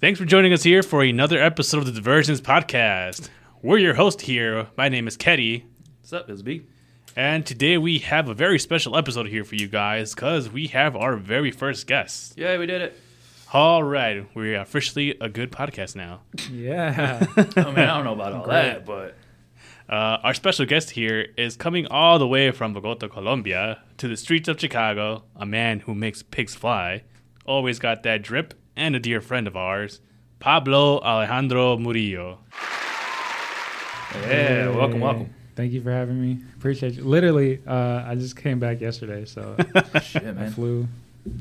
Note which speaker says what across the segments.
Speaker 1: Thanks for joining us here for another episode of the Diversions Podcast. We're your host here. My name is Ketty,
Speaker 2: What's up, Isby?
Speaker 1: and today we have a very special episode here for you guys because we have our very first guest.
Speaker 2: Yeah, we did it.
Speaker 1: All right, we're officially a good podcast now.
Speaker 3: Yeah.
Speaker 2: I mean, I don't know about all that, but
Speaker 1: Uh, our special guest here is coming all the way from Bogota, Colombia, to the streets of Chicago, a man who makes pigs fly. Always got that drip, and a dear friend of ours, Pablo Alejandro Murillo.
Speaker 2: yeah, welcome, welcome.
Speaker 3: Thank you for having me. Appreciate you. Literally, uh, I just came back yesterday, so
Speaker 2: Shit,
Speaker 3: I
Speaker 2: man.
Speaker 3: flew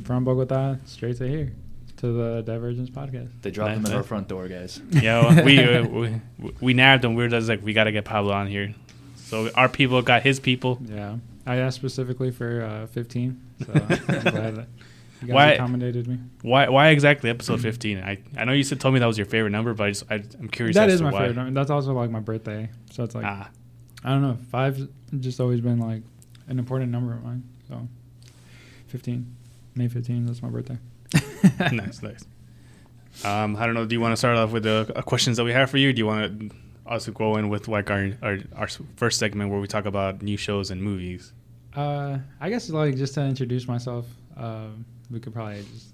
Speaker 3: from Bogota straight to here to the Divergence podcast.
Speaker 2: They dropped
Speaker 1: Nice,
Speaker 2: them at our
Speaker 1: nice.
Speaker 2: front door, guys.
Speaker 1: Yeah, we, uh, we we nabbed him. We were just like, we gotta get Pablo on here. So our people got his people.
Speaker 3: Yeah, I asked specifically for uh, 15, so I'm glad that you guys
Speaker 1: Why-
Speaker 3: accommodated me.
Speaker 1: Why why exactly
Speaker 3: Mm-hmm.
Speaker 1: episode fifteen? I, I know you said told me that was your favorite number, but I just I, I'm curious.
Speaker 3: That
Speaker 1: as
Speaker 3: is
Speaker 1: to
Speaker 3: my
Speaker 1: why.
Speaker 3: favorite. number. That's also like my birthday, so it's like
Speaker 1: Ah,
Speaker 3: I don't know. Five's just always been like an important number of mine. So 15, May 15. That's my birthday.
Speaker 1: nice, nice. Um, I don't know. Do you want to start off with the uh, questions that we have for you? Do you want to also go in with like our, our our first segment where we talk about new shows and movies?
Speaker 3: Uh, I guess like just to introduce myself, um, we could probably just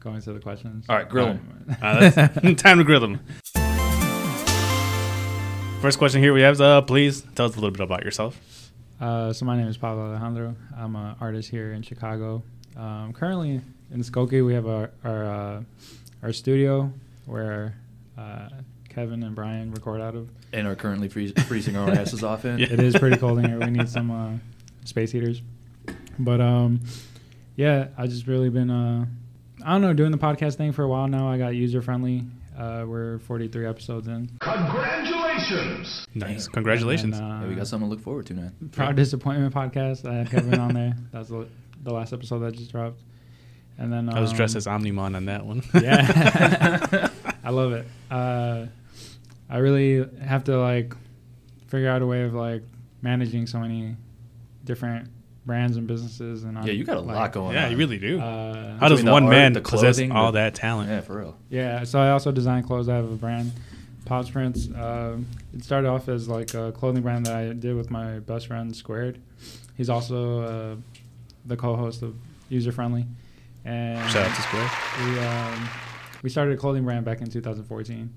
Speaker 3: go into the questions.
Speaker 2: All right, grill 'em.
Speaker 3: Um,
Speaker 1: Uh, that's time to grill them. First question here we have is, uh, please tell us a little bit about yourself.
Speaker 3: Uh, so my name is Pablo Alejandro. I'm an artist here in Chicago. Um, currently in Skokie, we have our our, uh, our studio where uh, Kevin and Brian record out of.
Speaker 2: And are currently freeze- freezing our asses off in.
Speaker 1: Yeah.
Speaker 3: It is pretty cold in here. We need some uh, space heaters. But um, yeah, I just really been uh, I don't know doing the podcast thing for a while now. I got user friendly. Uh, we're 43 episodes in.
Speaker 4: Congratulations!
Speaker 1: Nice.
Speaker 2: Damn.
Speaker 1: Congratulations.
Speaker 3: And, uh,
Speaker 2: Hey, we got something to look forward to now.
Speaker 3: Proud Disappointment podcast. I had Kevin on there. That was the, the last episode that just dropped. And then
Speaker 1: I was dressed
Speaker 3: um,
Speaker 1: as Omnimon on that one.
Speaker 3: Yeah. I love it. Uh, I really have to like figure out a way of like managing so many different brands and businesses. And I'm,
Speaker 2: Yeah, you got a
Speaker 3: like,
Speaker 2: lot going on.
Speaker 1: yeah, you really do.
Speaker 3: Uh,
Speaker 1: How does
Speaker 2: Between the
Speaker 1: one
Speaker 2: art,
Speaker 1: man
Speaker 2: the
Speaker 1: possess
Speaker 2: clothing,
Speaker 1: all
Speaker 2: the-
Speaker 1: that talent?
Speaker 2: Yeah, for real.
Speaker 3: Yeah, so I also design clothes. I have a brand, Pops Prints. Um, it started off as like a clothing brand that I did with my best friend Squared. He's also uh, the co-host of User Friendly, and
Speaker 1: Shout out to Square.
Speaker 3: we um, we started a clothing brand back in 2014.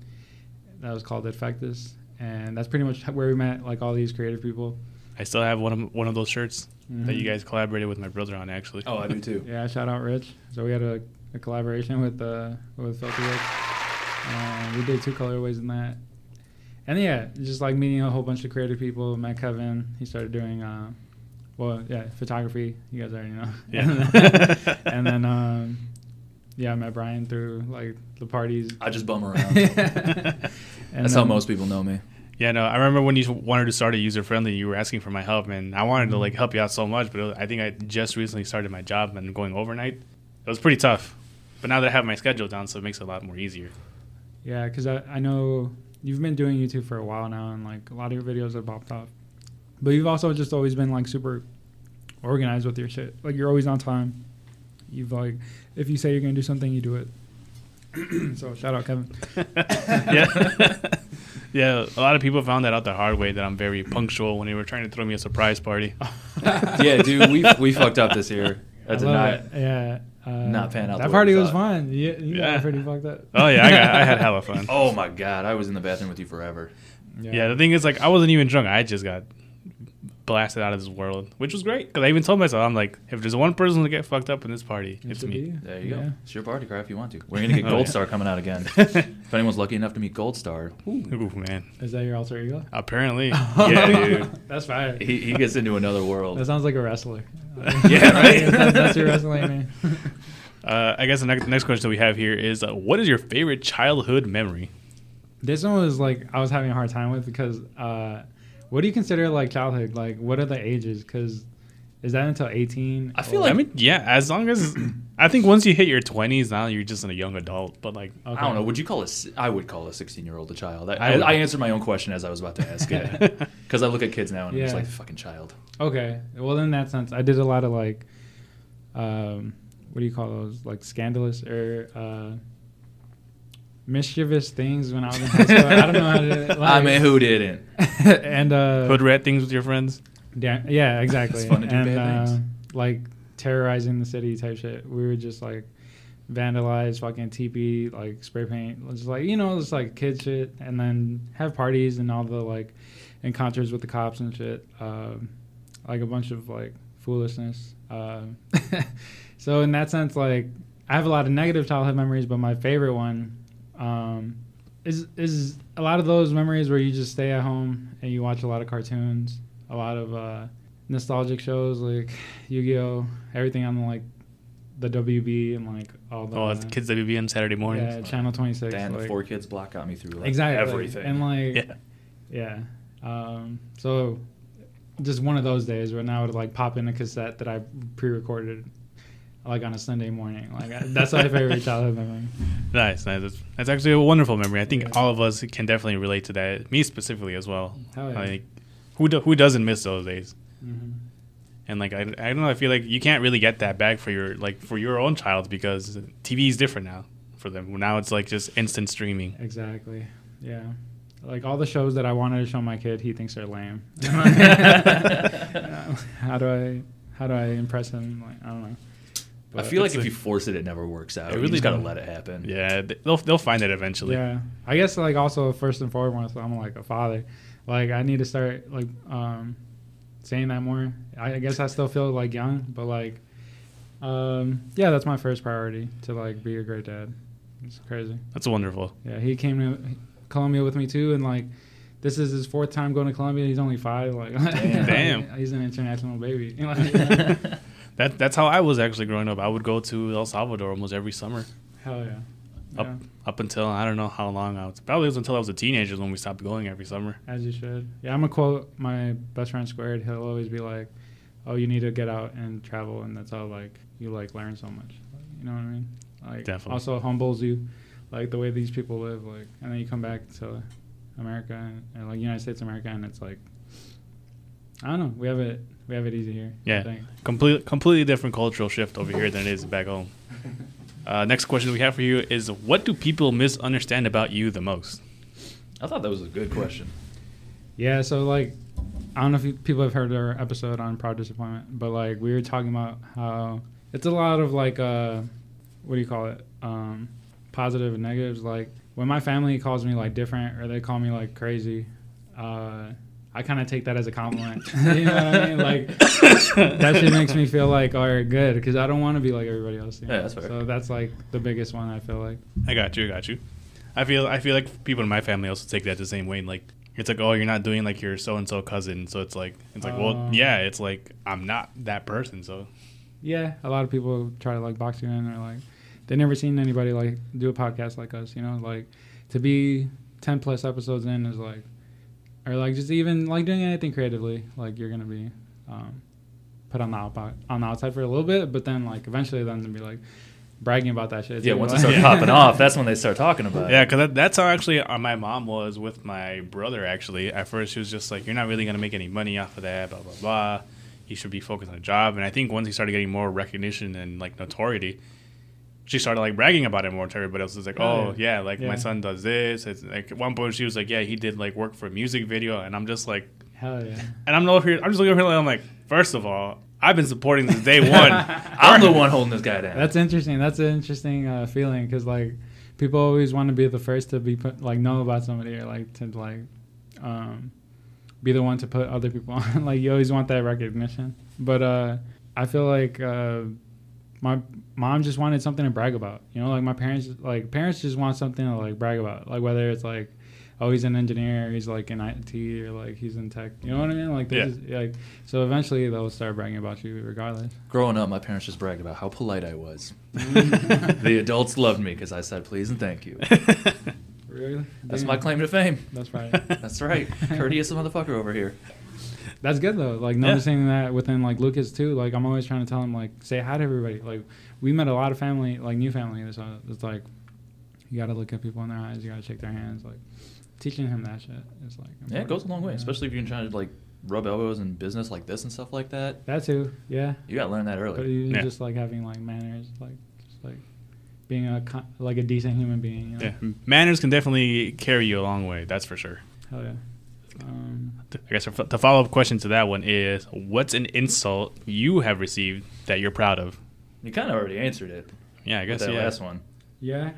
Speaker 3: That was called Defectus, and that's pretty much where we met like all these creative people.
Speaker 1: I still have one of one of those shirts that you
Speaker 3: Mhm.
Speaker 1: guys collaborated with my brother on actually.
Speaker 2: Mm-hmm. Oh, I do too.
Speaker 3: Yeah, shout out Rich. So we had a, a collaboration with uh, with Filthy Rich. Um, we did two colorways in that. And yeah, just like meeting a whole bunch of creative people. Met Kevin. He started doing, uh, well, yeah, photography. You guys already know.
Speaker 1: Yeah.
Speaker 3: and then, um, yeah, I met Brian through like the parties.
Speaker 2: I just bum around.
Speaker 3: And
Speaker 2: That's how
Speaker 3: then-
Speaker 2: most people know me.
Speaker 1: Yeah, no, I remember when you wanted to start a user friendly, you were asking for my help, and I
Speaker 2: Mm-hmm.
Speaker 1: wanted to like help you out so much, but it was- I think I just recently started my job and going overnight. It was pretty tough, but now that I have my schedule down, so it makes it a lot more easier.
Speaker 3: Yeah, because I, I know you've been doing YouTube for a while now, and like a lot of your videos have popped off. But you've also just always been like super organized with your shit. Like you're always on time. You've like, if you say you're gonna do something, you do it. so shout out Kevin.
Speaker 1: yeah. yeah, a lot of people found that out the hard way that I'm very punctual when they were trying to throw me a surprise party.
Speaker 2: Yeah, dude, we we fucked up this year.
Speaker 3: I
Speaker 2: That did
Speaker 3: love
Speaker 2: not.
Speaker 3: it. Yeah. Uh,
Speaker 2: not pan out the
Speaker 3: That
Speaker 2: way
Speaker 3: party
Speaker 2: we
Speaker 3: was
Speaker 2: thought.
Speaker 3: fun. You, you yeah.
Speaker 1: Yeah.
Speaker 3: got pretty fucked up.
Speaker 1: Oh yeah, I, got, I had hella fun.
Speaker 2: Oh my god, I was in the bathroom with you forever.
Speaker 1: Yeah, the thing is, like, I wasn't even drunk. I just got blasted out of this world, which was great. Because I even told myself, I'm like, if there's one person to get fucked up in this party, it's
Speaker 3: should
Speaker 1: me.
Speaker 3: be.
Speaker 2: There you
Speaker 3: Yeah.
Speaker 2: go. It's your party, cry if you want to. We're gonna get
Speaker 1: Oh,
Speaker 2: Gold
Speaker 1: yeah.
Speaker 2: Star coming out again. if anyone's lucky enough to meet Gold Star,
Speaker 1: Ooh, man.
Speaker 3: Is that your alter ego?
Speaker 1: Apparently. yeah, dude.
Speaker 3: That's fire.
Speaker 2: he, he gets into another world.
Speaker 3: That sounds like a wrestler.
Speaker 2: Yeah, right?
Speaker 3: That- that's your wrestling name.
Speaker 1: Uh, I guess the next, next question that we have here is uh, what is your favorite childhood memory?
Speaker 3: This one was like I was having a hard time with because uh, what do you consider like childhood? Like what are the ages? Because is that until eighteen?
Speaker 2: I feel
Speaker 3: Or-
Speaker 2: like
Speaker 1: I mean, yeah, as long as. I think once you hit your 20s, now you're just a young adult. But, like,
Speaker 3: Okay.
Speaker 2: I don't know. Would you call a? s- I would call a sixteen-year-old a child. I,
Speaker 1: I
Speaker 2: I,
Speaker 1: would.
Speaker 2: I answered my own question as I was about to ask it because I look at kids now and I'm just
Speaker 3: Yeah.
Speaker 2: like fucking child.
Speaker 3: Okay, well in that sense, I did a lot of like um, what do you call those? Like scandalous or uh, mischievous things when I was in high school. I don't know how to. Like,
Speaker 2: I mean, who didn't?
Speaker 3: and uh,
Speaker 1: Hood rat things with your friends.
Speaker 3: da- yeah, exactly.
Speaker 2: It's fun to do
Speaker 3: and,
Speaker 2: bad things.
Speaker 3: uh, Like terrorizing the city type shit. We would just like vandalize fucking teepee, like spray paint, just like you know, just like kid shit, and then have parties and all the like encounters with the cops and shit. Um, like a bunch of like foolishness. Um, so in that sense, like I have a lot of negative childhood memories, but my favorite one um, is is a lot of those memories where you just stay at home and you watch a lot of cartoons, a lot of uh, nostalgic shows like Yu-Gi-Oh, everything on like the WB and like all the
Speaker 1: Oh, it's kids WB on Saturday mornings.
Speaker 3: yeah, Channel Twenty Six.
Speaker 2: Damn, the
Speaker 3: like-
Speaker 2: four kids block got me through like
Speaker 3: exactly like,
Speaker 2: everything.
Speaker 3: and like
Speaker 1: Yeah.
Speaker 3: yeah. Um, so just one of those days when I would like pop in a cassette that I pre-recorded like on a Sunday morning. Like I- that's my favorite childhood memory.
Speaker 1: Nice, nice. That's, that's actually a wonderful memory. I think
Speaker 3: Yeah.
Speaker 1: all of us can definitely relate to that. Me specifically as well.
Speaker 3: Hell yeah.
Speaker 1: Like, who do, who doesn't miss those days?
Speaker 3: Mhm.
Speaker 1: And like, I, I don't know. I feel like you can't really get that back for your like for your own child because TV is different now for them. Now it's like just instant streaming.
Speaker 3: Exactly. Yeah. Like all the shows that I wanted to show my kid, he thinks they're lame. how do I how do I impress him? Like I don't know.
Speaker 2: I
Speaker 3: But-
Speaker 2: feel like
Speaker 1: it's
Speaker 2: if
Speaker 1: a-
Speaker 2: you force it, it never works out.
Speaker 1: It
Speaker 2: you
Speaker 1: really
Speaker 2: just gotta
Speaker 1: don't.
Speaker 2: let it happen.
Speaker 1: Yeah, th- they'll they'll find it eventually.
Speaker 3: Yeah, I guess like also first and foremost, I'm like a father. Like I need to start like um, saying that more. I, I guess I still feel like young, but like, um, yeah, that's my first priority to like be a great dad. It's crazy.
Speaker 1: That's wonderful.
Speaker 3: Yeah, he came to Columbia with me too, and like, this is his fourth time going to Columbia. He's only five. Like,
Speaker 1: Damn.
Speaker 3: he's an international baby.
Speaker 1: That that's how I was actually growing up. I would go to El Salvador almost every summer
Speaker 3: Hell yeah.
Speaker 1: Up.
Speaker 3: Yeah,
Speaker 1: up until I don't know how long I was. Probably it was until I was a teenager when we stopped going every summer.
Speaker 3: as you should. Yeah, I'm gonna quote my best friend Squared. He'll always be like, "Oh, you need to get out and travel, and that's how like you like learn so much." You know what I mean? Like,
Speaker 1: Definitely.
Speaker 3: also humbles you, like the way these people live. Like, and then you come back to America and, and like United States of America, and it's like, I don't know. We have it. We have it easy here. I
Speaker 1: Yeah.
Speaker 3: think.
Speaker 1: Complete, completely different cultural shift over here than it is back home. Uh, next question we have for you is what do people misunderstand about you the most?
Speaker 2: I thought that was a good question.
Speaker 3: Yeah, so like, I don't know if you- people have heard our episode on Proud Disappointment, but like we were talking about how it's a lot of like, uh, what do you call it? Um, positive and negatives. Like when my family calls me like different or they call me like crazy, uh, I kind of take that as a compliment. you know what I mean? Like that shit makes me feel like, all right, good, because I don't want to be like everybody else. you
Speaker 2: Yeah,
Speaker 3: know?
Speaker 2: that's fair.
Speaker 3: So that's like the biggest one I feel like.
Speaker 1: I got you, I got you. I feel I feel like people in my family also take that the same way. Like it's like, oh, you're not doing like your so and so cousin. So it's like it's like, well,
Speaker 3: Um.
Speaker 1: yeah, it's like I'm not that person. So
Speaker 3: Yeah, a lot of people try to like box you in or like they never seen anybody like do a podcast like us, you know, like to be ten plus episodes in is like or like just even like doing anything creatively, like you're gonna be um, put on the out- on the outside for a little bit, but then like eventually then to be like bragging about that shit. It's
Speaker 2: yeah,
Speaker 3: gonna
Speaker 2: once
Speaker 3: be
Speaker 2: it starts
Speaker 3: like-
Speaker 2: popping off, that's when they start talking about it.
Speaker 1: Yeah, because that, that's how actually uh, my mom was with my brother. Actually, at first she was just like, "You're not really gonna make any money off of that." Blah blah blah. You should be focused on a job. And I think once he started getting more recognition and like notoriety, she started like bragging about it more to everybody else. It's like,
Speaker 3: Oh,
Speaker 1: "Oh
Speaker 3: yeah.
Speaker 1: yeah, like
Speaker 3: Yeah.
Speaker 1: my son does this." It's like at one point she was like, "Yeah, he did like work for a music video," and I'm just like,
Speaker 3: Hell yeah.
Speaker 1: and I'm over here, I'm just looking over here, like, I'm like, first of all, I've been supporting this day one.
Speaker 2: I'm the one holding this guy down.
Speaker 3: That's interesting. That's an interesting uh, feeling because like people always want to be the first to be put like know about somebody or like to like um, be the one to put other people on. like you always want that recognition. But uh, I feel like uh, my mom just wanted something to brag about. You know, like my parents like parents just want something to like brag about. Like whether it's like oh he's an engineer, he's like in IT or like he's in tech. You know what I mean? Like they
Speaker 1: Yeah.
Speaker 3: just, like so eventually they'll start bragging about you regardless.
Speaker 2: Growing up, my parents just bragged about how polite I was. the adults loved me because I said please and thank you.
Speaker 3: Really?
Speaker 2: That's my claim to fame.
Speaker 3: That's right.
Speaker 2: That's right. Courteous motherfucker over here.
Speaker 3: That's good though. Like noticing that within like Lucas too. Like I'm always trying to tell him like say hi to everybody. Like we met a lot of family, like new family. So it's like you got to look at people in their eyes. You got to shake their hands. Like teaching him that shit is like
Speaker 2: Yeah, it
Speaker 3: important.
Speaker 2: goes a long way,
Speaker 3: Yeah.
Speaker 2: especially if you're trying to like rub elbows in business like this and stuff like that,
Speaker 3: That too, yeah.
Speaker 2: you gotta learn that
Speaker 3: But
Speaker 2: early.
Speaker 3: even
Speaker 1: Yeah.
Speaker 3: just like having like manners, like just like being a con- like a decent human being. You know?
Speaker 1: Yeah, manners can definitely carry you a long way. That's for sure.
Speaker 3: Hell yeah. Um,
Speaker 1: I guess the follow up question to that one is: What's an insult you have received that you're proud of?
Speaker 2: You kind of already answered it.
Speaker 1: Yeah, I guess
Speaker 2: with that
Speaker 1: yeah.
Speaker 2: last one.
Speaker 3: yeah.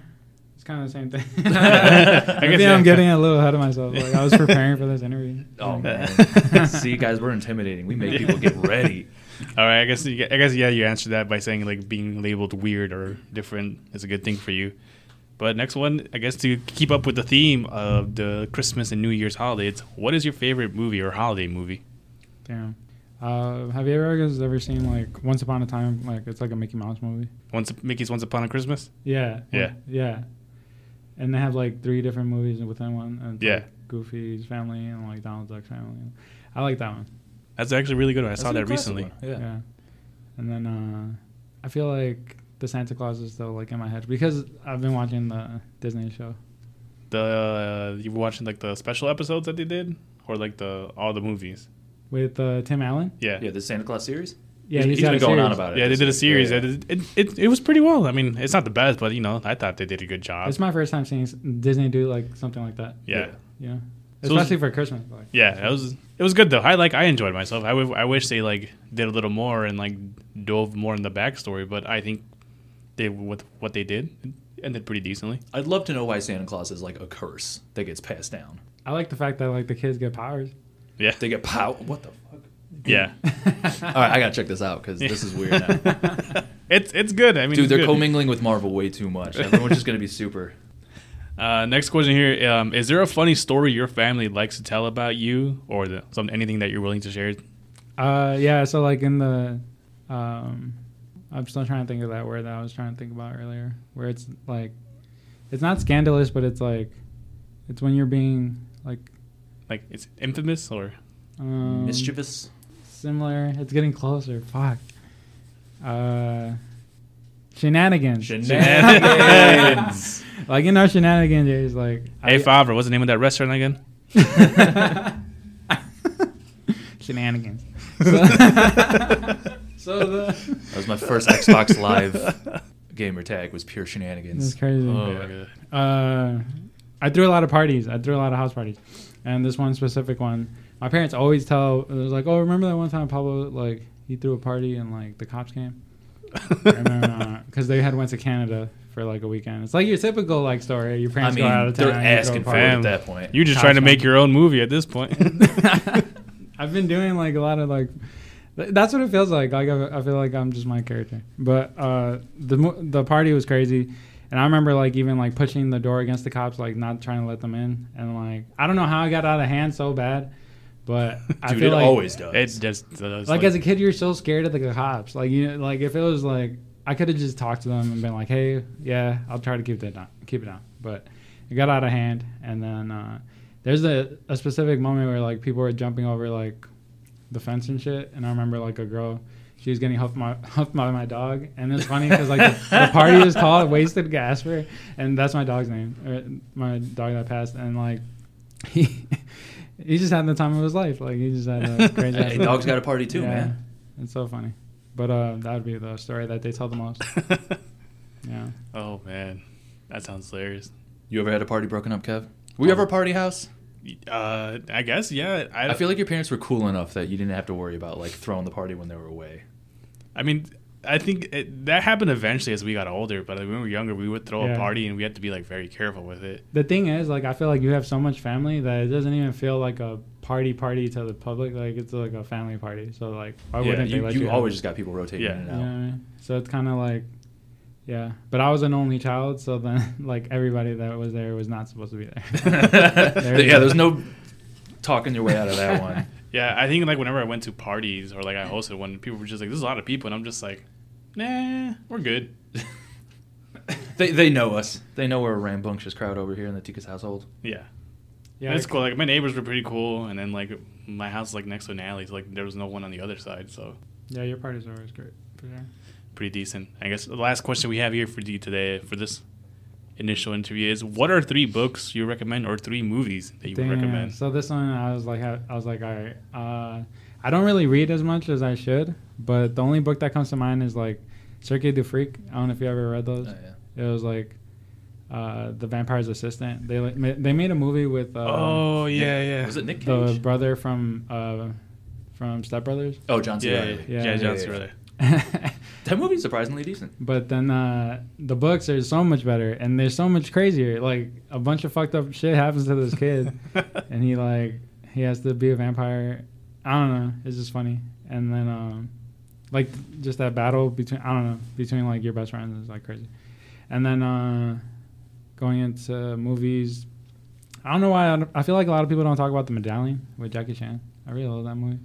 Speaker 3: It's kind of the same thing.
Speaker 2: I
Speaker 3: Maybe
Speaker 1: guess, yeah.
Speaker 3: I'm getting a little ahead of myself. Like I was preparing for this interview.
Speaker 2: Oh
Speaker 3: Like,
Speaker 2: man! See, guys, we're intimidating. We make people get ready.
Speaker 1: All right, I guess you, I guess yeah, you answered that by saying like being labeled weird or different is a good thing for you. But next one, I guess to keep up with the theme of the Christmas and New Year's holidays, what is your favorite movie or holiday movie?
Speaker 3: Damn. Uh, have you ever guys ever seen like Once Upon a Time? Like it's like a Mickey Mouse movie.
Speaker 1: Once Mickey's Once Upon a Christmas.
Speaker 3: Yeah.
Speaker 1: Yeah.
Speaker 3: Yeah. And they have like three different movies within one. And it's,
Speaker 1: Yeah.
Speaker 3: Like Goofy's family and like Donald Duck's family. I like that one.
Speaker 1: That's actually a really good one. I
Speaker 2: That's
Speaker 1: saw
Speaker 2: a
Speaker 1: that
Speaker 2: good classic
Speaker 1: recently.
Speaker 2: one. Yeah.
Speaker 3: And then uh, I feel like the Santa Claus is still like in my head because I've been watching the Disney show.
Speaker 1: The uh, you were watching like the special episodes that they did, or like the all the movies.
Speaker 3: With uh, Tim Allen,
Speaker 1: Yeah,
Speaker 2: Yeah, the Santa Claus series.
Speaker 3: yeah,
Speaker 2: he's
Speaker 3: got
Speaker 2: been
Speaker 3: a
Speaker 2: going on
Speaker 3: series.
Speaker 2: about it.
Speaker 1: yeah. They did a
Speaker 2: Yeah,
Speaker 1: series.
Speaker 2: yeah.
Speaker 1: that It, it, it it was pretty well. I mean, it's not the best, but you know, I thought they did a good job.
Speaker 3: It's my first time seeing s- Disney do like something like that.
Speaker 1: yeah.
Speaker 3: Yeah,
Speaker 1: So it's-
Speaker 3: especially for Christmas. Like,
Speaker 1: Yeah, it was it was good though. I like I enjoyed myself. I, w- I wish they like did a little more and like dove more in the backstory, but I think they what what they did ended pretty decently.
Speaker 2: I'd love to know why Santa Claus is like a curse that gets passed down.
Speaker 3: I like the fact that like the kids get powers.
Speaker 1: Yeah,
Speaker 2: They get pow. What the fuck?
Speaker 1: yeah.
Speaker 2: All right, I gotta check this out because this is weird now.
Speaker 1: It's it's good. I mean,
Speaker 2: Dude,
Speaker 1: it's
Speaker 2: they're
Speaker 1: good.
Speaker 2: commingling with Marvel way too much. Everyone's just gonna be super.
Speaker 1: Uh, next question here: um, Is there a funny story your family likes to tell about you, or the, some anything that you're willing to share?
Speaker 3: Uh, yeah. So like in the, um, I'm still trying to think of that word that I was trying to think about earlier, where it's like, it's not scandalous, but it's like, it's when you're being like
Speaker 1: Like it's infamous or
Speaker 3: um,
Speaker 2: Mischievous.
Speaker 3: Similar. It's getting closer. Fuck. Uh, shenanigans.
Speaker 1: Shenanigans.
Speaker 3: like in our shenanigans days, like
Speaker 1: Hey Favre, what's the name of that restaurant again?
Speaker 3: shenanigans. So, so the
Speaker 2: That was my first Xbox Live gamer tag. Was pure shenanigans.
Speaker 3: that's crazy.
Speaker 1: Oh my god.
Speaker 3: uh, I threw a lot of parties. I threw a lot of house parties, and this one specific one, my parents always tell. It was like, oh, remember that one time Pablo like he threw a party and like the cops came because uh, they had went to Canada for like a weekend. It's like your typical like story. Your
Speaker 2: I
Speaker 3: parents go out
Speaker 2: mean,
Speaker 3: of
Speaker 2: they're
Speaker 3: town. you throw a
Speaker 2: asking for it
Speaker 3: party.
Speaker 2: at
Speaker 1: Fam,
Speaker 2: that point.
Speaker 1: You're just trying to make your own movie at this point.
Speaker 3: I've been doing like a lot of like. th- That's what it feels like. Like I, I feel like I'm just my character. But uh, the mo- the party was crazy, and I remember like even like pushing the door against the cops, like not trying to let them in, and like I don't know how I got out of hand so bad, but I
Speaker 2: Dude,
Speaker 3: feel
Speaker 2: it
Speaker 3: like
Speaker 2: always does.
Speaker 1: it just does,
Speaker 3: like as a kid you're so scared of the cops. Like you like if it was like I could have just talked to them and been like, hey, yeah, I'll try to keep that down, keep it down, but it got out of hand, and then uh, there's a, a specific moment where like people were jumping over like the fence and shit, and I remember like a girl. She was getting huffed, my, huffed by my dog, and it's funny because like the, the party was called Wasted Gasper, and that's my dog's name, or my dog that passed, and like he he just had the time of his life, like he just had a crazy.
Speaker 2: Hey, dog's got a party too,
Speaker 3: Yeah.
Speaker 2: man.
Speaker 3: It's so funny. But uh, that would be the story that they tell the most. Yeah.
Speaker 1: oh man, that sounds hilarious.
Speaker 2: You ever had a party broken up, Kev? Were you ever a party house?
Speaker 1: Uh, I guess yeah. I,
Speaker 2: I feel like your parents were cool enough that you didn't have to worry about like throwing the party when they were away.
Speaker 1: I mean, I think it, that happened eventually as we got older. But when we were younger, we would throw a
Speaker 3: Yeah.
Speaker 1: party and we had to be like very careful with it.
Speaker 3: The thing is, like, I feel like you have so much family that it doesn't even feel like a party party to the public. Like, it's like a family party. So, like, why
Speaker 2: Yeah,
Speaker 3: wouldn't they
Speaker 2: you,
Speaker 3: let
Speaker 2: you
Speaker 3: you? have
Speaker 2: always
Speaker 3: it?
Speaker 2: just got people rotating
Speaker 1: Yeah.
Speaker 2: in and
Speaker 3: You
Speaker 2: out.
Speaker 3: know what I mean? So it's kind of like, yeah. But I was an only child, so then, like, everybody that was there was not supposed to be there. you
Speaker 2: yeah,
Speaker 3: go.
Speaker 2: there's no talking your way out of that one.
Speaker 1: Yeah, I think like whenever I went to parties or like I hosted one, people were just like, "There's a lot of people," and I'm just like, "Nah, we're good."
Speaker 2: They, they know us. They know we're a rambunctious crowd over here in the Tika's household.
Speaker 1: Yeah,
Speaker 3: yeah.
Speaker 1: it's cool. Like my neighbors were pretty cool, and then like my house is like next to an alley, so like there was no one on the other side, so
Speaker 3: Yeah, your parties are always great. For sure.
Speaker 1: pretty decent. I guess the last question we have here for you today for this initial interview is what are three books you recommend or three movies that you
Speaker 3: Damn.
Speaker 1: would recommend?
Speaker 3: So this one, I was like, I, I was like, all right. Uh, I don't really read as much as I should, but the only book that comes to mind is like Cirque du Freak. I don't know if you ever read those.
Speaker 2: Oh, yeah.
Speaker 3: It was like uh, the vampire's assistant. They like, ma- they made a movie with uh,
Speaker 1: oh yeah, yeah.
Speaker 2: Was it Nick
Speaker 3: the
Speaker 2: Cage?
Speaker 3: brother from uh, from Step Brothers.
Speaker 2: oh, John C.
Speaker 1: Yeah, yeah,
Speaker 2: Reilly.
Speaker 1: yeah,
Speaker 3: Yeah,
Speaker 1: John
Speaker 2: yeah,
Speaker 1: Cena.
Speaker 2: yeah. That movie's surprisingly decent.
Speaker 3: But then uh, the books are so much better, and they're so much crazier. Like a bunch of fucked up shit happens to this kid, and he like he has to be a vampire. I don't know. It's just funny. And then um, like just that battle between I don't know between like your best friends is like crazy. And then uh, going into movies, I don't know why I, don't- I feel like a lot of people don't talk about the Medallion with Jackie Chan. I really love that movie.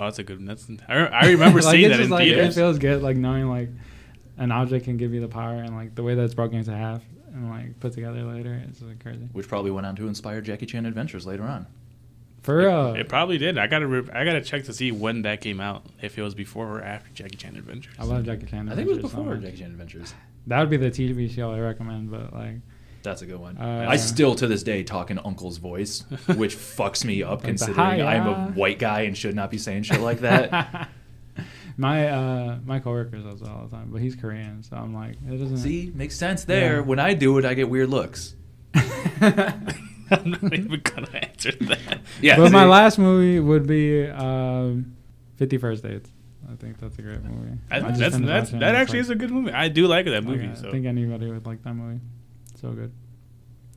Speaker 1: Oh, that's a good. That's I, re- I remember
Speaker 3: Like,
Speaker 1: seeing
Speaker 3: it's
Speaker 1: that
Speaker 3: just
Speaker 1: in
Speaker 3: like,
Speaker 1: theaters.
Speaker 3: It feels good, like knowing like an object can give you the power, and like the way that it's broken into half and like put together later, it's like crazy.
Speaker 2: Which probably went on to inspire Jackie Chan Adventures later on.
Speaker 3: For real,
Speaker 1: It probably did. I gotta re- I gotta check to see when that came out. If it was before or after Jackie Chan Adventures.
Speaker 3: I love Jackie Chan.
Speaker 2: I think it was
Speaker 3: Adventures so
Speaker 2: before
Speaker 3: much.
Speaker 2: Jackie Chan Adventures.
Speaker 3: That would be the TV show I recommend, but like
Speaker 2: That's a good one.
Speaker 3: Uh,
Speaker 2: I still to this day talk in uncle's voice, which fucks me up
Speaker 3: the
Speaker 2: considering
Speaker 3: hi,
Speaker 2: I'm
Speaker 3: uh.
Speaker 2: a white guy and should not be saying shit like that.
Speaker 3: my uh my coworker does that all the time, but he's Korean, so I'm like it doesn't.
Speaker 2: See, makes sense there.
Speaker 3: Yeah.
Speaker 2: When I do it, I get weird looks.
Speaker 1: I'm not even gonna answer that.
Speaker 2: Yeah.
Speaker 3: but my
Speaker 2: see?
Speaker 3: last movie would be um, Fifty First Dates. I think that's a great movie.
Speaker 1: I,
Speaker 3: I just
Speaker 1: that's,
Speaker 3: finished
Speaker 1: that's,
Speaker 3: watching it,
Speaker 1: that
Speaker 3: it's
Speaker 1: actually
Speaker 3: like-
Speaker 1: is a good movie. I do like that movie.
Speaker 3: Like, I
Speaker 1: so
Speaker 3: think anybody would like that movie. So good.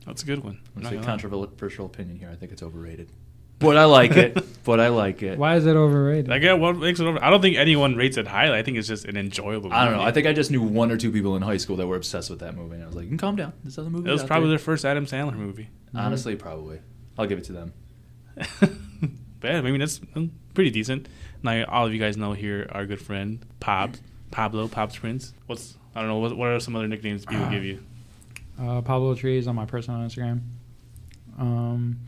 Speaker 1: that's a good one. I'm
Speaker 2: It's
Speaker 1: not
Speaker 2: a
Speaker 1: gonna lie.
Speaker 2: controversial opinion here. I think it's overrated. But I like it. but I like it.
Speaker 3: Why is it overrated?
Speaker 1: Like, yeah, what makes it over? I don't think anyone rates it highly. I think it's just an enjoyable. Movie.
Speaker 2: I don't know. I think I just knew one or two people in high school that were obsessed with that movie, and I was like, "Mm, "Calm down. This other movie."
Speaker 1: it was probably their first Adam Sandler movie.
Speaker 2: honestly probably. I'll give it to them.
Speaker 1: but yeah, I mean that's mm, pretty decent. Now all of you guys know here our good friend Pop, Pablo, Pops Prince. What's I don't know what, what are some other nicknames people give you?
Speaker 3: uh, Pablo Trees on my personal Instagram. Um,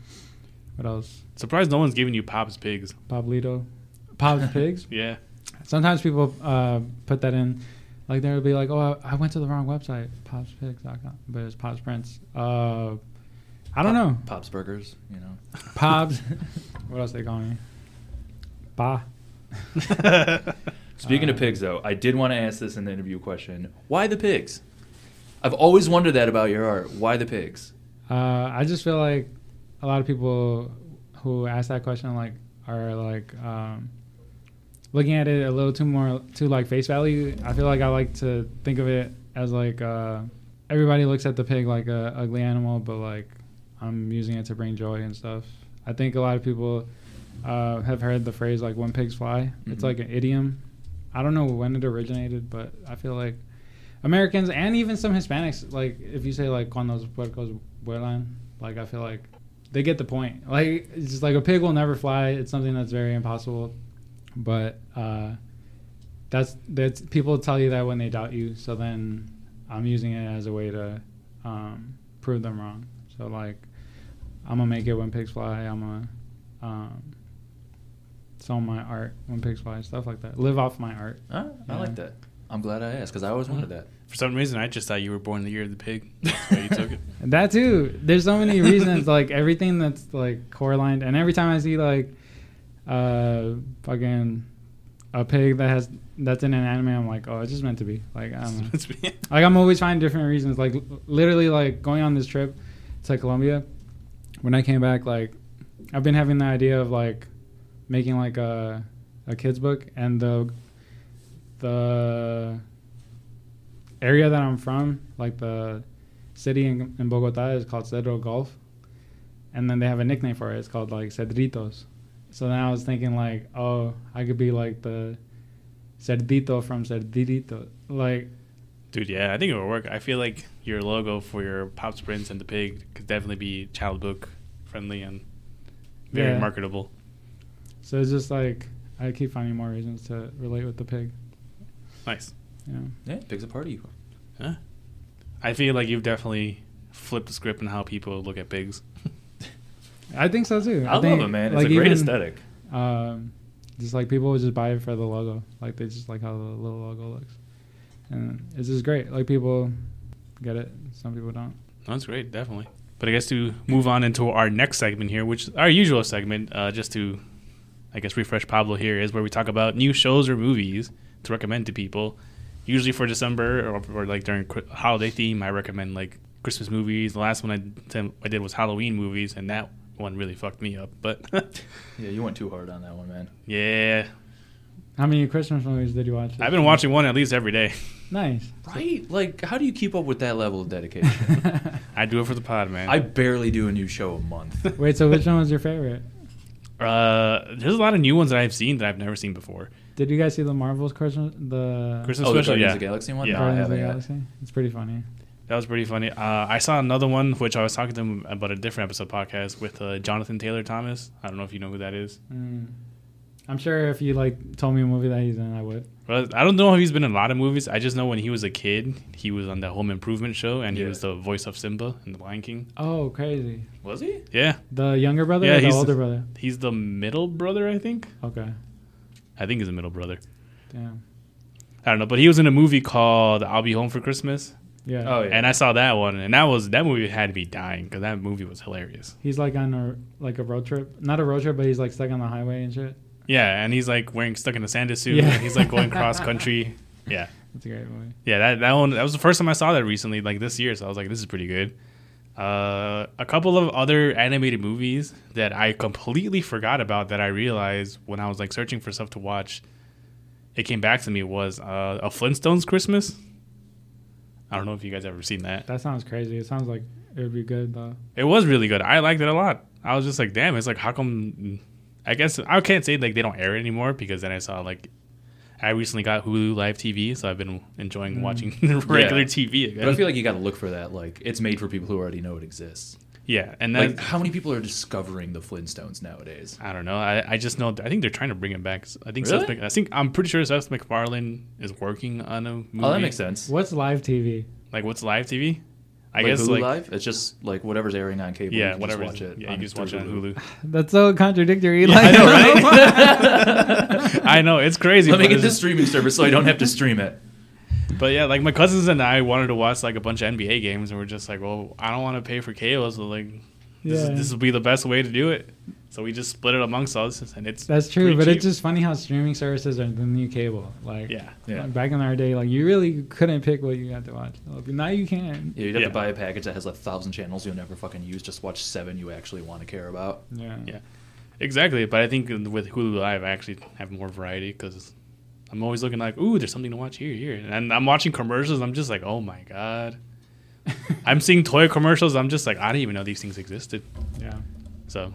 Speaker 3: what else?
Speaker 1: Surprised no one's giving you Pops Pigs.
Speaker 3: Pablito, Pab's Pigs.
Speaker 1: Yeah,
Speaker 3: Sometimes people uh, put that in, like they'll be like, "Oh, I, I went to the wrong website, popspigs.com," but it's Pops Prince. Uh, I don't know.
Speaker 2: Pops Burgers, you know.
Speaker 3: Pobs. what else they call me? Ba.
Speaker 2: Speaking
Speaker 3: Uh.
Speaker 2: of pigs, though, I did want to ask this in the interview question: Why the pigs? I've always wondered that about your art. Why the pigs?
Speaker 3: Uh, I just feel like a lot of people who ask that question like are like um, looking at it a little too more too like face value. I feel like I like to think of it as like uh, everybody looks at the pig like a ugly animal, but like I'm using it to bring joy and stuff. I think a lot of people uh, have heard the phrase like "when pigs fly." It's
Speaker 2: Mhm.
Speaker 3: like an idiom. I don't know when it originated, but I feel like Americans and even some Hispanics, like if you say like cuando los puercos vuelan, like I feel like they get the point. Like it's just like a pig will never fly. It's something that's very impossible, but uh, that's that's people tell you that when they doubt you. So then I'm using it as a way to um, prove them wrong. So like I'm gonna make it when pigs fly. I'm gonna um, sell my art when pigs fly, stuff like that. Live off my art.
Speaker 2: Huh? I like that. I'm glad I asked because I always wanted that.
Speaker 1: for some reason I just thought you were born the year of the pig. That's why you took it.
Speaker 3: That too. There's so many reasons, like everything that's like core lined, and every time I see like uh fucking a pig that has that's in an anime, I'm like, oh, it's just meant to be. Like um, I don't know. Like I'm always finding different reasons. Like l- literally, like going on this trip to Colombia. When I came back, like I've been having the idea of like making like a a kids book, and the the area that I'm from, like the city in, in Bogota, is called Cedro Golf, and then they have a nickname for it. It's called like Cedritos. So then I was thinking like, oh, I could be like the Cerdito from Cerdito, like.
Speaker 1: Dude, yeah, I think it would work. I feel like your logo for your Pops Prince and the pig could definitely be child book friendly and very
Speaker 3: Yeah.
Speaker 1: marketable.
Speaker 3: So it's just like I keep finding more reasons to relate with the pig.
Speaker 1: Nice.
Speaker 3: You know?
Speaker 2: Yeah, pigs a party.
Speaker 1: Huh? I feel like you've definitely flipped the script on how people look at pigs.
Speaker 3: I think so too.
Speaker 2: I,
Speaker 3: think,
Speaker 2: love it, man. It's
Speaker 3: like,
Speaker 2: a great
Speaker 3: even,
Speaker 2: aesthetic.
Speaker 3: Um, just like people would just buy it for the logo, like they just like how the little logo looks, and it's just great. Like people, get it. Some people don't.
Speaker 1: That's great, definitely. But I guess to move on into our next segment here, which is our usual segment, uh, just to, I guess, refresh Pablo here, is where we talk about new shows or movies to recommend to people. Usually for December or, or like during cri- holiday theme, I recommend like Christmas movies. The last one I, did- I did was Halloween movies, and that one really fucked me up. But
Speaker 2: Yeah, you went too hard on that one, man.
Speaker 1: yeah,
Speaker 3: How many Christmas movies did you watch? this
Speaker 1: I've been
Speaker 3: year?
Speaker 1: watching one at least every day.
Speaker 3: Nice.
Speaker 2: Right? Like, how do you keep up with that level of dedication?
Speaker 1: I do it for the pod, man.
Speaker 2: I barely do a new show a month.
Speaker 3: Wait, so which one was your favorite?
Speaker 1: uh, there's a lot of new ones that I've seen that I've never seen before.
Speaker 3: Did you guys see the Marvels Christmas? The
Speaker 1: Christmas
Speaker 2: Oh, the
Speaker 1: special,
Speaker 2: Guardians
Speaker 1: yeah.
Speaker 2: of the Galaxy one?
Speaker 1: Yeah.
Speaker 2: No, I
Speaker 3: Guardians of the
Speaker 2: haven't yet.
Speaker 3: Galaxy? It's pretty funny.
Speaker 1: That was pretty funny. Uh, I saw another one which I was talking to him about a different episode podcast with uh, Jonathan Taylor Thomas. I don't know if you know who that is.
Speaker 3: Mm. I'm sure if you like told me a movie that he's in, I would.
Speaker 1: But I don't know if he's been in a lot of movies. I just know when he was a kid, he was on that Home Improvement show, and he
Speaker 2: Yeah.
Speaker 1: was the voice of Simba in The Lion King.
Speaker 3: Oh, crazy!
Speaker 2: Was he?
Speaker 1: Yeah,
Speaker 3: The younger brother,
Speaker 1: Yeah,
Speaker 3: or the
Speaker 1: he's-
Speaker 3: older brother.
Speaker 1: he's the middle brother, I think.
Speaker 3: Okay,
Speaker 1: I think he's the middle brother.
Speaker 3: damn.
Speaker 1: I don't know, but he was in a movie called "I'll Be Home for Christmas,"
Speaker 3: Yeah.
Speaker 2: Oh, yeah.
Speaker 1: and I saw that one, and that was that movie had to be dying because that movie was hilarious.
Speaker 3: He's like on a like a road trip, not a road trip, but he's like stuck on the highway and shit.
Speaker 1: Yeah, and he's like wearing stuck in a Santa suit,
Speaker 3: Yeah.
Speaker 1: and he's like going cross country. Yeah.
Speaker 3: It's a great movie.
Speaker 1: Yeah, that, that one that was the first time I saw that recently, like this year. So I was like, this is pretty good. Uh, a couple of other animated movies that I completely forgot about that I realized when I was like searching for stuff to watch, it came back to me was uh, a Flintstones Christmas. I don't know if you guys ever seen that.
Speaker 3: That sounds crazy. It sounds like it would be good though.
Speaker 1: It was really good. I liked it a lot. I was just like, damn, it's like how come? I guess I can't say like they don't air it anymore because then I saw like. I recently got Hulu Live TV, so I've been enjoying watching regular TV again.
Speaker 2: Mm. But I feel like you got to look for that. Like, it's made for people who already know it exists.
Speaker 1: Yeah, and then
Speaker 2: Like, how many people are discovering the Flintstones nowadays?
Speaker 1: I don't know. I, I just know. I think they're trying to bring it back. I think.
Speaker 2: Really?
Speaker 1: Seth Mc, I think I'm pretty sure Seth MacFarlane is working on a movie.
Speaker 2: Oh, that makes sense.
Speaker 3: What's live TV?
Speaker 1: Like what's live TV? I
Speaker 2: Like
Speaker 1: guess
Speaker 2: Hulu
Speaker 1: like
Speaker 2: Live? It's just like whatever's airing on cable.
Speaker 1: yeah,
Speaker 2: you can
Speaker 1: whatever.
Speaker 2: Just watch it.
Speaker 1: yeah, you can just watch it on Hulu.
Speaker 3: That's so contradictory.
Speaker 1: I
Speaker 3: like,
Speaker 1: know, right? I know it's crazy.
Speaker 2: Let me
Speaker 1: but
Speaker 2: get this
Speaker 1: it's-
Speaker 2: streaming service so I don't have to stream it.
Speaker 1: But yeah, like my cousins and I wanted to watch like a bunch of NBA games, and we're just like, well, I don't want to pay for cable, so like this
Speaker 3: Yeah.
Speaker 1: is, this will be the best way to do it. So we just split it amongst us, and it's
Speaker 3: That's true,
Speaker 1: pretty
Speaker 3: but
Speaker 1: cheap.
Speaker 3: it's just funny how streaming services are the new cable. Like,
Speaker 1: yeah.
Speaker 2: Yeah.
Speaker 3: like, back in our day, like you really couldn't pick what you had to watch. Like, now you can.
Speaker 2: Yeah, you'd have
Speaker 1: Yeah.
Speaker 2: to buy a package that has a thousand channels you'll never fucking use. Just watch seven you actually want to care about.
Speaker 3: Yeah.
Speaker 1: Yeah. Exactly, but I think with Hulu Live, I actually have more variety because I'm always looking like, ooh, there's something to watch here, here, and I'm watching commercials. I'm just like, oh my god, I'm seeing toy commercials. I'm just like, I didn't even know these things existed.
Speaker 3: Yeah.
Speaker 1: So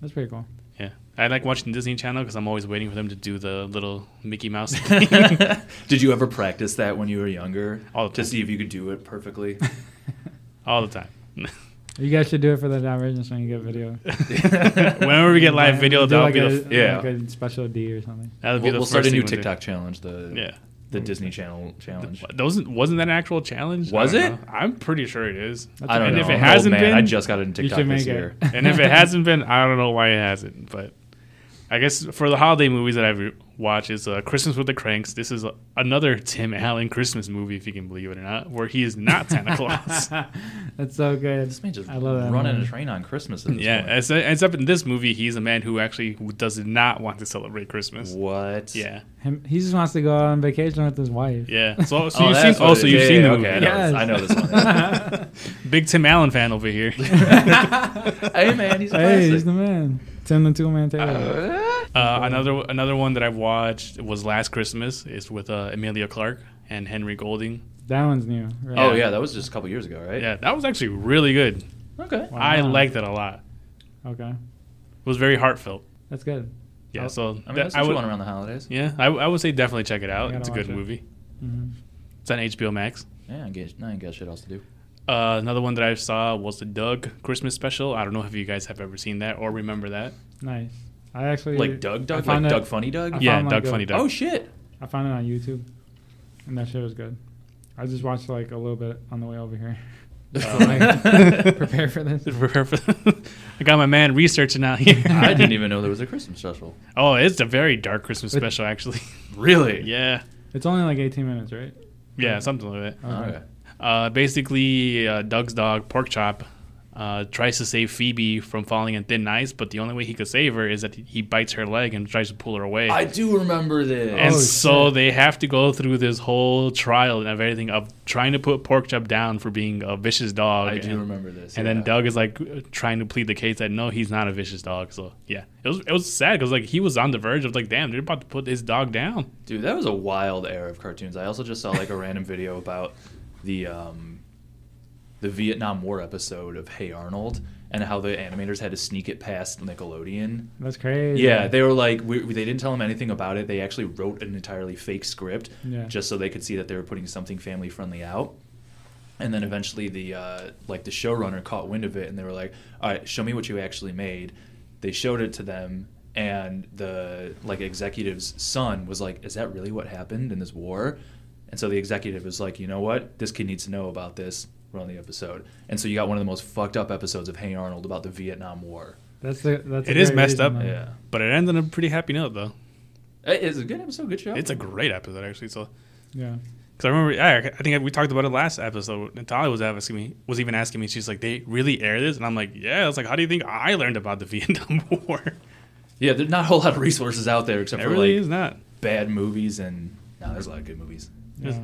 Speaker 3: That's pretty cool.
Speaker 1: yeah, I like watching Disney Channel because I'm always waiting for them to do the little Mickey Mouse. thing.
Speaker 2: Did you ever practice that when you were younger?
Speaker 1: All the
Speaker 2: to
Speaker 1: time.
Speaker 2: see if you could do it perfectly.
Speaker 1: all the time.
Speaker 3: You guys should do it for the divergence when you get video.
Speaker 1: Whenever we get live video,
Speaker 3: Do
Speaker 1: that'll
Speaker 3: like
Speaker 1: be
Speaker 3: a,
Speaker 1: the f-
Speaker 2: yeah.
Speaker 3: like a special D or something.
Speaker 1: that'll
Speaker 2: we'll
Speaker 1: be the
Speaker 2: we'll
Speaker 1: first
Speaker 2: start a
Speaker 1: thing
Speaker 2: new
Speaker 1: we do.
Speaker 2: TikTok challenge. The
Speaker 1: Yeah.
Speaker 2: the Disney Channel challenge.
Speaker 1: That wasn't wasn't that an actual challenge? I
Speaker 2: Was
Speaker 1: don't
Speaker 2: it?
Speaker 1: know. I'm pretty sure it is.
Speaker 3: That's
Speaker 2: I don't
Speaker 1: and
Speaker 2: know.
Speaker 1: if it hasn't
Speaker 2: oh, man,
Speaker 1: been,
Speaker 2: I just got it in
Speaker 3: You
Speaker 2: TikTok
Speaker 3: should
Speaker 2: this
Speaker 3: make
Speaker 2: year.
Speaker 3: it.
Speaker 1: And if it hasn't been, I don't know why it hasn't. But I guess for the holiday movies that I've watched is uh, Christmas with the Cranks. This is another Tim Allen Christmas movie, if you can believe it or not, where he is not Santa Claus.
Speaker 3: That's so good.
Speaker 2: This man just
Speaker 3: I love that.
Speaker 2: running a
Speaker 3: movie.
Speaker 2: train on Christmas. At this
Speaker 1: yeah,
Speaker 2: point.
Speaker 1: as- except in this movie, he's a man who actually does not want to celebrate Christmas.
Speaker 2: What?
Speaker 1: Yeah,
Speaker 3: Him, he just wants to go on vacation with his wife.
Speaker 1: yeah. So, so
Speaker 2: Oh,
Speaker 1: you've
Speaker 2: that's
Speaker 1: seen,
Speaker 2: what
Speaker 1: oh,
Speaker 2: it
Speaker 1: so
Speaker 2: is.
Speaker 1: you've
Speaker 2: Yeah,
Speaker 1: seen
Speaker 2: yeah,
Speaker 1: the
Speaker 2: okay,
Speaker 1: movie.
Speaker 2: I know, this- I know this one.
Speaker 1: Big Tim Allen fan over here.
Speaker 2: hey man, he's a
Speaker 3: Hey, he's
Speaker 2: classic.
Speaker 3: the man. Tim the two man Taylor.
Speaker 2: Oh,
Speaker 1: Uh, another another one that I've watched was Last Christmas. It's with uh, Amelia Clark and Henry Golding.
Speaker 3: that one's new. Right?
Speaker 2: oh yeah, that was just a couple years ago, right?
Speaker 1: Yeah, that was actually really good.
Speaker 2: Okay.
Speaker 3: Wow.
Speaker 1: I liked it a lot. It
Speaker 3: Okay,
Speaker 1: was very heartfelt.
Speaker 3: that's good.
Speaker 1: Yeah,
Speaker 3: Oh,
Speaker 1: so
Speaker 2: I mean,
Speaker 1: that-
Speaker 2: that's
Speaker 1: I
Speaker 2: what
Speaker 1: would,
Speaker 2: you want around the holidays.
Speaker 1: yeah, I, I would say definitely check it out.
Speaker 3: I
Speaker 1: It's a
Speaker 3: gotta
Speaker 1: good
Speaker 3: watch it.
Speaker 1: movie.
Speaker 3: hmm
Speaker 1: It's on HBO Max.
Speaker 2: Yeah, I, get, I ain't got shit else to do.
Speaker 1: Uh, another one that I saw was the Doug Christmas special. I don't know if you guys have ever seen that or remember that.
Speaker 3: Nice. I actually
Speaker 2: Like Doug, Doug,
Speaker 3: I
Speaker 2: like
Speaker 3: found
Speaker 2: Doug
Speaker 3: it-
Speaker 2: Funny Doug.
Speaker 3: I
Speaker 1: yeah,
Speaker 3: found, like,
Speaker 1: Doug
Speaker 3: a-
Speaker 1: Funny Doug.
Speaker 2: Oh shit.
Speaker 3: I found it on YouTube, and that shit was good. I just watched like a little bit on the way over here.
Speaker 1: Uh,
Speaker 3: like, prepare for this.
Speaker 1: Prepare for- I got my man researching out here.
Speaker 2: I didn't even know there was a Christmas special.
Speaker 1: Oh, it's a very dark Christmas
Speaker 3: It-
Speaker 1: special, actually.
Speaker 2: Really?
Speaker 1: yeah,
Speaker 3: It's only like 18 minutes, right?
Speaker 2: Oh,
Speaker 1: yeah, something like that.
Speaker 2: Okay.
Speaker 1: Uh, basically, uh, Doug's dog, Pork Chop, uh, tries to save Phoebe from falling in thin ice, but the only way he could save her is that he bites her leg and tries to pull her away.
Speaker 2: I do remember this.
Speaker 1: and
Speaker 3: Oh,
Speaker 1: so
Speaker 3: shit.
Speaker 1: they have to go through this whole trial and everything of trying to put Pork Chop down for being a vicious dog.
Speaker 2: I do
Speaker 1: and,
Speaker 2: remember this.
Speaker 1: And
Speaker 2: yeah.
Speaker 1: then Doug is like trying to plead the case that no, he's not a vicious dog. So yeah, it was it was sad because like he was on the verge of like, damn, they're about to put his dog down.
Speaker 2: Dude, that was a wild era of cartoons. I also just saw like a random video about the um, the Vietnam War episode of Hey Arnold and how the animators had to sneak it past Nickelodeon.
Speaker 3: That's crazy.
Speaker 2: Yeah, they were like we, we- they didn't tell them anything about it. They actually wrote an entirely fake script
Speaker 3: Yeah.
Speaker 2: just so they could see that they were putting something family friendly out. And then eventually the uh, like the showrunner caught wind of it and they were like, "All right, show me what you actually made." They showed it to them and the like executive's son was like, "Is that really what happened in this war?" And so the executive was like, "You know what? This kid needs to know about this." Run the episode. And so you got one of the most fucked up episodes of Hey Arnold about the Vietnam War.
Speaker 3: that's a, that's. a
Speaker 1: It is
Speaker 3: great
Speaker 1: messed
Speaker 3: reason,
Speaker 1: up.
Speaker 3: man.
Speaker 2: Yeah.
Speaker 1: But it ends on a pretty happy note though.
Speaker 2: It- It's a good episode, good show.
Speaker 1: It's a great episode actually. So
Speaker 3: Yeah.
Speaker 1: because I remember, I, I think we talked about it last episode. Natalia was asking me, was even asking me. She's like, they really air this, and I'm like, yeah. I was like, how do you think I learned about the Vietnam War?
Speaker 2: Yeah, there's not a whole lot of resources out there except
Speaker 1: It
Speaker 2: for
Speaker 1: really
Speaker 2: like
Speaker 1: is not.
Speaker 2: bad movies and no, there's a lot of good movies.
Speaker 3: Yeah.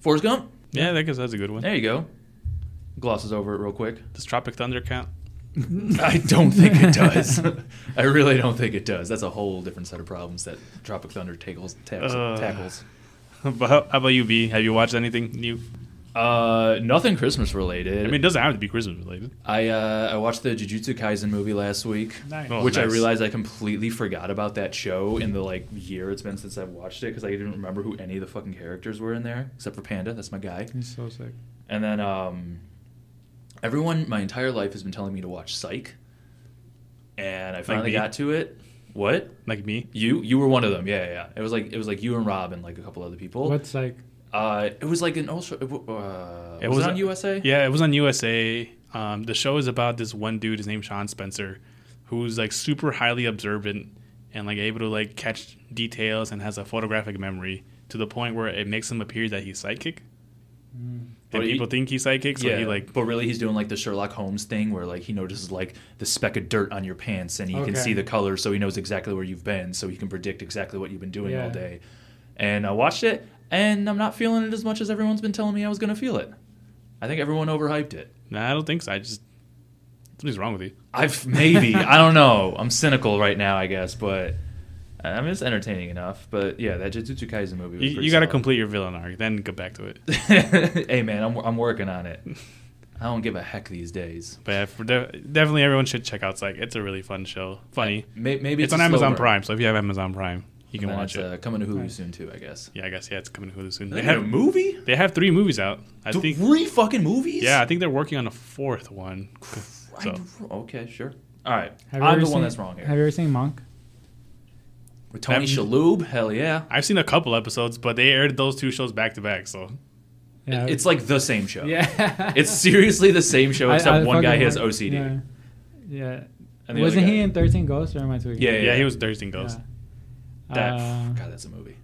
Speaker 2: Forrest Gump.
Speaker 1: Yeah, I guess that's a good one.
Speaker 2: There you go. Glosses over it real quick.
Speaker 1: Does Tropic Thunder count?
Speaker 2: I don't think it does. I really don't think it does. That's a whole different set of problems that Tropic Thunder tackles. tackles,
Speaker 1: Ugh.
Speaker 2: tackles.
Speaker 1: but how, how about you, B? Have you watched anything new?
Speaker 2: Uh, nothing Christmas related.
Speaker 1: I mean, it doesn't have to be Christmas related.
Speaker 2: I uh, I watched the Jujutsu Kaisen movie last week,
Speaker 3: Nice.
Speaker 1: Oh,
Speaker 2: which I
Speaker 1: nice.
Speaker 2: realized I completely forgot about that show in the like year it's been since I've watched it because I didn't remember who any of the fucking characters were in there except for Panda. That's my guy.
Speaker 3: He's so sick.
Speaker 2: And then um, everyone my entire life has been telling me to watch Psych, and I finally
Speaker 1: me?
Speaker 2: got to it. What
Speaker 1: Like me?
Speaker 2: you you were one of them? Yeah, yeah, yeah. It was like it was like you and Rob and like a couple other people.
Speaker 3: What's like?
Speaker 2: Uh, it was like an ultra. Uh,
Speaker 1: It
Speaker 2: was,
Speaker 1: was
Speaker 2: it on
Speaker 1: a-
Speaker 2: USA?
Speaker 1: Yeah, it was on USA. Um, the show is about this one dude. His name's Sean Spencer, who's like super highly observant and like able to like catch details and has a photographic memory to the point where it makes him appear that he's psychic.
Speaker 2: But
Speaker 3: mm.
Speaker 1: And
Speaker 2: he-
Speaker 1: people think he's psychic, so he like
Speaker 2: but really he's doing like the Sherlock Holmes thing where like he notices like the speck of dirt on your pants and he can
Speaker 3: Okay.
Speaker 2: see the color so he knows exactly where you've been so he can predict exactly what you've been doing all
Speaker 3: Yeah.
Speaker 2: day. And I watched it and I'm not feeling it as much as everyone's been telling me I was going to feel it. I think everyone overhyped it.
Speaker 1: nah, I don't think so. I just something's wrong with you.
Speaker 2: I've maybe, I don't know. I'm cynical right now, I guess, but I mean it's entertaining enough, but yeah, that Jujutsu Kaisen movie was
Speaker 1: You,
Speaker 2: pretty
Speaker 1: you got to
Speaker 2: solid.
Speaker 1: complete your villain arc, then get back to it.
Speaker 2: hey man, I'm I'm working on it. I don't give a heck these days.
Speaker 1: But yeah, for de- definitely everyone should check out Psych. It's a really fun show. Funny.
Speaker 2: May- Maybe
Speaker 1: It's,
Speaker 2: it's,
Speaker 1: on
Speaker 2: a slow
Speaker 1: Amazon
Speaker 2: burn.
Speaker 1: Prime, so if you have Amazon Prime, you can
Speaker 2: And
Speaker 1: watch
Speaker 2: it's,
Speaker 1: it.
Speaker 2: Uh, coming to Hulu soon too, I guess.
Speaker 1: Yeah, I guess yeah, it's coming to Hulu soon.
Speaker 2: They
Speaker 1: They
Speaker 2: had a
Speaker 1: have
Speaker 2: movie.
Speaker 1: they have three movies out. I think
Speaker 2: Three fucking movies.
Speaker 1: yeah, I think they're working on a fourth one. So
Speaker 2: Okay, sure. All right,
Speaker 3: Have you
Speaker 2: I'm
Speaker 3: ever
Speaker 2: the
Speaker 3: seen-
Speaker 2: one that's wrong here.
Speaker 3: Have you ever seen Monk?
Speaker 2: With Tony
Speaker 1: Have-
Speaker 2: Shalhoub, hell yeah.
Speaker 1: I've seen a couple episodes, but they aired those two shows back to back. So
Speaker 3: Yeah.
Speaker 2: It's like the same show.
Speaker 3: yeah.
Speaker 2: It's seriously the same show
Speaker 3: I-
Speaker 2: except
Speaker 3: I
Speaker 2: one guy
Speaker 3: fucking
Speaker 2: has
Speaker 3: like-
Speaker 2: OCD.
Speaker 3: Yeah. yeah.
Speaker 2: And the other
Speaker 3: Wasn't
Speaker 2: guy-
Speaker 3: he in Thirteen Ghosts or am I tweaking?
Speaker 2: Yeah,
Speaker 1: yeah,
Speaker 2: yeah.
Speaker 1: he was Thursday Ghost.
Speaker 3: Yeah.
Speaker 2: That,
Speaker 3: Uh,
Speaker 2: God, that's a movie.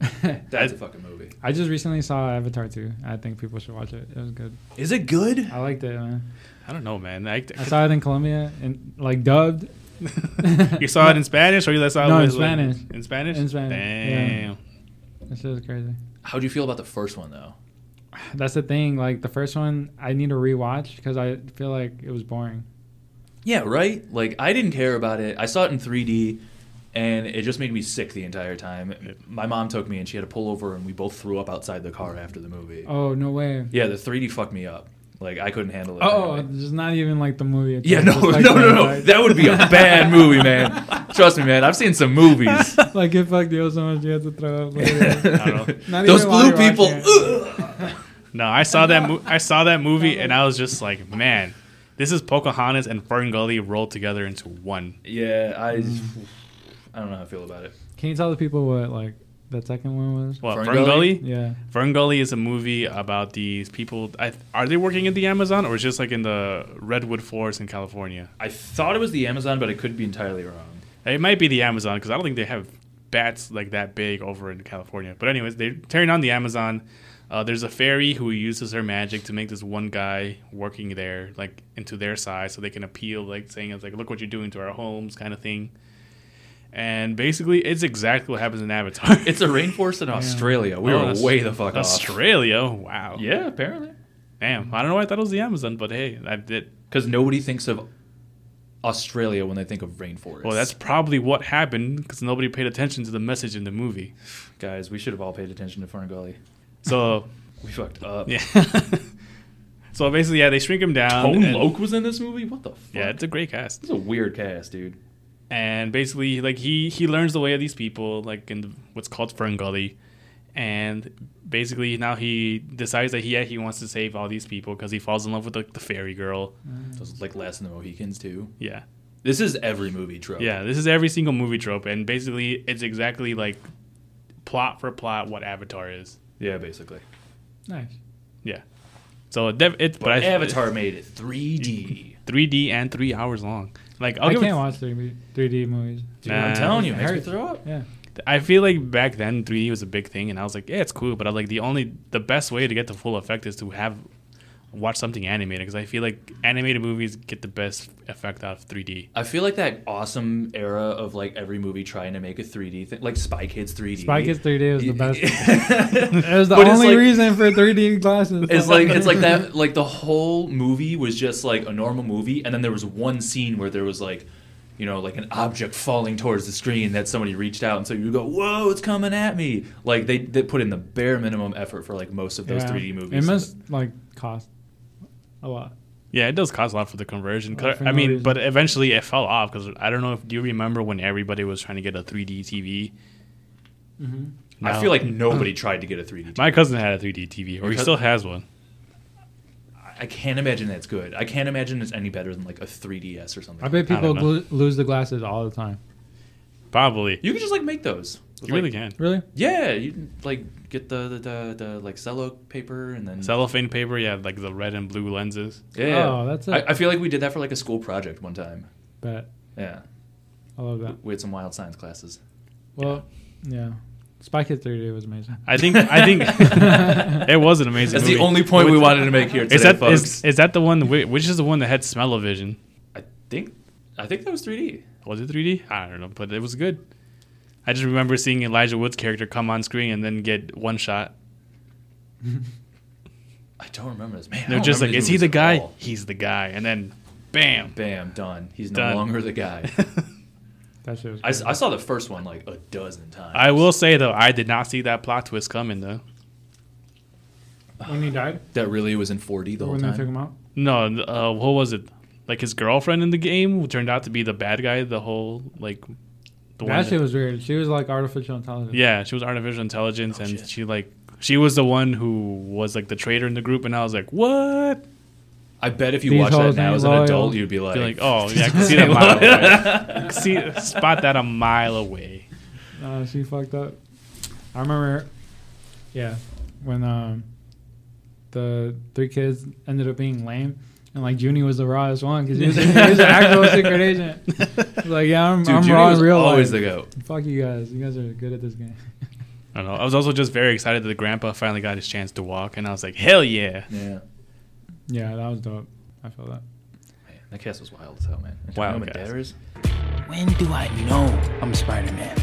Speaker 2: That's a fucking movie.
Speaker 3: I just recently saw Avatar 2. I think people should watch it. It was good.
Speaker 2: Is it good?
Speaker 3: I liked it, man.
Speaker 1: I don't know, man. I,
Speaker 3: I saw it in Colombia and like dubbed.
Speaker 1: you saw it in Spanish or you saw it
Speaker 3: No, in
Speaker 1: with-
Speaker 3: Spanish.
Speaker 1: In Spanish.
Speaker 3: In Spanish,
Speaker 1: Damn.
Speaker 3: yeah. That shit was crazy.
Speaker 2: How'd you feel about the first one though?
Speaker 3: That's the thing. Like the first one, I need to rewatch because I feel like it was boring.
Speaker 2: Yeah, right. Like I didn't care about it. I saw it in 3D, and it just made me sick the entire time. My mom took me, and she had to pull over, and we both threw up outside the car after the movie.
Speaker 3: Oh no way.
Speaker 2: Yeah, the 3D fucked me up. Like I couldn't handle it.
Speaker 3: Oh,
Speaker 2: apparently.
Speaker 3: it's not even like the movie. itself,
Speaker 2: yeah, no,
Speaker 3: just, like,
Speaker 2: no,
Speaker 3: the
Speaker 2: no, no.
Speaker 3: effects.
Speaker 2: That would be a bad movie, man. Trust me, man. I've seen some movies.
Speaker 3: like it fucked you up so much you had to throw up. later. Not
Speaker 2: Those
Speaker 3: even while
Speaker 2: blue
Speaker 3: you're
Speaker 2: people.
Speaker 3: watching
Speaker 2: ugh.
Speaker 1: No, I saw that. Mo- I saw that movie, and I was just like, man, this is Pocahontas and Ferngully rolled together into one.
Speaker 2: Yeah, I. I don't know how I feel about it.
Speaker 3: Can you tell the people what like the second one was?
Speaker 1: Well,
Speaker 2: Ferngully?
Speaker 1: Ferngully.
Speaker 3: Yeah.
Speaker 1: Ferngully is a movie about these people. I, are they working in the Amazon or is just like in the redwood forest in California?
Speaker 2: I thought it was the Amazon, but I could be entirely wrong.
Speaker 1: It might be the Amazon because I don't think they have bats like that big over in California. But anyways, they're tearing down the Amazon. Uh, there's a fairy who uses her magic to make this one guy working there like into their side, so they can appeal, like saying it's like, look what you're doing to our homes, kind of thing. And basically, it's exactly what happens in Avatar.
Speaker 2: It's a rainforest in Australia. We
Speaker 1: Oh,
Speaker 2: were
Speaker 1: that's-
Speaker 2: way the fuck off.
Speaker 1: Australia. Wow.
Speaker 2: Yeah, apparently.
Speaker 1: Damn. I don't know why I thought it was the Amazon, but hey, I did.
Speaker 2: Because nobody thinks of Australia when they think of rainforest.
Speaker 1: Well, that's probably what happened because nobody paid attention to the message in the movie.
Speaker 2: guys. We should have all paid attention to Ferngully.
Speaker 1: So
Speaker 2: We fucked up.
Speaker 1: yeah. so basically, yeah, they shrink him down.
Speaker 2: Tone
Speaker 1: and-
Speaker 2: Loc was in this movie. What the fuck?
Speaker 1: Yeah, it's a great cast.
Speaker 2: This is a weird cast, dude.
Speaker 1: and basically like he he learns the way of these people like in the, what's called Fern Gully, and basically now he decides that yeah he wants to save all these people because he falls in love with the, the fairy girl.
Speaker 3: Uh,
Speaker 2: Those like Last of the Mohicans too.
Speaker 1: Yeah,
Speaker 2: This is every movie trope.
Speaker 1: yeah. This is every single movie trope, and basically it's exactly like plot for plot what Avatar is.
Speaker 2: yeah, basically.
Speaker 3: Nice.
Speaker 1: Yeah. So it def- it's
Speaker 2: But,
Speaker 1: but, I,
Speaker 2: Avatar made it 3D.
Speaker 1: 3D and three hours long. Like I'll
Speaker 3: I
Speaker 1: give it-
Speaker 3: can't watch 3D, 3D movies.
Speaker 2: Dude,
Speaker 1: Nah.
Speaker 2: I'm telling you, it makes me
Speaker 3: Hurt.
Speaker 2: throw up.
Speaker 3: Yeah.
Speaker 1: I feel like back then 3D was a big thing, and I was like, yeah, it's cool, but I was like the only the best way to get the full effect is to have watch something animated because I feel like animated movies get the best effect out of 3D.
Speaker 2: I feel like that awesome era of like every movie trying to make a 3D thing, like Spy Kids 3D.
Speaker 3: Spy Kids 3D was the best. It
Speaker 2: it
Speaker 3: was the only reason for 3D glasses.
Speaker 2: It's like it's like that like the whole movie was just like a normal movie, and then there was one scene where there was like, you know, like an object falling towards the screen that somebody reached out, and so you go, "Whoa, it's coming at me!" Like they they put in the bare minimum effort for like most of those
Speaker 3: Yeah.
Speaker 2: 3D movies.
Speaker 3: It must like cost a lot.
Speaker 1: Yeah, it does cost a lot for the conversion. 'cause-
Speaker 3: Well, for
Speaker 1: I
Speaker 3: no
Speaker 1: mean,
Speaker 3: reason.
Speaker 1: but eventually it fell off because I don't know if do you remember when everybody was trying to get a 3D TV.
Speaker 2: I
Speaker 3: Mm-hmm.
Speaker 1: No.
Speaker 2: feel like nobody tried to get a 3D.
Speaker 1: my cousin had a 3D TV, or he
Speaker 2: Because-
Speaker 1: still has one.
Speaker 2: I can't imagine that's good. I can't imagine it's any better than like a 3DS or something.
Speaker 3: I bet
Speaker 1: I
Speaker 3: people
Speaker 1: don't know.
Speaker 3: glo- lose the glasses all the time.
Speaker 1: Probably, you,
Speaker 2: you can just like make those. with,
Speaker 1: really
Speaker 2: like-
Speaker 1: can.
Speaker 3: Really?
Speaker 2: Yeah, you can, like get the the, the the like cello paper and then
Speaker 1: Cellophane paper, yeah, like the red and blue lenses.
Speaker 2: Yeah,
Speaker 3: Oh, that's it.
Speaker 2: I, I feel like we did that for like a school project one time.
Speaker 3: But
Speaker 2: Yeah,
Speaker 3: I love that.
Speaker 2: we had some wild science classes.
Speaker 3: Well, yeah. Spy Kids 3D was amazing.
Speaker 1: I think, I think it was an amazing.
Speaker 2: That's
Speaker 1: movie.
Speaker 2: the only point we
Speaker 1: With-
Speaker 2: wanted to make here today,
Speaker 1: Is that
Speaker 2: folks.
Speaker 1: is, is that the one whi- which is the one that had smell-o-vision?
Speaker 2: I think I think that was 3D.
Speaker 1: Was it 3D? I don't know, but it was good. I just remember seeing Elijah Wood's character come on screen and then get one shot.
Speaker 2: I don't remember this man. I
Speaker 1: And they're
Speaker 2: don't
Speaker 1: just like,
Speaker 2: remember these
Speaker 1: "Is he the
Speaker 2: movies at
Speaker 1: guy?
Speaker 2: all.
Speaker 1: He's the guy." And then, bam.
Speaker 2: Bam, done. He's
Speaker 1: Done.
Speaker 2: no longer the guy.
Speaker 3: That shit was
Speaker 2: I,
Speaker 3: great.
Speaker 2: s- I saw the first one like a dozen times.
Speaker 1: I will say though, I did not see that plot twist coming though.
Speaker 3: when he died?
Speaker 2: that really was in 4D the whole
Speaker 3: When they took
Speaker 2: time.
Speaker 3: him out?
Speaker 1: No, uh, what was it? Like his girlfriend in the game who turned out to be the bad guy. The whole like, the
Speaker 3: That shit was weird. She was like artificial intelligence.
Speaker 1: Yeah, she was artificial intelligence,
Speaker 2: Oh,
Speaker 1: and
Speaker 2: shit.
Speaker 1: she like she was the one who was like the traitor in the group, and I was like, what?
Speaker 2: I bet if you
Speaker 3: These
Speaker 2: watch that
Speaker 3: hoes
Speaker 2: now
Speaker 3: ain't
Speaker 2: as an
Speaker 3: loyal.
Speaker 2: adult, you'd be like,
Speaker 1: Be like, oh yeah, I can see that a mile away. see, spot that a mile away.
Speaker 3: Uh, she fucked up. I remember, yeah, when um, the three kids ended up being lame, and like Junie was the rawest one because he, was- he was an actual secret agent. He's Like, yeah, I'm,
Speaker 2: dude,
Speaker 3: I'm
Speaker 2: Judy
Speaker 3: raw in
Speaker 2: was
Speaker 3: real
Speaker 2: always
Speaker 3: life.
Speaker 2: the goat.
Speaker 3: Fuck you guys. You guys are good at this game.
Speaker 1: I don't know. I was also just very excited that the grandpa finally got his chance to walk, and I was like, hell yeah!
Speaker 2: Yeah,
Speaker 3: yeah, that was dope. I feel that.
Speaker 2: man, that cast was wild as hell, man.
Speaker 1: Wild
Speaker 2: Remember
Speaker 1: cast.
Speaker 2: Dares?
Speaker 5: When do I know I'm Spider Man?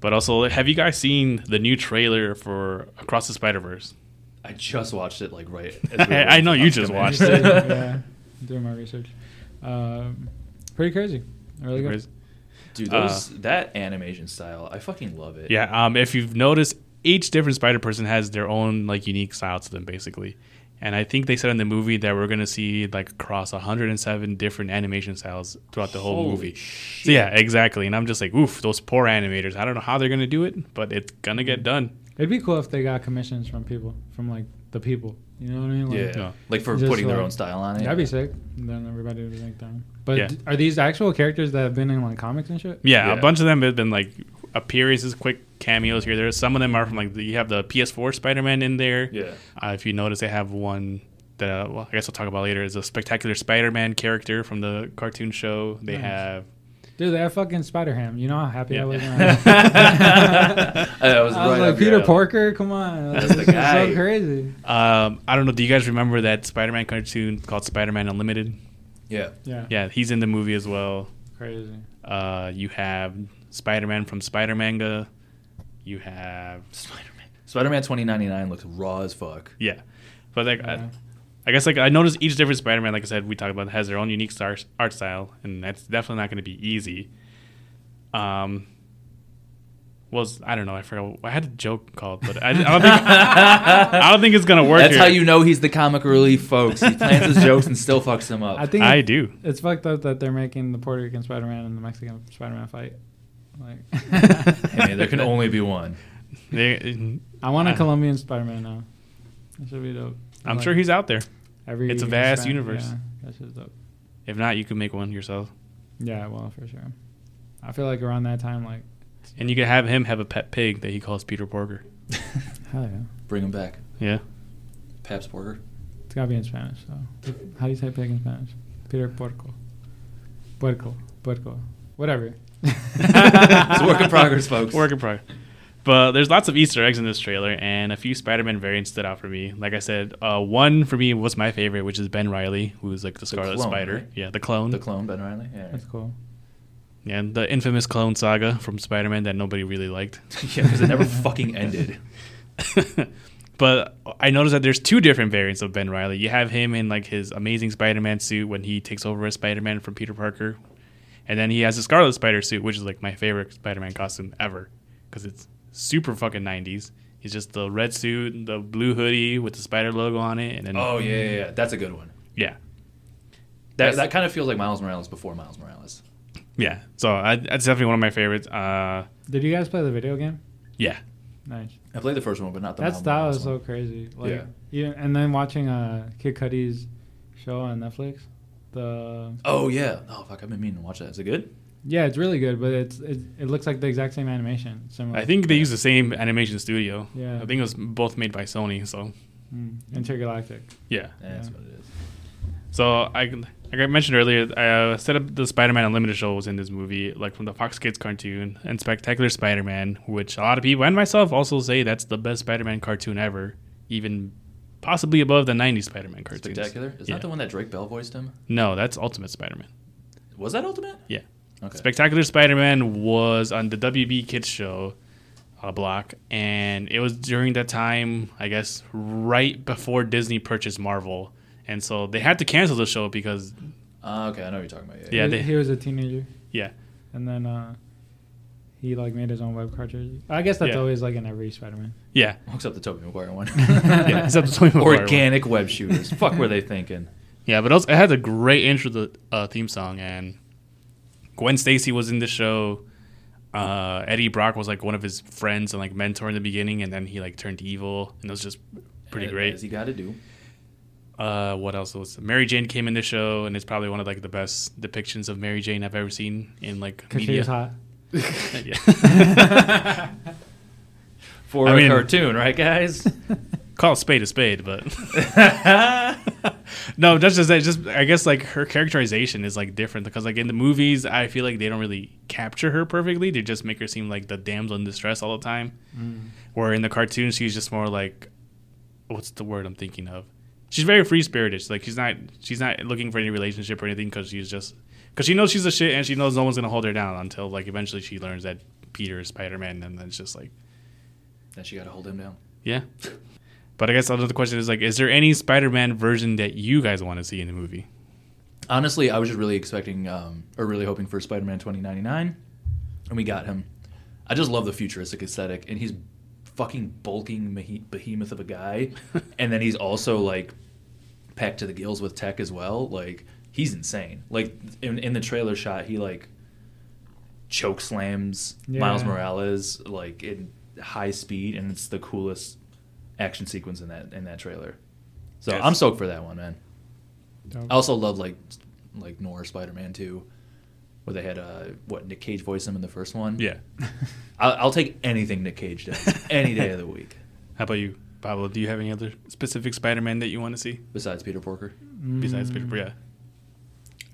Speaker 1: But also, have you guys seen the new trailer for Across the Spider Verse?
Speaker 2: I just watched it like right.
Speaker 1: I know you just watched it.
Speaker 3: yeah, doing my research. Um, pretty crazy. Really good.
Speaker 2: Dude,
Speaker 1: Uh,
Speaker 2: those that animation style, I fucking love it.
Speaker 1: Yeah. Um, if you've noticed, each different Spider Person has their own like unique style to them, basically. And I think they said in the movie that we're gonna see like across 107 different animation styles throughout the whole
Speaker 2: Holy
Speaker 1: movie. So yeah, exactly. And I'm just like, oof, those poor animators. I don't know how they're gonna do it, but it's gonna get done.
Speaker 3: It'd be cool if they got commissions from people, from like the people. You know what I mean? Like,
Speaker 2: Yeah.
Speaker 1: No.
Speaker 2: Like for
Speaker 3: Just
Speaker 2: putting their
Speaker 3: like-
Speaker 2: own style on it.
Speaker 3: That'd be sick. Then everybody would think that. But
Speaker 1: Yeah.
Speaker 3: d- are these actual characters that have been in like comics and shit?
Speaker 1: Yeah, a
Speaker 2: Yeah.
Speaker 1: bunch of them have been like appearances, quick cameos here. There, some of them are from like the, you have the PS4 Spider-Man in there.
Speaker 2: Yeah.
Speaker 1: Uh, if you notice, they have one that uh, well, I guess I'll talk about later. Is a spectacular Spider-Man character from the cartoon show. They
Speaker 3: Nice.
Speaker 1: have
Speaker 3: Dude, that fucking Spider Ham. You know how happy I was. when I-
Speaker 2: I was
Speaker 3: I was
Speaker 2: right
Speaker 3: like
Speaker 2: up your
Speaker 3: Peter
Speaker 2: alley.
Speaker 3: Porker. Come on,
Speaker 2: That's
Speaker 3: this
Speaker 2: the
Speaker 3: is
Speaker 2: guy.
Speaker 3: so crazy.
Speaker 1: Um, I don't know. Do you guys remember that Spider-Man cartoon called Spider-Man Unlimited?
Speaker 2: Yeah.
Speaker 3: Yeah,
Speaker 1: Yeah, he's in the movie as well.
Speaker 3: crazy.
Speaker 1: Uh, you have Spider-Man from Spider-Manga. You have Spider-Man.
Speaker 2: Spider Man 2099 looks raw as fuck.
Speaker 1: Yeah, but like,
Speaker 3: Yeah.
Speaker 1: I, I guess like I noticed each different Spider-Man, like I said, we talked about has their own unique star- art style, and that's definitely not going to be easy. Um, was I don't know. I forgot. I had a joke called, but I, I don't think I don't think it's gonna work.
Speaker 2: That's
Speaker 1: here.
Speaker 2: how you know he's the comic relief, folks. He plans his jokes and still fucks them up.
Speaker 3: I think
Speaker 1: I do.
Speaker 3: it's fucked up that they're making the Puerto Rican Spider Man and the Mexican Spider Man fight. Like,
Speaker 2: Hey, man, there can only be one.
Speaker 1: They-
Speaker 3: I want a
Speaker 1: Uh,
Speaker 3: Colombian Spider Man now. That should be dope.
Speaker 1: I'm
Speaker 3: Like,
Speaker 1: sure he's out there.
Speaker 3: every
Speaker 1: it's a vast
Speaker 3: Hispanic-
Speaker 1: universe.
Speaker 3: Yeah, that's just dope.
Speaker 1: If not, you can make one yourself,
Speaker 3: Yeah, well, for sure. I feel like around that time, like,
Speaker 1: and you can have him have a pet pig that he calls Peter Porker.
Speaker 3: hell yeah.
Speaker 2: Bring him back.
Speaker 1: Yeah,
Speaker 2: Paps Porter.
Speaker 3: It's gotta be in Spanish, so. How do you say pig in Spanish? Peter Puerco. Puerco. Puerco. Whatever.
Speaker 2: it's a work in progress, folks.
Speaker 1: work in progress. But there's lots of Easter eggs in this trailer, and a few Spider-Man variants stood out for me. Like I said, uh, one for me was my favorite, which is Ben Riley, who's like the Scarlet
Speaker 2: clone,
Speaker 1: Spider.
Speaker 2: right?
Speaker 1: Yeah, the clone.
Speaker 2: The clone, Ben Riley. Yeah.
Speaker 3: That's cool.
Speaker 1: Yeah, and the infamous clone saga from Spider-Man that nobody really liked.
Speaker 2: yeah, because it never fucking ended.
Speaker 1: but I noticed that there's two different variants of Ben Riley. You have him in like his amazing Spider-Man suit when he takes over as Spider-Man from Peter Parker, and then he has a Scarlet Spider suit, which is like my favorite Spider-Man costume ever because it's super fucking 90s. He's just the red suit, the blue hoodie with the spider logo on it, and then
Speaker 2: Oh yeah, yeah, yeah. That's a good one.
Speaker 1: yeah,
Speaker 2: That
Speaker 1: That's-
Speaker 2: that kind of feels like Miles Morales before Miles Morales.
Speaker 1: yeah. So I, that's definitely one of my favorites. Uh,
Speaker 3: Did you guys play the video game?
Speaker 1: yeah,
Speaker 3: Nice.
Speaker 2: I played the first one, but not the.
Speaker 3: that
Speaker 2: Miles
Speaker 3: style
Speaker 2: Morales
Speaker 3: is
Speaker 2: one.
Speaker 3: so crazy. Like,
Speaker 2: Yeah.
Speaker 3: yeah. And then watching uh, Kid Cudi's show on Netflix. The
Speaker 2: Oh yeah. Oh fuck, I've been meaning to watch that. Is it good?
Speaker 3: yeah, it's really good, but it's it, it looks like the exact same animation. Similar.
Speaker 1: I think they use the same animation studio.
Speaker 3: Yeah.
Speaker 1: I think it was both made by Sony. So
Speaker 3: Mm, Intergalactic.
Speaker 1: yeah.
Speaker 2: That's
Speaker 3: Yeah.
Speaker 2: what it is.
Speaker 1: So I, like I mentioned earlier, I uh, set up the Spider-Man Unlimited show was in this movie, like from the Fox Kids cartoon and Spectacular Spider-Man, which a lot of people and myself also say that's the best Spider-Man cartoon ever, even possibly above the '90s Spider-Man cartoons.
Speaker 2: Spectacular. Is
Speaker 1: yeah.
Speaker 2: that the one that Drake Bell voiced him?
Speaker 1: No, that's Ultimate Spider-Man.
Speaker 2: Was that Ultimate?
Speaker 1: Yeah.
Speaker 2: Okay.
Speaker 1: Spectacular Spider-Man was on the WB Kids show uh, block, and it was during that time, I guess, right before Disney purchased Marvel, and so they had to cancel the show because
Speaker 2: Ah, okay, I know what you're talking about.
Speaker 1: Yeah,
Speaker 3: he,
Speaker 1: they-
Speaker 3: he was a teenager,
Speaker 1: yeah.
Speaker 3: and then uh, he like made his own web cartridge. I guess that's
Speaker 1: Yeah.
Speaker 3: always like in every Spider-Man.
Speaker 1: Yeah,
Speaker 2: Except the Toby Maguire one.
Speaker 1: yeah, except the Tobey Maguire one.
Speaker 2: Organic web shooters. Fuck were they thinking?
Speaker 1: Yeah, but also, it has a great intro to the uh, theme song, and Gwen Stacy was in the show. Uh, Eddie Brock was like one of his friends and like mentor in the beginning, and then he like turned evil, and it was just pretty
Speaker 2: As-
Speaker 1: great.
Speaker 2: As you got to do.
Speaker 1: uh, what else was Mary Jane came in the show, and it's probably one of like the best depictions of Mary Jane I've ever seen in like
Speaker 3: Cause she was
Speaker 1: media.
Speaker 3: hot.
Speaker 1: Yeah.
Speaker 2: For
Speaker 1: I
Speaker 2: a
Speaker 1: mean-
Speaker 2: cartoon, right, guys?
Speaker 1: Call a spade a spade, but no, that's just that. Just I guess like her characterization is like different because like in the movies, I feel like they don't really capture her perfectly. They just make her seem like the damsel in distress all the time.
Speaker 3: Mm.
Speaker 1: Where in the cartoon, she's just more like, what's the word I'm thinking of? She's very free spirited. She's, Like she's not she's not looking for any relationship or anything because she's just because she knows she's a shit and she knows no one's gonna hold her down until like eventually she learns that Peter is Spider Man and then it's just like
Speaker 2: then she got to hold him down.
Speaker 1: yeah. But I guess another question is like, is there any Spider-Man version that you guys want to see in the movie?
Speaker 2: Honestly, I was just really expecting um, or really hoping for Spider Man 2099, and we got him. I just love the futuristic aesthetic, and he's fucking bulking behe- behemoth of a guy, and then he's also like packed to the gills with tech as well. Like, he's insane. Like, in, in the trailer shot, he like choke slams Miles
Speaker 3: Yeah.
Speaker 2: Morales like in high speed, and it's the coolest action sequence in that in that trailer. So
Speaker 1: Yes.
Speaker 2: I'm stoked for that one, man.
Speaker 3: Dope.
Speaker 1: Oh,
Speaker 2: I also love like like Noir Spider-Man 2, where they had uh what Nick Cage voiced him in the first one.
Speaker 1: Yeah.
Speaker 2: I'll, I'll take anything Nick Cage does any day of the week
Speaker 1: How about you, Pablo? Do you have any other specific Spider-Man that you want to see
Speaker 2: besides Peter Porker.
Speaker 3: Mm.
Speaker 1: besides Peter? Yeah.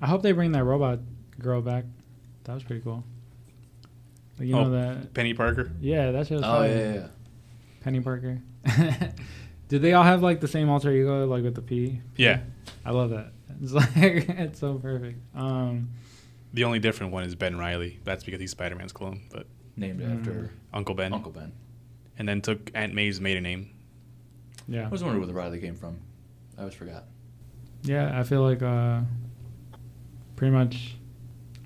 Speaker 3: I hope they bring that robot girl back. That was pretty cool. Like, you
Speaker 1: Oh.
Speaker 3: know that?
Speaker 1: Penny Parker.
Speaker 3: Yeah, that shit was
Speaker 2: Oh
Speaker 3: fire.
Speaker 2: yeah, yeah, yeah.
Speaker 3: Penny Parker. Did they all have like the same alter ego, like with the P?
Speaker 1: Yeah.
Speaker 3: I love that. It's like it's so perfect. Um,
Speaker 1: The only different one is Ben Riley. That's because he's Spider Man's clone, but
Speaker 2: named
Speaker 3: Mm.
Speaker 2: after
Speaker 1: Uncle Ben.
Speaker 2: Uncle Ben.
Speaker 1: And then took Aunt May's maiden name.
Speaker 3: yeah,
Speaker 2: I was wondering where the Riley came from. I always forgot.
Speaker 3: yeah. I feel like uh, pretty much.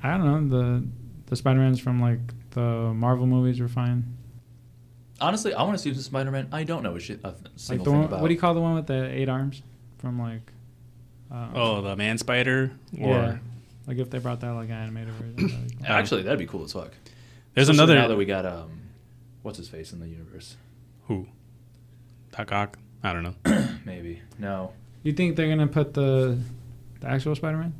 Speaker 3: I don't know the the Spider Mans from like the Marvel movies were fine.
Speaker 2: Honestly, I want to see some Spider-Man. I don't know a, shit, a single
Speaker 3: Like the
Speaker 2: thing
Speaker 3: one,
Speaker 2: about.
Speaker 3: what do you call the one with the eight arms from like? Uh,
Speaker 1: Oh, the Man Spider. Or
Speaker 3: yeah. Like if they brought that like animated version. that'd be cool.
Speaker 2: Actually, that'd be cool as fuck.
Speaker 1: there's another
Speaker 2: Especially now that we got um, what's his face in the universe?
Speaker 1: who, Doc Ock. I don't know.
Speaker 2: Maybe no.
Speaker 3: You think they're gonna put the the actual Spider Man,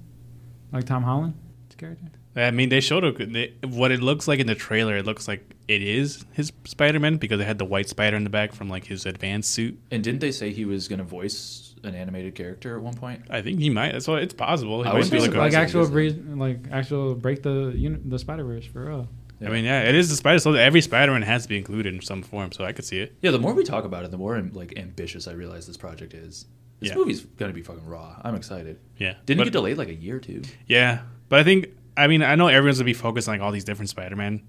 Speaker 3: like Tom Holland's character?
Speaker 1: I mean, they showed a, they, what it looks like in the trailer. It looks like it is his Spider Man because it had the white spider in the back from like his advanced suit.
Speaker 2: And didn't they say he was gonna voice an animated character at one point?
Speaker 1: I think he might. That's why it's possible. He
Speaker 2: I
Speaker 1: might
Speaker 2: wouldn't
Speaker 1: be
Speaker 2: be
Speaker 1: like, a-
Speaker 3: like
Speaker 2: surprised if it
Speaker 3: actual
Speaker 2: is
Speaker 3: breeze, like actual break the uni- the Spider Verse for real.
Speaker 1: I mean, yeah, it is the Spider. So every Spider Man has to be included in some form. So I could see it.
Speaker 2: Yeah, the more we talk about it, the more like ambitious I realize this project is. This
Speaker 1: Yeah.
Speaker 2: movie's gonna be fucking raw. I'm excited.
Speaker 1: Yeah.
Speaker 2: Didn't
Speaker 1: but,
Speaker 2: it get delayed like a year or two?
Speaker 1: Yeah, but I think I mean I know everyone's gonna be focused on like, all these different Spider Man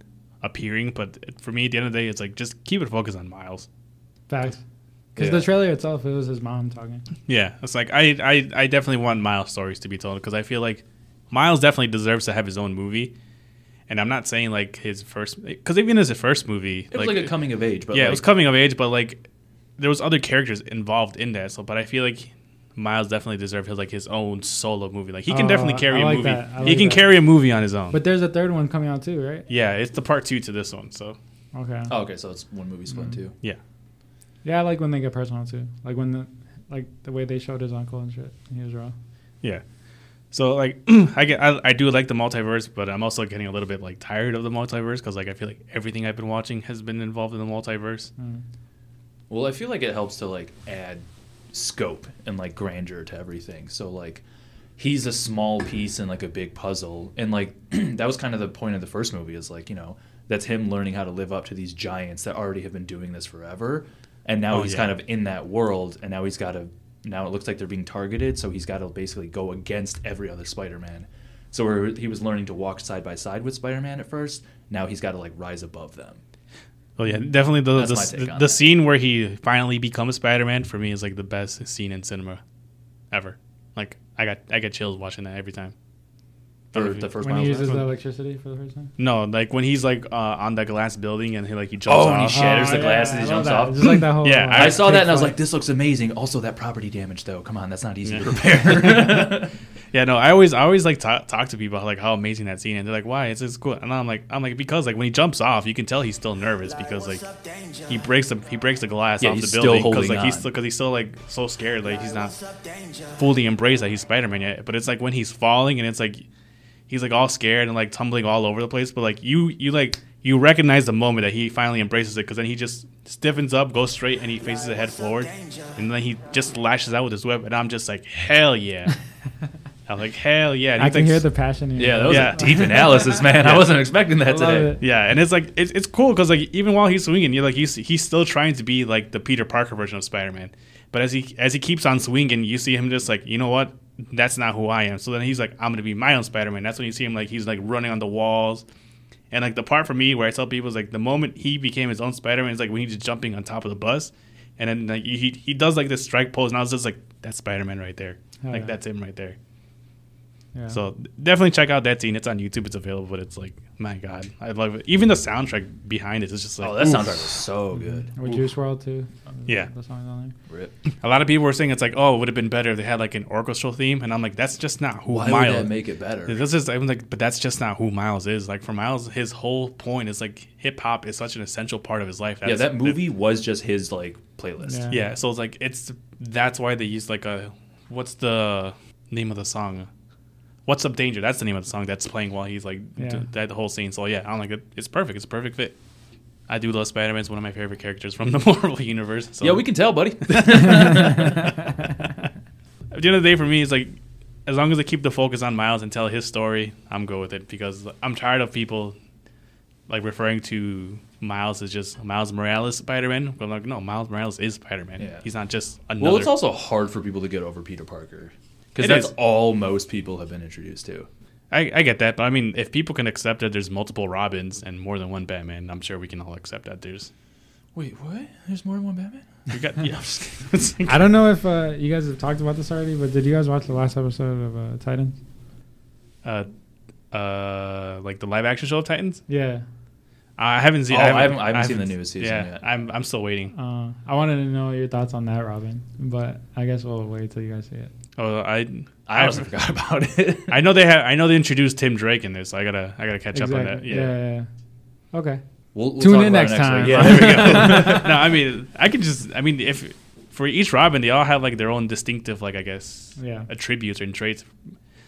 Speaker 1: appearing, but it- for me at the end of the day, it's like just keep it focused on Miles.
Speaker 3: Facts. Because
Speaker 2: Yeah.
Speaker 3: the trailer itself, it was his mom talking.
Speaker 1: Yeah, it's like I I, I definitely want Miles stories to be told because I feel like Miles definitely deserves to have his own movie. And I'm not saying like his first because even his first movie,
Speaker 2: It was like, a coming of age, but
Speaker 1: yeah,
Speaker 2: like,
Speaker 1: it was coming of age, but like there was other characters involved in that. So, but I feel like Miles definitely deserved his like his own solo movie. Like he can
Speaker 3: Oh,
Speaker 1: definitely
Speaker 3: I-
Speaker 1: carry
Speaker 3: I
Speaker 1: a
Speaker 3: like
Speaker 1: movie.
Speaker 3: that. I
Speaker 1: he
Speaker 3: like
Speaker 1: can
Speaker 3: that.
Speaker 1: carry a movie on his own.
Speaker 3: But there's a third one coming out too, right?
Speaker 1: yeah, it's the part two to this one. So
Speaker 3: Okay.
Speaker 2: Oh, okay, so it's one movie split in two.
Speaker 1: yeah,
Speaker 3: Yeah, I like when they get personal too. Like when the like the way they showed his uncle and shit. He was raw.
Speaker 1: yeah. So like I get I, I do like the multiverse, but I'm also getting a little bit like tired of the multiverse because like I feel like everything I've been watching has been involved in the multiverse.
Speaker 3: Mm.
Speaker 2: Well, I feel like it helps to like add scope and like grandeur to everything. So like he's a small piece in like a big puzzle. And like that was kind of the point of the first movie is like, you know, that's him learning how to live up to these giants that already have been doing this forever. And now
Speaker 1: Oh,
Speaker 2: he's
Speaker 1: yeah.
Speaker 2: kind of in that world and now he's got to now it looks like they're being targeted, so he's got to basically go against every other Spider-Man. So where he was learning to walk side by side with Spider-Man at first, now he's got to like rise above them.
Speaker 1: Oh yeah, definitely the
Speaker 2: That's my
Speaker 1: the,
Speaker 2: take
Speaker 1: the,
Speaker 2: on
Speaker 1: the
Speaker 2: that.
Speaker 1: scene where he finally becomes Spider Man for me is like the best scene in cinema ever. Like I got I get chills watching that every time. I don't know
Speaker 2: Or
Speaker 1: if
Speaker 2: the
Speaker 1: you-
Speaker 2: first
Speaker 3: When he
Speaker 2: Miles
Speaker 3: uses
Speaker 2: Morales.
Speaker 3: the electricity for the first time.
Speaker 1: No, like when he's like uh, on the glass building and he like he jumps off.
Speaker 2: Oh, and he shatters the
Speaker 3: yeah,
Speaker 2: glass
Speaker 3: I
Speaker 2: and he
Speaker 3: love
Speaker 2: jumps
Speaker 3: that.
Speaker 2: off.
Speaker 3: Just like that whole.
Speaker 1: Yeah,
Speaker 2: I,
Speaker 1: I-
Speaker 2: saw that and I was
Speaker 3: Big
Speaker 2: like, this looks amazing. Also, that property damage, though. Come on, that's not easy to
Speaker 1: Yeah.
Speaker 2: repair.
Speaker 1: Yeah, no, I always I always like talk, talk to people like how amazing that scene and they're like why it's it's cool and I'm like I'm like because like when he jumps off you can tell he's still nervous because like he breaks the he breaks the glass
Speaker 2: Yeah,
Speaker 1: off the
Speaker 2: he's still
Speaker 1: building because
Speaker 2: holding
Speaker 1: like he's
Speaker 2: on.
Speaker 1: still because he's still like so scared like he's not fully embraced that he's Spider Man yet but it's like when he's falling and it's like he's like all scared and like tumbling all over the place but like you you like you recognize the moment that he finally embraces it because then he just stiffens up goes straight and he faces the head forward and then he just lashes out with his whip and I'm just like hell yeah. I'm like hell yeah! And
Speaker 3: I
Speaker 1: he's,
Speaker 3: can
Speaker 1: like,
Speaker 3: hear the passion. in your
Speaker 2: yeah, that
Speaker 3: voice.
Speaker 2: was
Speaker 1: Yeah.
Speaker 2: a deep analysis, man. I wasn't expecting that
Speaker 3: I love
Speaker 2: today.
Speaker 3: it.
Speaker 1: Yeah, and it's like it's, it's cool because like even while he's swinging, you're like he's he's still trying to be like the Peter Parker version of Spider-Man. But as he as he keeps on swinging, you see him just like you know what, that's not who I am. So then he's like, I'm gonna be my own Spider-Man. That's when you see him like he's like running on the walls, and like the part for me where I tell people is like the moment he became his own Spider-Man is like when he's just jumping on top of the bus, and then like he he does like this strike pose, and I was just like that's Spider-Man right there,
Speaker 3: Oh,
Speaker 1: like
Speaker 3: yeah.
Speaker 1: that's him right there.
Speaker 3: Yeah.
Speaker 1: So definitely check out that scene. It's on YouTube. It's available, but it's like, my God, I love it. Even the soundtrack behind it is just like,
Speaker 2: Oh, that
Speaker 1: oof.
Speaker 2: soundtrack was so good.
Speaker 3: With Juice World too.
Speaker 1: Yeah.
Speaker 3: The song's on there.
Speaker 2: Rip.
Speaker 1: A lot of people were saying it's like, oh, it would have been better if they had like an orchestral theme, and I'm like, that's just not who
Speaker 2: Why would
Speaker 1: Miles.
Speaker 2: that make it better?
Speaker 1: this is I'm like, but that's just not who Miles is. Like for Miles, his whole point is like hip hop is such an essential part of his life.
Speaker 2: Yeah,
Speaker 1: That's,
Speaker 2: that movie was just his like playlist.
Speaker 3: Yeah.
Speaker 1: yeah, so it's like it's that's why they used like a what's the name of the song? What's up, danger? That's the name of the song that's playing while he's like
Speaker 3: Yeah.
Speaker 1: d- that whole scene. So yeah, I'm like it, it's perfect. It's a perfect fit. I do love Spider Man. It's one of my favorite characters from the Marvel universe. So
Speaker 2: Yeah, we can tell, buddy.
Speaker 1: at the end of the day, for me, it's like as long as they keep the focus on Miles and tell his story, I'm good with it because I'm tired of people like referring to Miles as just Miles Morales Spider Man. I'm like, no, Miles Morales is Spider Man.
Speaker 2: Yeah.
Speaker 1: He's not just another.
Speaker 2: Well, it's also hard for people to get over Peter Parker because
Speaker 1: It
Speaker 2: that's
Speaker 1: is.
Speaker 2: all most people have been introduced to.
Speaker 1: I, I get that, but I mean, if people can accept that there's multiple Robins and more than one Batman, I'm sure we can all accept that there's.
Speaker 2: Wait, what? There's more than one Batman?
Speaker 1: We got, yeah, I'm just kidding.
Speaker 3: I don't know if uh, you guys have talked about this already, but did you guys watch the last episode of uh, Titans?
Speaker 1: uh, uh, like the live action show of Titans.
Speaker 3: Yeah.
Speaker 1: I haven't seen.
Speaker 2: Oh, I haven't- I haven't seen the newest season
Speaker 1: yeah,
Speaker 2: yet.
Speaker 1: I'm I'm still waiting.
Speaker 3: Uh, I wanted to know your thoughts on that, Robin, but I guess we'll wait till you guys see it.
Speaker 1: Oh, I
Speaker 2: I also forgot about it.
Speaker 1: I know they have. I know they introduced Tim Drake in this. I gotta. I gotta catch up on that.
Speaker 3: Exactly. yeah, yeah. Okay.
Speaker 2: We'll, we'll
Speaker 3: Tune
Speaker 2: talk
Speaker 3: in
Speaker 2: about it
Speaker 3: next time.
Speaker 2: week. Yeah,
Speaker 1: there we
Speaker 2: there
Speaker 1: go. no, I mean, I could just. I mean, if for each Robin, they all have like their own distinctive, like I guess,
Speaker 3: Yeah.
Speaker 1: attributes and traits.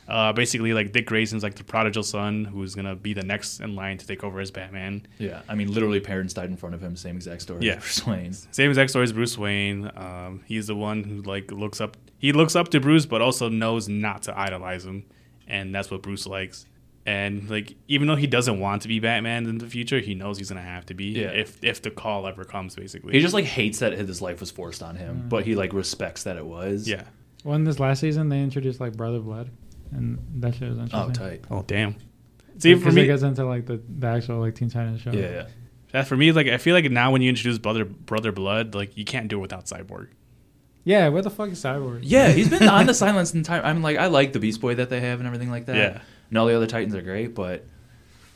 Speaker 1: Uh, basically, like Dick Grayson's like the prodigal son who's gonna be the next in line to take over as Batman.
Speaker 2: we go. yeah, I mean, literally, parents died in front of him. Same exact story.
Speaker 1: Yeah.
Speaker 2: for Swain.
Speaker 1: Same exact story as Bruce Wayne. Um, he's the one who like looks up. He looks up to Bruce, but also knows not to idolize him, and that's what Bruce likes. And like, even though he doesn't want to be Batman in the future, he knows he's gonna have to be
Speaker 2: Yeah.
Speaker 1: if if the call ever comes. Basically,
Speaker 2: He just like hates that his life was forced on him, but
Speaker 3: Mm.
Speaker 2: he like respects that it was.
Speaker 1: yeah.
Speaker 3: Well, in this last season, they introduced like brother blood, and that shit was interesting.
Speaker 2: Oh, tight.
Speaker 1: Oh damn. See
Speaker 3: Because
Speaker 1: for me,
Speaker 3: it gets into like the, the actual like Teen Titans show.
Speaker 2: Yeah, yeah.
Speaker 1: that for me, like I feel like now when you introduce brother brother blood, like you can't do it without Cyborg.
Speaker 3: Yeah. Where the fuck is Cyborg?
Speaker 2: Yeah, he's been on the silence entire. I'm like, I like the Beast Boy that they have and everything like that.
Speaker 1: Yeah.
Speaker 2: and all the other Titans are great, but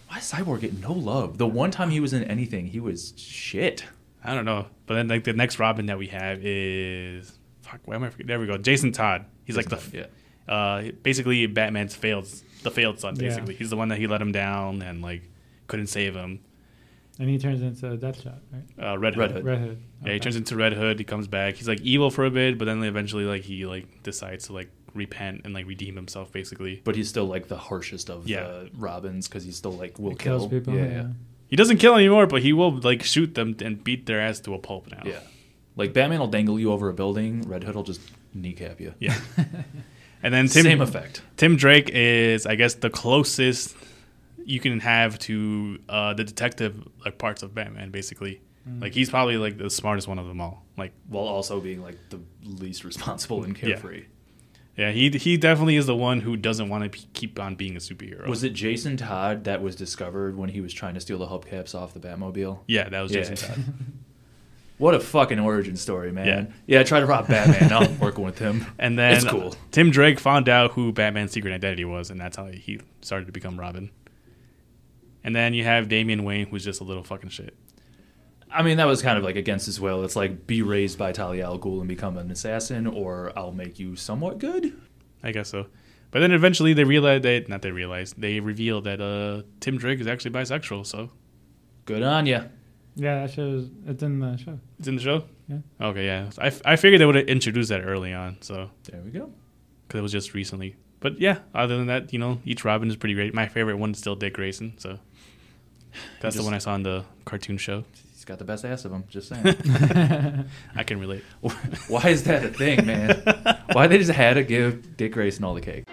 Speaker 2: why is Cyborg getting no love? The one time he was in anything, he was shit.
Speaker 1: I don't know. But then like the next Robin that we have is fuck. Why am I forgetting? There we go. Jason Todd. He's like the f-
Speaker 2: Yeah.
Speaker 1: uh, basically Batman's failed the failed son.
Speaker 3: Yeah.
Speaker 1: Basically, he's the one that he let him down and like couldn't save him.
Speaker 3: And he turns into Deathshot, right?
Speaker 1: Uh, Red Hood.
Speaker 2: Red Hood.
Speaker 3: Red Hood.
Speaker 1: Yeah, he turns into Red Hood. He comes back. He's like evil for a bit, but then eventually like he like decides to like repent and like redeem himself. Basically,
Speaker 2: But he's still like the harshest of
Speaker 1: Yeah.
Speaker 2: the Robins because he's still like will
Speaker 3: He
Speaker 2: kill
Speaker 3: kills people.
Speaker 2: Yeah,
Speaker 3: Yeah.
Speaker 2: yeah,
Speaker 1: he doesn't kill anymore, but he will like shoot them and beat their ass to a pulp now.
Speaker 2: yeah. Like Batman will dangle you over a building. Red Hood will just kneecap you.
Speaker 1: Yeah. And then Tim,
Speaker 2: Same effect.
Speaker 1: Tim Drake is, I guess, the closest you can have to uh, the detective like parts of Batman. Basically,
Speaker 2: Mm.
Speaker 1: like he's probably like the smartest one of them all. Like,
Speaker 2: while also being like the least responsible and carefree.
Speaker 1: yeah, he he definitely is the one who doesn't want to p- keep on being a superhero.
Speaker 2: Was it Jason Todd that was discovered when he was trying to steal the hubcaps off the Batmobile?
Speaker 1: Yeah, that was
Speaker 2: Yeah.
Speaker 1: Jason Todd.
Speaker 2: What a fucking origin story, man. Yeah, I tried to rob Batman. Now I'm working with him.
Speaker 1: And then
Speaker 2: It's cool.
Speaker 1: Tim Drake found out who Batman's secret identity was, and that's how he started to become Robin. And then you have Damian Wayne, who's just a little fucking shit.
Speaker 2: I mean, that was kind of like against his will. It's like be raised by Talia al Ghul and become an assassin, or I'll make you somewhat good.
Speaker 1: I guess so. But then eventually they realize they not they realize they reveal that uh, Tim Drake is actually bisexual. So
Speaker 2: Good on ya.
Speaker 3: Yeah, that shows. It's in the show.
Speaker 1: it's in the show.
Speaker 3: Yeah.
Speaker 1: Okay. Yeah. I, f- I figured they would have introduced that early on. So
Speaker 2: There we go.
Speaker 1: because it was just recently. But yeah, other than that, you know, each Robin is pretty great. My favorite one is still Dick Grayson. So that's the
Speaker 2: just-
Speaker 1: one I saw in the cartoon show.
Speaker 2: He's got the best ass of them. Just saying.
Speaker 1: I can relate.
Speaker 2: Why is that a thing, man? Why they just had to give Dick Grayson all the cake?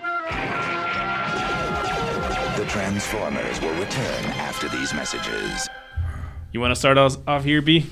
Speaker 6: The Transformers will return after these messages.
Speaker 1: You want to start us off here, B?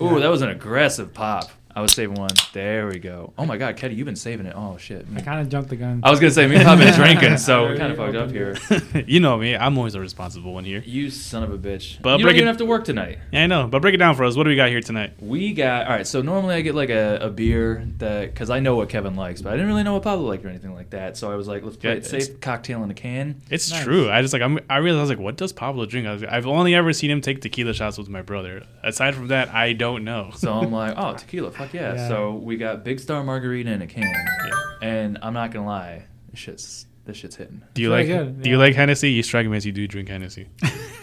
Speaker 2: Ooh, that was an aggressive pop. I was saving one. There we go. Oh my God, Keddy, you've been saving it. Oh shit.
Speaker 3: I kind of jumped the gun.
Speaker 2: I was gonna say me and I've been drinking, so we're
Speaker 3: Already
Speaker 2: kind of fucked up
Speaker 3: opened
Speaker 2: here.
Speaker 3: it.
Speaker 1: you know me. I'm always a responsible one here.
Speaker 2: You son of a bitch.
Speaker 1: But
Speaker 2: you
Speaker 1: break
Speaker 2: don't
Speaker 1: it-
Speaker 2: even have to work tonight.
Speaker 1: Yeah, I know. But break it down for us. What do we got here tonight?
Speaker 2: We got all right. So normally I get like a, a beer that because I know what Kevin likes, but I didn't really know what Pablo liked or anything like that. So I was like, let's play
Speaker 1: Yeah,
Speaker 2: it
Speaker 1: it's-
Speaker 2: safe. Cocktail in a can.
Speaker 1: It's
Speaker 3: Nice.
Speaker 1: true. I just like I'm, I realized I was like, what does Pablo drink? I was, I've only ever seen him take tequila shots with my brother. Aside from that, I don't know.
Speaker 2: So I'm like, oh, tequila, fuck yeah.
Speaker 3: Yeah.
Speaker 2: So we got Big Star Margarita in a can, and I'm not gonna lie, this shit's this shit's hitting.
Speaker 1: do you like
Speaker 3: Very good,
Speaker 1: do you
Speaker 3: yeah.
Speaker 1: like Hennessy? You strike me as you do drink Hennessy.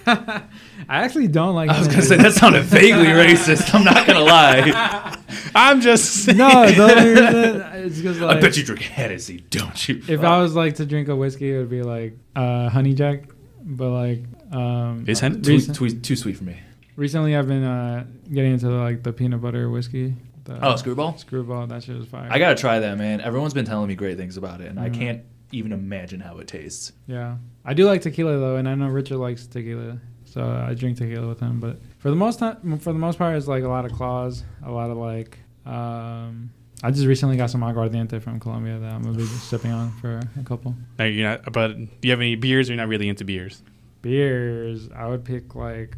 Speaker 3: I actually don't like.
Speaker 2: I was gonna say that sounded vaguely racist. I'm not gonna lie.
Speaker 1: I'm just
Speaker 3: No, the only reason it's because like.
Speaker 2: I bet you drink Hennessy, don't you?
Speaker 3: If I was like to drink a whiskey, it would be like uh, Honey Jack, but like um,
Speaker 1: Is Hen-
Speaker 2: too,
Speaker 3: recent-
Speaker 2: too, too sweet for me.
Speaker 3: recently I've been uh, getting into like the peanut butter whiskey. The
Speaker 2: Oh, Screwball?
Speaker 3: Screwball. That shit was fire.
Speaker 2: I gotta try that, man. Everyone's been telling me great things about it, and I
Speaker 3: Mhm.
Speaker 2: can't even imagine how it tastes.
Speaker 3: Yeah, I do like tequila though, and I know Richard likes tequila, so I drink tequila with him. But for the most time, for the most part, it's like a lot of claws, a lot of like. Um, I just recently got some aguardiente from Colombia that I'm gonna be sipping on for a couple
Speaker 1: Now you're not, but do you have any beers? You're not really into beers.
Speaker 3: beers. I would pick like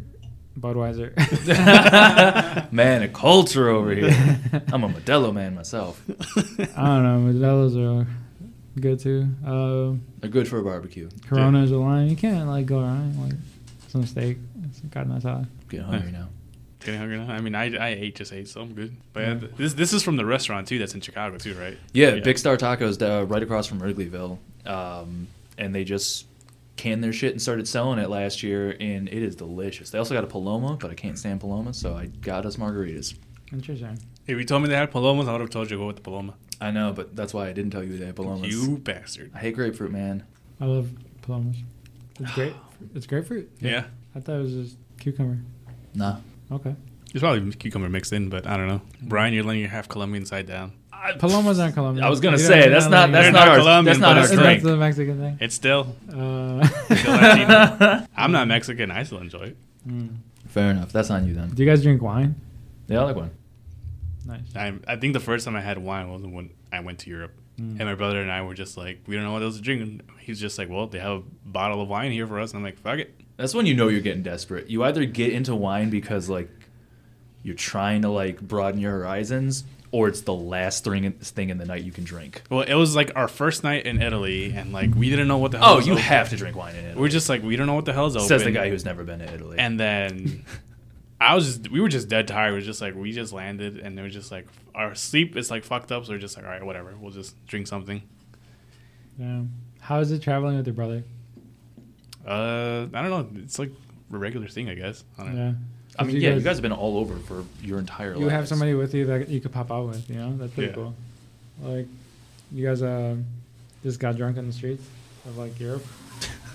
Speaker 3: Budweiser.
Speaker 2: man, a culture over here. I'm a Modelo man myself.
Speaker 3: I don't know, Modelo's are uh, good too. Um,
Speaker 2: They're good for a barbecue.
Speaker 3: Corona's a line. You can't like go around like some steak, some carne asada.
Speaker 2: Getting hungry now.
Speaker 1: Getting hungry now. I mean, I, I ate just ate, so I'm good. But
Speaker 3: Yeah.
Speaker 1: yeah, this this is from the restaurant too. That's in Chicago too, right?
Speaker 2: Yeah, Big Star Tacos uh, right across from Wrigleyville, um, and they just canned their shit and started selling it last year, and it is delicious. They also got a Paloma, but I can't stand Paloma, so I got us margaritas.
Speaker 3: Interesting.
Speaker 1: If you told me they had palomas, I would have told you go with the paloma.
Speaker 2: I know, but that's why I didn't tell you they had Palomas.
Speaker 1: You bastard.
Speaker 2: I hate grapefruit, man.
Speaker 3: I love palomas. It's great. It's grapefruit.
Speaker 1: Yeah.
Speaker 3: I thought it was just cucumber.
Speaker 2: Nah.
Speaker 3: Okay.
Speaker 1: It's probably cucumber mixed in, but I don't know.
Speaker 2: Mm-hmm.
Speaker 1: Brian, you're letting your half Colombian side down.
Speaker 3: Palomas aren't Colombian.
Speaker 2: I was gonna
Speaker 3: You know,
Speaker 2: say
Speaker 3: they're
Speaker 2: that's not that's
Speaker 1: They're
Speaker 3: like-
Speaker 2: not
Speaker 1: not
Speaker 2: our
Speaker 1: Colombian,
Speaker 2: that's not
Speaker 1: but
Speaker 2: our
Speaker 1: it's
Speaker 3: That's
Speaker 1: drink.
Speaker 2: drink.
Speaker 3: the Mexican thing.
Speaker 1: It's still.
Speaker 3: Uh,
Speaker 1: still Latino. I'm
Speaker 2: Mm-hmm.
Speaker 1: not Mexican. I still enjoy it.
Speaker 3: Mm.
Speaker 2: Fair enough. That's on you then.
Speaker 3: Do you guys drink wine?
Speaker 2: The other one.
Speaker 3: Nice.
Speaker 1: I, I think the first time I had wine was when I went to Europe. And
Speaker 3: Mm.
Speaker 1: my brother and I were just like, we don't know what else to drink. And he's just like, well, they have a bottle of wine here for us. And I'm like, fuck it.
Speaker 2: That's when you know you're getting desperate. You either get into wine because like you're trying to like broaden your horizons, or it's the last thing thing in the night you can drink.
Speaker 1: Well, it was like our first night in Italy, and like we didn't know what the hell.
Speaker 2: Oh,
Speaker 1: was
Speaker 2: you
Speaker 1: open.
Speaker 2: have to drink wine in Italy.
Speaker 1: We're just like we don't know what the hell's open.
Speaker 2: says the guy who's never been to Italy.
Speaker 1: And then I was just we were just dead tired. We're just like we just landed, and it was just like our sleep is like fucked up. So we're just like all right, whatever. We'll just drink something.
Speaker 3: Yeah. How is it traveling with your brother?
Speaker 1: Uh, I don't know. It's like a regular thing, I guess. I don't know.
Speaker 3: Yeah.
Speaker 2: I mean,
Speaker 3: You
Speaker 2: yeah,
Speaker 3: guys-
Speaker 2: you guys have been all over for your entire life.
Speaker 3: You have somebody with you that you could pop out with. You know, that's pretty
Speaker 1: Yeah.
Speaker 3: cool. Like, you guys um, just got drunk on the streets of like Europe.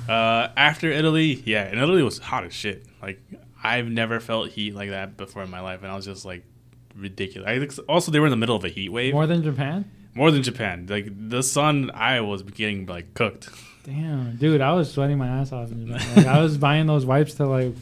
Speaker 1: Uh, after Italy, yeah, and Italy was hot as shit. Like I've never felt heat like that before in my life, and I was just like ridiculous. I think also they were in the middle of a heat wave.
Speaker 3: More than Japan.
Speaker 1: More than Japan. Like the sun, I was getting like cooked.
Speaker 3: Damn, dude, I was sweating my ass off. in Japan. Like, I was buying those wipes to like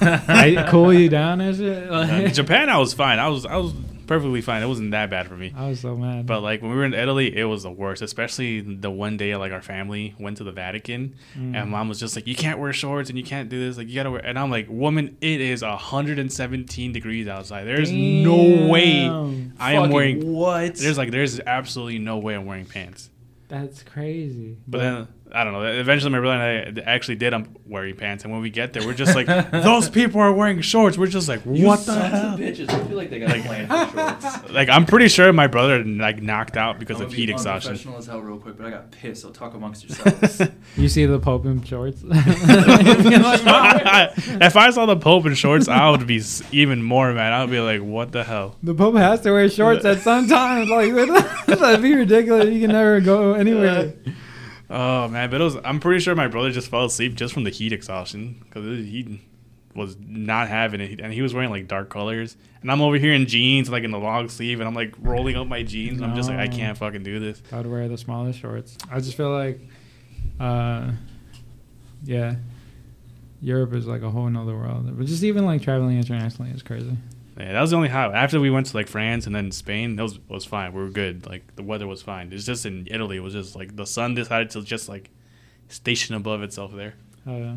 Speaker 3: I cool you down and shit.
Speaker 1: Uh,
Speaker 3: Like,
Speaker 1: Japan, I was fine. I was I was perfectly fine. It wasn't that bad for me.
Speaker 3: I was so mad.
Speaker 1: But like when we were in Italy, it was the worst. Especially the one day like our family went to the Vatican, and mom was just like, "You can't wear shorts and you can't do this. Like you gotta wear." And I'm like, "Woman, it is 117 degrees outside. There's no way
Speaker 3: Damn.
Speaker 1: I am
Speaker 2: Fucking
Speaker 1: wearing."
Speaker 2: what?
Speaker 1: There's like there's absolutely no way I'm wearing pants.
Speaker 3: That's crazy.
Speaker 1: But then I don't know. Eventually, my brother and I actually did. I'm wearing pants, and when we get there, we're just like, those people are wearing shorts. We're just like, what the hell?
Speaker 2: bitches. I feel like they got like, plans for shorts.
Speaker 1: Like I'm pretty sure my brother like knocked out because of heat exhaustion.
Speaker 2: Professional as hell, real quick, but I got pissed. So talk amongst yourselves.
Speaker 3: you see the Pope in shorts.
Speaker 1: if I saw the Pope in shorts, I would be s- even more mad. I would be like, what the hell?
Speaker 3: the Pope has to wear shorts at some time. Like that'd be ridiculous. You can never go anywhere.
Speaker 1: Oh man, but it was. I'm pretty sure my brother just fell asleep just from the heat exhaustion because he was not having it, and he was wearing like dark colors, and I'm over here in jeans, like in the long sleeve, and I'm like rolling up my jeans, and I'm just like, I
Speaker 3: No.
Speaker 1: can't fucking do this.
Speaker 3: I would wear the smallest shorts. I just feel like, uh, yeah, Europe is like a whole nother world. But just even like traveling internationally is crazy.
Speaker 1: Yeah, that was the only hot. After we went to like France and then Spain, that was, was fine. We were good. Like the weather was fine. It's just in Italy, it was just like the sun decided to just like station above itself there.
Speaker 3: Oh yeah.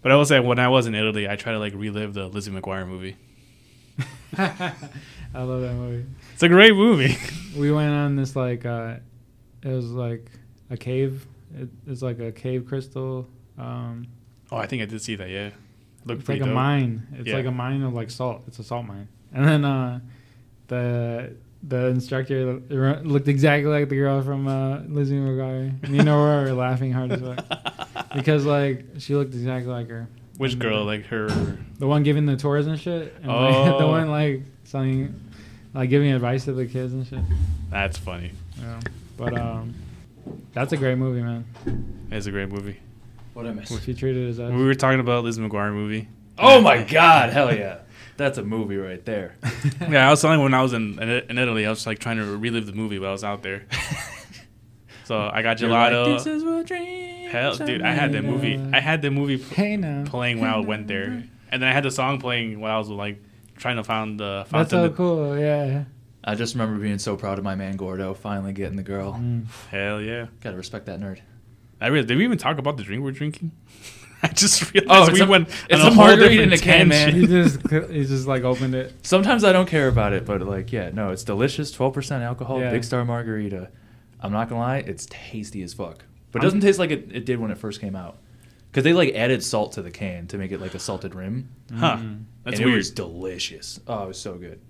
Speaker 1: But I will say, when I was in Italy, I tried to like relive the Lizzie McGuire movie.
Speaker 3: I love that movie.
Speaker 1: It's a great movie.
Speaker 3: We went on this like uh, it was like a cave. It, it's like a cave crystal. Um,
Speaker 1: oh, I think I did see that. Yeah, looked
Speaker 3: it's like
Speaker 1: pretty
Speaker 3: a
Speaker 1: dope.
Speaker 3: mine. It's
Speaker 1: Yeah.
Speaker 3: like a mine of like salt. It's a salt mine. And then uh, the the instructor r- looked exactly like the girl from uh, Lizzie McGuire. And you know where we're laughing hard as fuck because like uh, she looked exactly like her.
Speaker 1: Which girl? Like her?
Speaker 3: The one giving the tours and shit. And like, the
Speaker 1: Oh.
Speaker 3: one like selling, like giving advice to the kids and shit.
Speaker 1: That's funny.
Speaker 3: Yeah. But um, that's a great movie, man.
Speaker 1: It's a great movie.
Speaker 2: what I miss?
Speaker 3: She treated it as us.
Speaker 1: We were talking about Lizzie McGuire movie.
Speaker 2: Oh my god! Hell yeah! That's a movie right there.
Speaker 1: Yeah, I was telling when I was in in Italy, I was like trying to relive the movie while I was out there. so I got
Speaker 2: You're like,
Speaker 1: gelato.
Speaker 2: this is what dreams
Speaker 1: Hell,
Speaker 2: are
Speaker 1: dude, I had that
Speaker 2: made of."
Speaker 1: movie. I had that movie p-
Speaker 3: Hey now.
Speaker 1: playing while I went there, and then I had the song playing while I was like trying to find the
Speaker 3: That's
Speaker 1: fountain.
Speaker 3: so cool. Yeah.
Speaker 2: I just remember being so proud of my man Gordo finally getting the girl.
Speaker 1: Hell yeah!
Speaker 2: Gotta respect that nerd.
Speaker 1: I really, did we even talk about the drink we're drinking? I just realized
Speaker 2: Oh, it's
Speaker 1: we
Speaker 2: a-
Speaker 1: went.
Speaker 2: it's
Speaker 1: on
Speaker 2: a
Speaker 1: whole
Speaker 2: margarita
Speaker 1: different
Speaker 2: in a can, man.
Speaker 3: He
Speaker 1: tangent.
Speaker 3: just he just like opened it.
Speaker 2: Sometimes I don't care about it, but like, yeah, no, it's delicious. Twelve percent alcohol,
Speaker 3: Yeah.
Speaker 2: Big Star Margarita. I'm not gonna lie, it's tasty as fuck, but it
Speaker 3: I'm-
Speaker 2: doesn't taste like it, it did when it first came out. Because they like added salt to the can to make it like a salted rim.
Speaker 1: Huh?
Speaker 3: Mm-hmm.
Speaker 1: That's
Speaker 2: and
Speaker 1: weird.
Speaker 2: It was delicious. Oh, it was so good.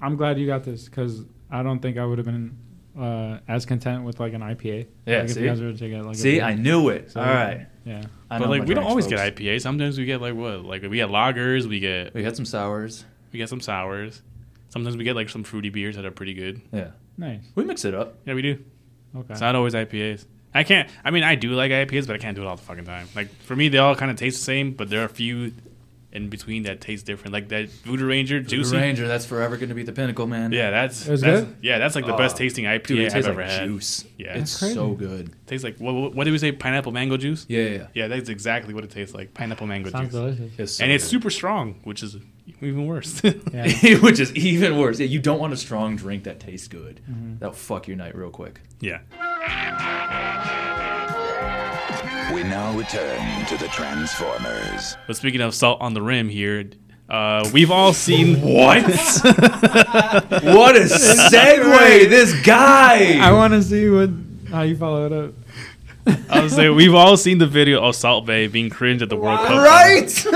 Speaker 3: I'm glad you got this because I don't think I would have been uh, as content with like an IPA.
Speaker 2: Yeah,
Speaker 3: Like,
Speaker 2: see?
Speaker 3: If you guys were to get, like, a
Speaker 2: See,
Speaker 3: beer.
Speaker 2: I knew it.
Speaker 3: So,
Speaker 2: All right.
Speaker 3: Yeah.
Speaker 2: I
Speaker 1: but
Speaker 2: know
Speaker 1: like
Speaker 2: my
Speaker 1: we don't
Speaker 2: drinks,
Speaker 1: always
Speaker 2: folks.
Speaker 1: get IPA. Sometimes we get like what? Like we get lagers. We get
Speaker 2: We had some sours.
Speaker 1: we get some sours. Sometimes we get like some fruity beers that are pretty good.
Speaker 2: Yeah,
Speaker 3: Nice.
Speaker 2: we mix it up.
Speaker 1: Yeah, we do.
Speaker 3: Okay.
Speaker 1: It's not always IPAs. I can't. I mean, I do like IPAs, but I can't do it all the fucking time. Like for me, they all kind of taste the same, but there are a few in between that taste different. Like that Voodoo Ranger
Speaker 2: Juicy.
Speaker 1: Juicy.
Speaker 2: The Ranger, that's forever going to be the pinnacle, man.
Speaker 1: Yeah, that's,
Speaker 3: It was
Speaker 1: that's
Speaker 3: good?
Speaker 1: yeah, that's like the
Speaker 2: Oh,
Speaker 1: best tasting IPA
Speaker 2: Dude, it
Speaker 1: I've
Speaker 2: tastes
Speaker 1: ever
Speaker 2: like
Speaker 1: had.
Speaker 2: juice.
Speaker 1: Yeah,
Speaker 2: it's
Speaker 1: it's
Speaker 3: crazy.
Speaker 2: so good.
Speaker 1: tastes like what, what did we say? Pineapple mango juice.
Speaker 2: Yeah, yeah. yeah.
Speaker 1: yeah, that's exactly what it tastes like. Pineapple mango
Speaker 3: Sounds
Speaker 1: juice,
Speaker 3: delicious.
Speaker 2: It's so
Speaker 1: and it's
Speaker 2: good.
Speaker 1: super strong, which is even worse.
Speaker 3: Yeah.
Speaker 2: which is even worse. Yeah, you don't want a strong drink that tastes good.
Speaker 3: Mm-hmm.
Speaker 2: That'll fuck your night real quick.
Speaker 1: yeah.
Speaker 6: We now return to the Transformers.
Speaker 1: But speaking of salt on the rim here, uh, we've all seen what?
Speaker 2: What a segue! this
Speaker 3: I
Speaker 2: guy.
Speaker 3: want to see what how you follow it up.
Speaker 1: I was saying we've all seen the video of Salt Bay being cringe at the World Cup.
Speaker 2: Right.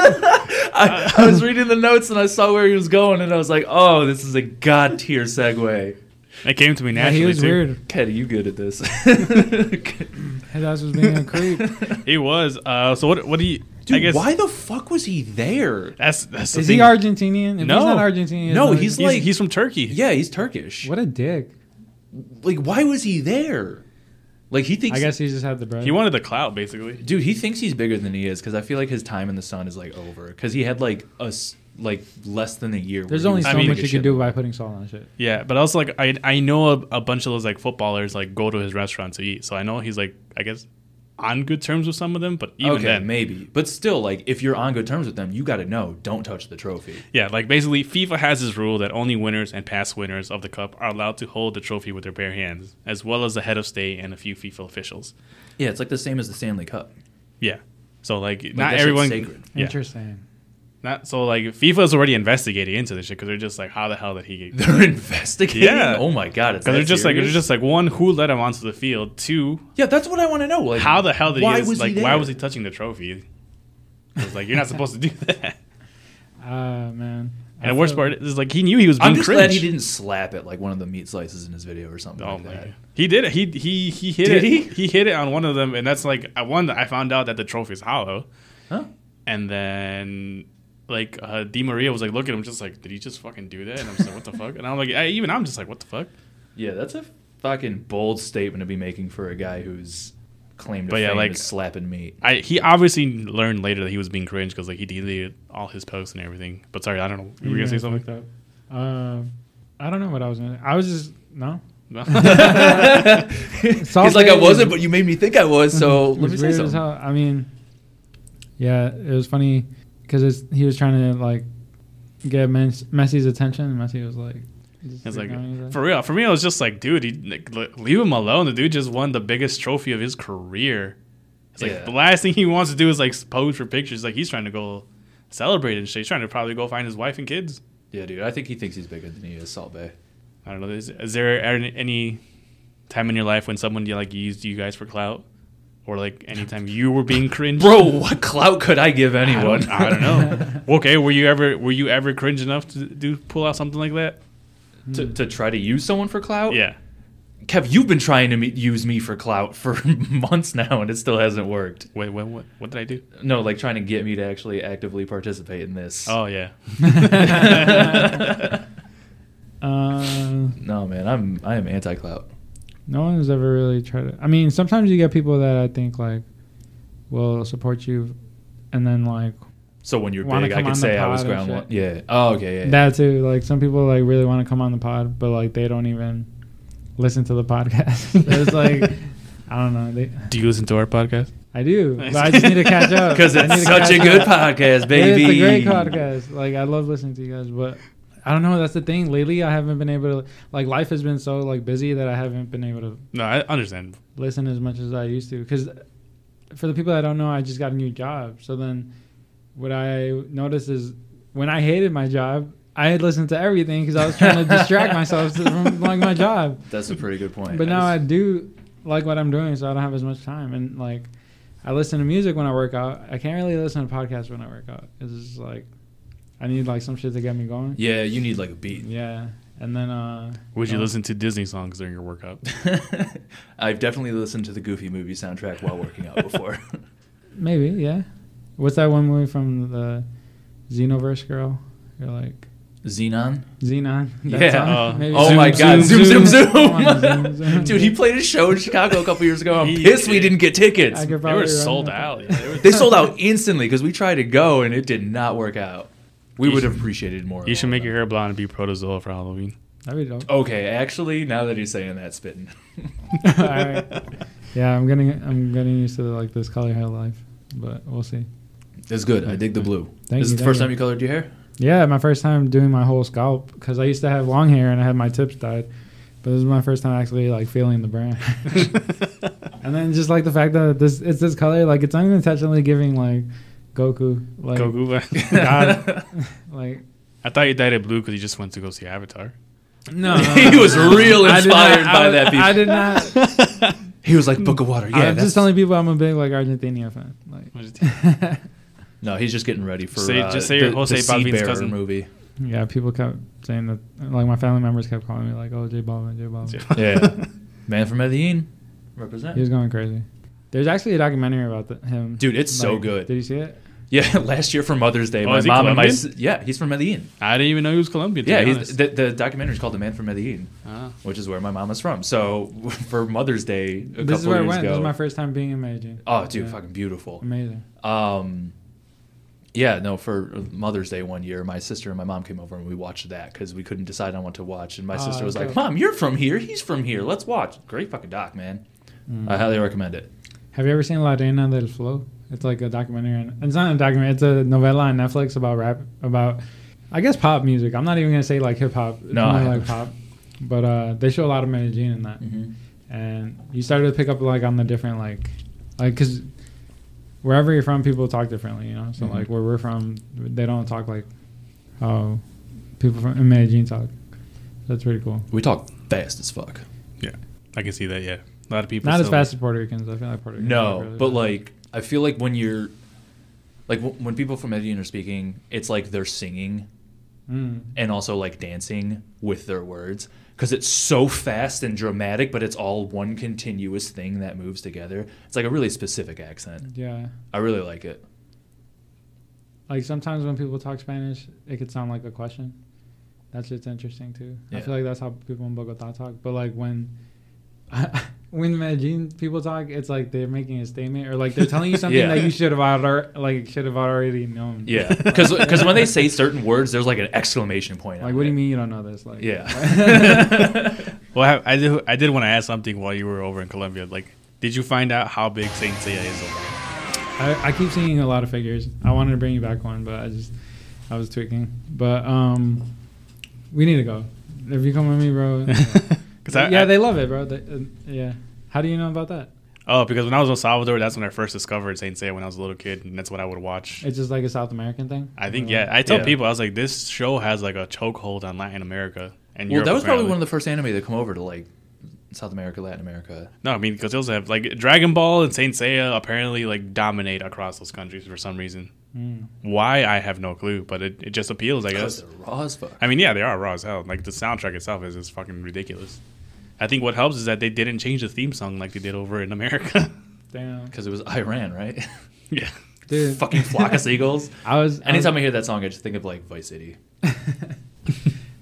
Speaker 2: I, I was reading the notes and I saw where he was going, and I was like, "Oh, this is a god tier segue."
Speaker 1: It came to me
Speaker 3: Yeah,
Speaker 1: naturally.
Speaker 3: he was
Speaker 1: too.
Speaker 3: weird.
Speaker 2: Caddy, you good at this?
Speaker 3: His ass was being a creep.
Speaker 1: He was. Uh, so what? What do you? I guess
Speaker 2: why the fuck was he there?
Speaker 1: that's that's the
Speaker 3: Is
Speaker 1: thing.
Speaker 3: he Argentinian? If
Speaker 1: No.
Speaker 3: he's not Argentinian.
Speaker 2: No,
Speaker 3: then-
Speaker 2: he's
Speaker 1: He's,
Speaker 2: like-
Speaker 1: he's from Turkey.
Speaker 2: Yeah, he's Turkish.
Speaker 3: what a dick.
Speaker 2: Like, why was he there? Like, he thinks.
Speaker 3: I guess he just had the bread.
Speaker 1: He wanted the clout basically.
Speaker 2: Dude, he thinks he's bigger than he is because I feel like his time in the sun is like over. Because he had like us like less than a year.
Speaker 3: There's
Speaker 2: where he
Speaker 3: only
Speaker 2: was
Speaker 3: so
Speaker 1: I mean-
Speaker 3: much
Speaker 2: big
Speaker 3: you
Speaker 2: as
Speaker 3: can
Speaker 2: shit.
Speaker 3: do by putting salt on shit.
Speaker 1: Yeah, but also like I I know a, a bunch of those like footballers like go to his restaurant to eat. So I know he's like I guess on good terms with some of them, but even
Speaker 2: okay,
Speaker 1: then,
Speaker 2: maybe, but still, like if you're on good terms with them, you got to know. Don't touch the trophy.
Speaker 1: yeah, like basically FIFA has this rule that only winners and past winners of the cup are allowed to hold the trophy with their bare hands, as well as the head of state and a few FIFA officials.
Speaker 2: Yeah, it's like the same as the Stanley Cup.
Speaker 1: Yeah. So like,
Speaker 2: that
Speaker 1: not
Speaker 2: shit's
Speaker 1: everyone.
Speaker 2: sacred.
Speaker 1: Yeah.
Speaker 3: Interesting.
Speaker 1: Not so like FIFA's already investigating into this shit because they're just like, how the hell did he? Because
Speaker 2: They're investigating.
Speaker 1: Yeah.
Speaker 2: Oh my god, it's that
Speaker 1: they're just like,
Speaker 2: serious?
Speaker 1: they're just like one, who let him onto the field? Two,
Speaker 2: yeah. That's what I want to know. Like,
Speaker 1: how the hell did
Speaker 2: why
Speaker 1: he?
Speaker 2: was
Speaker 1: like,
Speaker 2: he there?
Speaker 1: why was he touching the trophy? It's like you're not supposed to do that.
Speaker 3: Ah man. I
Speaker 1: And the worst
Speaker 3: feel-
Speaker 1: part is like he knew he was being
Speaker 2: I'm just
Speaker 1: cringe.
Speaker 2: glad he didn't slap at like one of the meat slices in his video or something.
Speaker 1: Oh
Speaker 2: like
Speaker 1: my!
Speaker 2: that.
Speaker 1: God. He did it. He he he hit
Speaker 2: Did
Speaker 1: it.
Speaker 2: he?
Speaker 1: hit it on one of them, and that's like I one. I found out that the trophy's hollow,
Speaker 2: Huh?
Speaker 1: and then like uh, Di Maria was like, look at him, just like, did he just fucking do that? And I'm just like, what the fuck? And I'm like, I, even I'm just like, what the fuck?
Speaker 2: Yeah, that's a fucking bold statement to be making for a guy who's claimed to
Speaker 1: But yeah,
Speaker 2: fame
Speaker 1: like-
Speaker 2: is slapping meat.
Speaker 1: I he obviously learned later that he was being cringe because like he deleted all his posts and everything. But sorry, I don't know. You were gonna say something?
Speaker 3: like that. Um, I don't know what I was gonna. I was just no.
Speaker 1: No.
Speaker 3: Salt
Speaker 2: He's like, I wasn't,
Speaker 3: Bay was-
Speaker 2: but you made me think I was. So
Speaker 3: it
Speaker 2: let me
Speaker 3: was
Speaker 2: say
Speaker 3: weird as
Speaker 2: something.
Speaker 3: hell. I mean, yeah, it was funny because he was trying to like get Mes- Messi's attention, and Messi was like, just
Speaker 1: it's like
Speaker 3: ignoring his ass.
Speaker 1: for real. For me, I was just like, dude, he, like, le- leave him alone. The dude just won the biggest trophy of his career. It's like
Speaker 2: Yeah.
Speaker 1: the last thing he wants to do is like pose for pictures. Like he's trying to go celebrate and shit. He's trying to probably go find his wife and kids.
Speaker 2: Yeah, dude, I think he thinks he's bigger than he is, Salt Bay.
Speaker 1: I don't know. Is, is there any- any time in your life when someone like used you guys for clout, or like anytime you were being cringe?
Speaker 2: Bro, what clout could I give
Speaker 1: I don't,
Speaker 2: anyone?
Speaker 1: I don't know. Okay, were you ever were you ever cringe enough to do pull out something like that?
Speaker 2: to,
Speaker 3: Mm.
Speaker 2: to try to use someone for clout?
Speaker 1: Yeah.
Speaker 2: Kev, you've been trying to me- use me for clout for months now, and it still hasn't worked.
Speaker 1: Wait, what what, what did I do?
Speaker 2: No, like trying to get me to actually actively participate in this.
Speaker 1: Oh yeah.
Speaker 3: Uh,
Speaker 2: No, man, I'm I am anti clout.
Speaker 3: no one has ever really tried to. I mean, sometimes you get people that I think like will support you, and then like
Speaker 2: So when you're
Speaker 3: Wanna
Speaker 2: big, I
Speaker 3: come on
Speaker 2: could
Speaker 3: the
Speaker 2: say I was
Speaker 3: pod and
Speaker 2: ground one.
Speaker 3: shit.
Speaker 2: Yeah. Oh, okay. Yeah. yeah.
Speaker 3: That too. Like some people like really want to come on the pod, but like they don't even listen to the podcast. it's like I don't know. They,
Speaker 1: Do you listen to our podcast?
Speaker 3: I do, but I just need to catch up
Speaker 2: 'Cause
Speaker 3: I
Speaker 2: it's
Speaker 3: need to
Speaker 2: such a
Speaker 3: catch
Speaker 2: good
Speaker 3: up.
Speaker 2: podcast,
Speaker 3: Yeah,
Speaker 2: baby.
Speaker 3: it's a great podcast. Like I love listening to you guys, but I don't know. That's the thing. Lately, I haven't been able to. Like life has been so like busy that I haven't been able to
Speaker 1: No, I understand.
Speaker 3: listen as much as I used to. Because for the people that don't know, I just got a new job. So then, what I noticed is when I hated my job, I had listened to everything because I was trying to distract myself from like my job.
Speaker 2: That's a pretty good point.
Speaker 3: But now I do like what I'm doing, so I don't have as much time. And like, I listen to music when I work out. I can't really listen to podcasts when I work out. It's just like I need like some shit to get me going.
Speaker 2: Yeah, you need like a beat.
Speaker 3: Yeah. And then uh
Speaker 1: Would you
Speaker 3: no.
Speaker 1: listen to Disney songs during your workout?
Speaker 2: I've definitely listened to the Goofy movie soundtrack while working out before.
Speaker 3: Maybe, yeah. What's that one movie from the Xenoverse girl? You're like
Speaker 2: Xenon.
Speaker 3: Xenon.
Speaker 2: Yeah.
Speaker 1: Uh,
Speaker 3: Maybe
Speaker 2: Oh
Speaker 3: Zoom,
Speaker 2: my god. Zoom, zoom, zoom.
Speaker 3: Come on, zoom, zoom.
Speaker 2: Dude, he played a show in Chicago a couple years ago. I'm
Speaker 1: He
Speaker 2: pissed we
Speaker 1: did.
Speaker 2: didn't get tickets.
Speaker 3: I could
Speaker 1: they
Speaker 3: probably
Speaker 1: were
Speaker 3: run
Speaker 1: sold
Speaker 3: that.
Speaker 1: out. They were-
Speaker 2: They sold out instantly because we tried to go and it did not work out. We
Speaker 1: You
Speaker 2: would
Speaker 1: should-
Speaker 2: have appreciated more.
Speaker 1: you should make your
Speaker 2: your.
Speaker 1: hair blonde and be protozoa for Halloween.
Speaker 3: That'd be dope.
Speaker 2: Okay, actually, now that he's saying that, spitting. Oh.
Speaker 3: All right. Yeah, I'm getting I'm getting used to like this color hair life, but we'll see.
Speaker 2: It's good. I dig the blue.
Speaker 3: Thank
Speaker 2: this
Speaker 3: you,
Speaker 2: is the
Speaker 3: thank
Speaker 2: first
Speaker 3: you.
Speaker 2: time you colored your hair?
Speaker 3: Yeah, my first time doing my whole scalp because I used to have long hair and I had my tips dyed, but this is my first time actually like feeling the brand. and then just like the fact that this it's this color, like it's not even intentionally giving like Goku, like
Speaker 1: Goku.
Speaker 3: God, like
Speaker 1: I thought you dyed it blue because you just went to go see Avatar.
Speaker 3: no,
Speaker 2: he was real
Speaker 3: I did not-
Speaker 2: inspired
Speaker 3: I
Speaker 2: by
Speaker 3: was-
Speaker 2: that people.
Speaker 3: I did not.
Speaker 2: He was like, Book of Water. Yeah,
Speaker 3: I'm
Speaker 2: that's-
Speaker 3: just telling people I'm a big like Argentina fan. Like,
Speaker 2: No, he's just getting ready for
Speaker 1: Say-
Speaker 2: uh,
Speaker 1: just say you're
Speaker 2: the,
Speaker 1: Jose
Speaker 2: the Sea
Speaker 1: Balvin's
Speaker 2: Bear
Speaker 1: cousin.
Speaker 2: movie.
Speaker 3: yeah, people kept saying that. Like my family members kept calling me like, "Oh, J Balvin, J Balvin."
Speaker 2: Yeah. Man from Medellin. Represent.
Speaker 3: He was going crazy. There's actually a documentary about the, him.
Speaker 2: Dude, it's so good.
Speaker 3: Did you see it?
Speaker 2: Yeah, last year for Mother's Day,
Speaker 1: Oh,
Speaker 2: my
Speaker 1: is he
Speaker 2: mom and my
Speaker 1: Colombian?
Speaker 2: s- yeah, he's from Medellin.
Speaker 1: I didn't even know he was Colombian. To
Speaker 2: Yeah,
Speaker 1: be
Speaker 2: he's,
Speaker 1: honest.
Speaker 2: the, the documentary is called The Man from Medellin,
Speaker 1: Ah.
Speaker 2: which is where my mom is from. So for Mother's Day, a
Speaker 3: This is
Speaker 2: couple
Speaker 3: where I
Speaker 2: years
Speaker 3: went.
Speaker 2: ago,
Speaker 3: This is my first time being in Medellin.
Speaker 2: oh, dude,
Speaker 3: Yeah.
Speaker 2: fucking beautiful.
Speaker 3: amazing.
Speaker 2: Um, yeah, no, for Mother's Day one year, my sister and my mom came over and we watched that because we couldn't decide on what to watch. And my
Speaker 3: Ah,
Speaker 2: sister was like,
Speaker 3: dope.
Speaker 2: "Mom, you're from here. He's from here. Let's watch." Great fucking doc, man.
Speaker 3: Mm.
Speaker 2: I highly recommend it.
Speaker 3: Have you ever seen La Reina del Flow? It's like a documentary. On, it's not a documentary. It's a novella on Netflix about rap, about I guess pop music. I'm not even gonna say like hip hop. It's
Speaker 2: No,
Speaker 3: more
Speaker 2: I-
Speaker 3: like pop. But uh, they show a lot of Medellin in that,
Speaker 2: Mm-hmm.
Speaker 1: Mm-hmm.
Speaker 3: and you started to pick up like on the different like, like because wherever you're from, people talk differently. You know, so
Speaker 2: Mhm.
Speaker 3: like where we're from, they don't talk like how people from in Medellin talk. That's pretty cool.
Speaker 2: We talk fast as fuck.
Speaker 1: yeah, I can see that. Yeah, a lot of people.
Speaker 3: Not as
Speaker 1: still-
Speaker 3: fast as Puerto Ricans. I feel like Puerto Ricans. talk
Speaker 2: No,
Speaker 3: really
Speaker 2: but
Speaker 3: fast.
Speaker 2: like I feel like when you're like w- when people from Medellin are speaking, it's like they're singing
Speaker 3: Mm.
Speaker 2: and also like dancing with their words because it's so fast and dramatic, but it's all one continuous thing that moves together. It's like a really specific accent.
Speaker 3: yeah.
Speaker 2: I really like it.
Speaker 3: Like sometimes when people talk Spanish, it could sound like a question. That's just interesting too. I
Speaker 2: Yeah.
Speaker 3: feel like that's how people in Bogota talk. But like when when Medellin people talk, it's like they're making a statement or like they're telling you something
Speaker 2: Yeah.
Speaker 3: that you should have already like should have already known.
Speaker 2: Yeah, because when they say certain words, there's like an exclamation point.
Speaker 3: Like
Speaker 2: on
Speaker 3: what do
Speaker 2: it.
Speaker 3: you mean you don't know this? Like
Speaker 2: Yeah.
Speaker 1: Well, I, I did. I did want to ask something while you were over in Colombia. Like, did you find out how big Saint Seiya is? Over? there?
Speaker 3: I, I keep seeing a lot of figures. I wanted to bring you back one, but I just I was tweaking. But um, we need to go. If you come with me, bro.
Speaker 1: 'Cause I-
Speaker 3: yeah,
Speaker 1: I-
Speaker 3: they love it, bro. They, uh, yeah. How do you know about that?
Speaker 1: Oh, because when I was in El Salvador, that's when I first discovered Saint Seiya when I was a little kid, and that's what I would watch.
Speaker 3: It's just like a South American thing.
Speaker 1: I think
Speaker 3: Or
Speaker 1: yeah. I tell
Speaker 2: Yeah.
Speaker 1: people I was like, this show has like a chokehold on Latin America and
Speaker 2: well,
Speaker 1: Europe.
Speaker 2: that was probably
Speaker 1: apparently.
Speaker 2: one of the first anime to come over to like South America, Latin America.
Speaker 1: No, I mean because they also have like Dragon Ball and Saint Seiya apparently like dominate across those countries for some reason.
Speaker 3: Hmm.
Speaker 1: Why I have no clue, but it, it just appeals, I
Speaker 2: Because
Speaker 1: guess.
Speaker 2: they're raw as fuck.
Speaker 1: I mean, yeah, they are raw as hell. Like the soundtrack itself is just fucking ridiculous. I think what helps is that they didn't change the theme song like they did over in America.
Speaker 3: Damn.
Speaker 2: Because it was Iran, right?
Speaker 1: yeah,
Speaker 3: Dude,
Speaker 2: Fucking flock of seagulls.
Speaker 3: I was
Speaker 2: Anytime I
Speaker 3: I
Speaker 2: hear that song, I just think of like Vice City.
Speaker 3: was,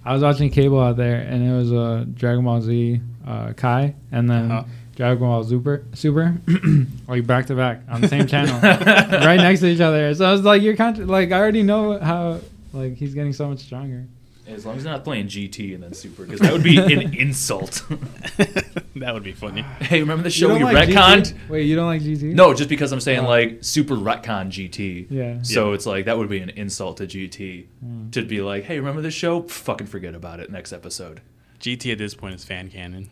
Speaker 3: I was watching cable out there, and it was uh, Dragon Ball Z uh, Kai, and then
Speaker 1: Uh-huh.
Speaker 3: Dragon Ball Super, Super, like back to back on the same channel, right next to each other. So I was like, you're con- like, I already know how like he's getting so much stronger.
Speaker 2: As long as they're not playing GT and then Super, because that would be an insult.
Speaker 1: that would be funny.
Speaker 2: hey, remember the show
Speaker 3: don't
Speaker 2: you,
Speaker 3: like GT?
Speaker 2: retconned?
Speaker 3: Wait, you don't like GT?
Speaker 2: No, just because I'm saying
Speaker 3: Oh.
Speaker 2: like Super retcon GT.
Speaker 3: Yeah. Hmm.
Speaker 2: So it's like that would be an insult to GT to be like, hey, remember this show? Pff, Fucking forget about it next episode.
Speaker 1: GT at this point is fan canon.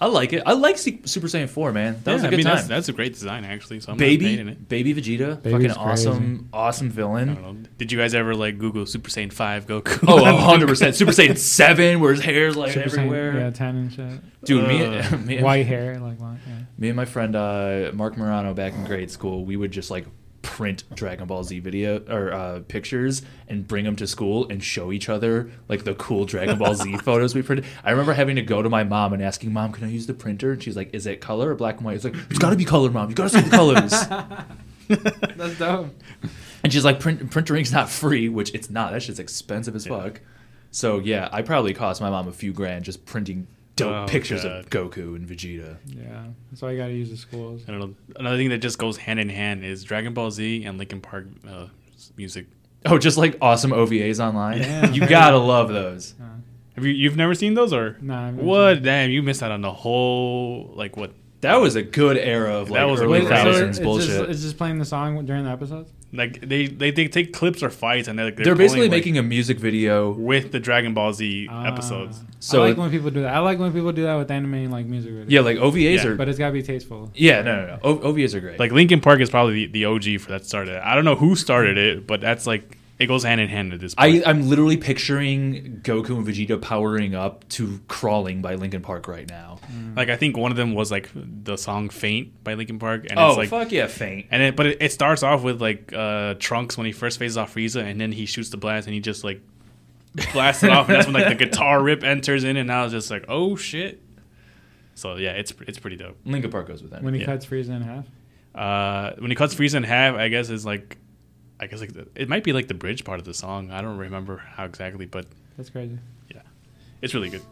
Speaker 2: I like it. I like Se- Super Saiyan 4, man. That was a
Speaker 1: I
Speaker 2: good
Speaker 1: mean,
Speaker 2: time.
Speaker 1: That's, that's a great design actually. So I'm not
Speaker 2: baby,
Speaker 1: hating it.
Speaker 2: baby Vegeta,
Speaker 3: Baby's
Speaker 2: fucking
Speaker 3: crazy.
Speaker 2: awesome, awesome
Speaker 1: I
Speaker 2: villain.
Speaker 1: don't know. Did you guys ever like Google Super Saiyan Five Goku?
Speaker 2: Oh, 100%. Super Saiyan 7, where his hair's like
Speaker 3: Super Saiyan-
Speaker 2: everywhere.
Speaker 3: yeah, ten and shit,
Speaker 2: Dude, me,
Speaker 1: Uh,
Speaker 2: me, and-
Speaker 3: white hair, like long, yeah.
Speaker 2: me and my friend uh, Mark Morano back in grade school, we would just like print Dragon Ball Z video or uh, pictures and bring them to school and show each other like the cool Dragon Ball Z photos we printed. I remember having to go to my mom and asking, "Mom, can I use the printer?" And she's like, "Is it color or black and white?" It's like, "It's got to be color, mom. You got to see the colors."
Speaker 3: That's dope.
Speaker 2: And she's like, print, printer ink's not free, which it's not. That shit's expensive as fuck. So yeah, I probably cost my mom a few grand just printing dope
Speaker 1: Oh,
Speaker 2: pictures of
Speaker 1: God.
Speaker 2: Goku and Vegeta.
Speaker 3: Yeah, that's why you gotta use the schools.
Speaker 1: I don't know. Another thing that just goes hand in hand is Dragon Ball Z and Linkin Park uh, music.
Speaker 2: Oh, just like awesome OVAs online.
Speaker 3: Yeah.
Speaker 2: you gotta love those.
Speaker 3: Uh,
Speaker 1: Have you you've never seen those or
Speaker 3: Nah, I've never
Speaker 1: what? Damn, you missed out on the whole like what?
Speaker 2: That was a good era of like
Speaker 1: That was a
Speaker 2: early
Speaker 1: good era.
Speaker 2: thousands
Speaker 3: it's
Speaker 2: bullshit.
Speaker 3: Just, it's just playing the song during the episodes.
Speaker 1: Like they they, they take clips or fights and they're, like, they're,
Speaker 2: they're basically
Speaker 1: pulling, like,
Speaker 2: making a music video.
Speaker 1: with the Dragon Ball Z
Speaker 3: Ah.
Speaker 1: episodes.
Speaker 2: So
Speaker 3: I like
Speaker 2: it-
Speaker 3: when people do that. I like when people do that with anime and like music videos.
Speaker 2: Yeah, like OVAs
Speaker 1: Yeah.
Speaker 2: are.
Speaker 3: but it's gotta be tasteful.
Speaker 2: yeah, no, no, no. O- OVAs are great.
Speaker 1: Like Linkin Park is probably the, the OG for that started. it. I don't know who started it, but that's like it goes hand in hand at this
Speaker 2: I,
Speaker 1: point.
Speaker 2: I'm literally picturing Goku and Vegeta powering up to "Crawling" by Linkin Park right now.
Speaker 1: like I think one of them was like the song "Faint" by Linkin Park, and
Speaker 2: Oh,
Speaker 1: it's like
Speaker 2: fuck yeah, faint.
Speaker 1: And it, but it, it starts off with like uh, Trunks when he first faces off Frieza, and then he shoots the blast, and he just like blasts it off, and that's when like the guitar rip enters in, and I was just like, oh shit. So yeah, it's it's pretty dope.
Speaker 2: Linkin Park goes with that.
Speaker 3: When he
Speaker 1: Yeah.
Speaker 3: cuts Frieza in half.
Speaker 1: Uh, when he cuts Frieza in half, I guess is like, I guess like the, it might be like the bridge part of the song. I don't remember how exactly, but
Speaker 3: That's crazy.
Speaker 1: yeah, it's really good.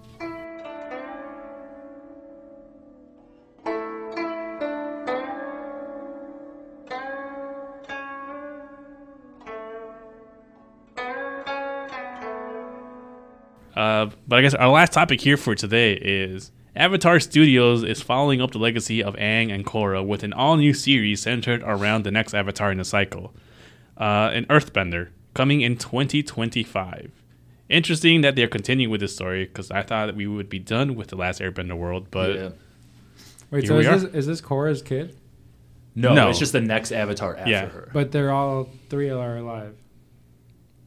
Speaker 1: Uh, but I guess our last topic here for today is Avatar Studios is following up the legacy of Aang and Korra with an all new series centered around the next Avatar in the cycle, uh, an Earthbender, coming in 2025. Interesting that they're continuing with this story because I thought that we would be done with the last Airbender world, but
Speaker 2: Yeah.
Speaker 3: Wait,
Speaker 1: Here
Speaker 3: so
Speaker 1: we
Speaker 3: is
Speaker 1: are.
Speaker 3: this, is this Korra's kid?
Speaker 2: No,
Speaker 1: No.
Speaker 2: it's just the next Avatar after
Speaker 1: Yeah.
Speaker 2: her.
Speaker 3: But they're all three are alive.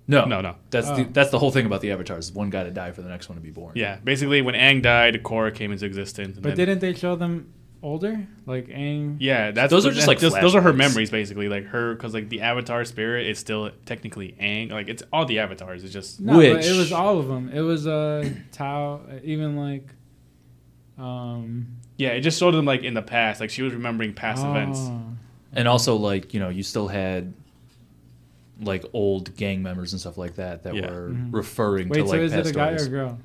Speaker 2: no,
Speaker 1: No, no.
Speaker 2: That's
Speaker 3: Oh.
Speaker 2: the that's the whole thing about the Avatars. is One guy to die for the next one to be born.
Speaker 1: yeah, basically when Aang died, Korra came into existence. And
Speaker 3: But
Speaker 1: then-
Speaker 3: didn't they show them older? Like Aang.
Speaker 1: Yeah, that's
Speaker 2: Those are just, like,
Speaker 1: those are her
Speaker 2: flashbacks.
Speaker 1: memories basically, like her because like the Avatar spirit is still technically Aang, like it's all the Avatars. It's just
Speaker 3: No, but it
Speaker 2: Which-
Speaker 3: was all of them. It was uh Tao, even like. Um,
Speaker 1: yeah, it just showed them like in the past, like she was remembering past events.
Speaker 3: oh.
Speaker 2: and also like you know you still had like old gang members and stuff like that that
Speaker 1: Yeah.
Speaker 2: were referring to
Speaker 3: Mm-hmm. Wait, so
Speaker 2: like
Speaker 3: is
Speaker 2: past
Speaker 3: it a guy or
Speaker 2: stories.
Speaker 3: a girl?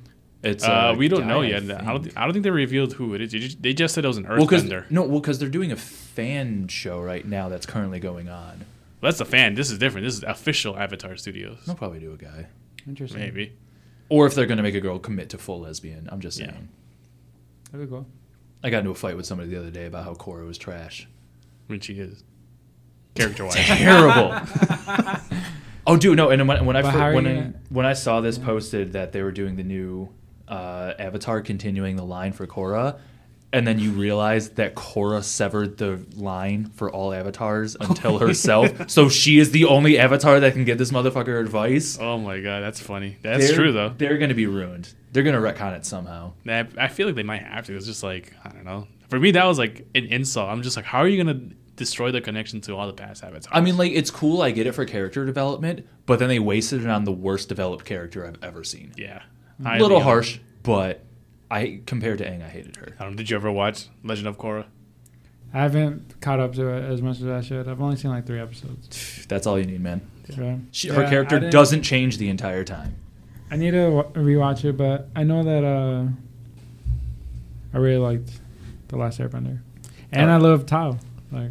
Speaker 2: It's
Speaker 1: Uh,
Speaker 2: a
Speaker 1: we don't
Speaker 2: guy,
Speaker 1: know yet.
Speaker 2: think.
Speaker 1: I don't. thi- I don't think they revealed who it is. They just, they just said it was an
Speaker 2: well, because
Speaker 1: Earthbender.
Speaker 2: no, well, because they're doing a fan show right now that's currently going on.
Speaker 1: that's a fan. This is different. This is official Avatar Studios.
Speaker 2: They'll probably do a guy,
Speaker 3: Interesting.
Speaker 1: Maybe.
Speaker 2: or if they're gonna make a girl commit to full lesbian. I'm just
Speaker 1: Yeah.
Speaker 2: saying.
Speaker 3: That'd be cool.
Speaker 2: I got into a fight with somebody the other day about how Korra was trash.
Speaker 1: I mean, she is character wise.
Speaker 2: terrible. oh, dude, no. And when, when I
Speaker 3: But
Speaker 2: fir-
Speaker 3: how are
Speaker 2: when
Speaker 3: you
Speaker 2: I,
Speaker 3: gonna-
Speaker 2: when I saw this posted that they were doing the new uh, Avatar continuing the line for Korra, and then you realize that Korra severed the line for all Avatars until herself, so she is the only Avatar that can give this motherfucker advice.
Speaker 1: oh my god, that's funny. That's
Speaker 2: They're-
Speaker 1: true though.
Speaker 2: They're gonna be ruined. They're gonna retcon it somehow.
Speaker 1: I, I feel like they might have to. It's just like I don't know. For me, that was like an insult. I'm just like, how are you gonna destroy the connection to all the past Avatars?
Speaker 2: I mean, like it's cool. I get it for character development, but then they wasted it on the worst developed character I've ever seen.
Speaker 1: yeah,
Speaker 2: A
Speaker 1: Highly
Speaker 2: little
Speaker 1: un-
Speaker 2: harsh, but I compared to Aang, I hated her.
Speaker 1: I don't know. Did you ever watch Legend of Korra?
Speaker 3: I haven't caught up to it as much as I should. I've only seen like three episodes.
Speaker 2: That's all you need, man.
Speaker 3: So,
Speaker 2: She,
Speaker 3: yeah,
Speaker 2: her
Speaker 3: I
Speaker 2: character
Speaker 3: didn't-
Speaker 2: doesn't change the entire time.
Speaker 3: I need to wa- rewatch it, but I know that uh, I really liked The Last Airbender. And
Speaker 2: Oh.
Speaker 3: I love Tao. Like,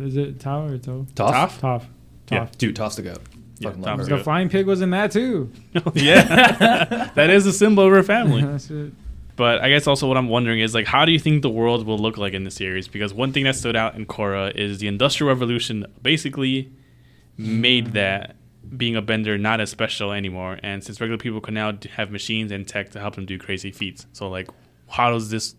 Speaker 3: is it Tao or Toe?
Speaker 2: Toph?
Speaker 3: Toph.
Speaker 1: Yeah.
Speaker 3: Toph.
Speaker 2: Dude, Toph's the goat.
Speaker 1: Yeah,
Speaker 2: Fucking love
Speaker 1: Toph's
Speaker 2: her.
Speaker 3: The flying pig was in that too.
Speaker 1: yeah, that is a symbol of her family.
Speaker 3: That's it.
Speaker 1: But I guess also what I'm wondering is like, how do you think the world will look like in the series? Because one thing that stood out in Korra is the Industrial Revolution basically
Speaker 2: Mm.
Speaker 1: made that being a bender not as special anymore. And since regular people can now d- have machines and tech to help them do crazy feats, so like, how does this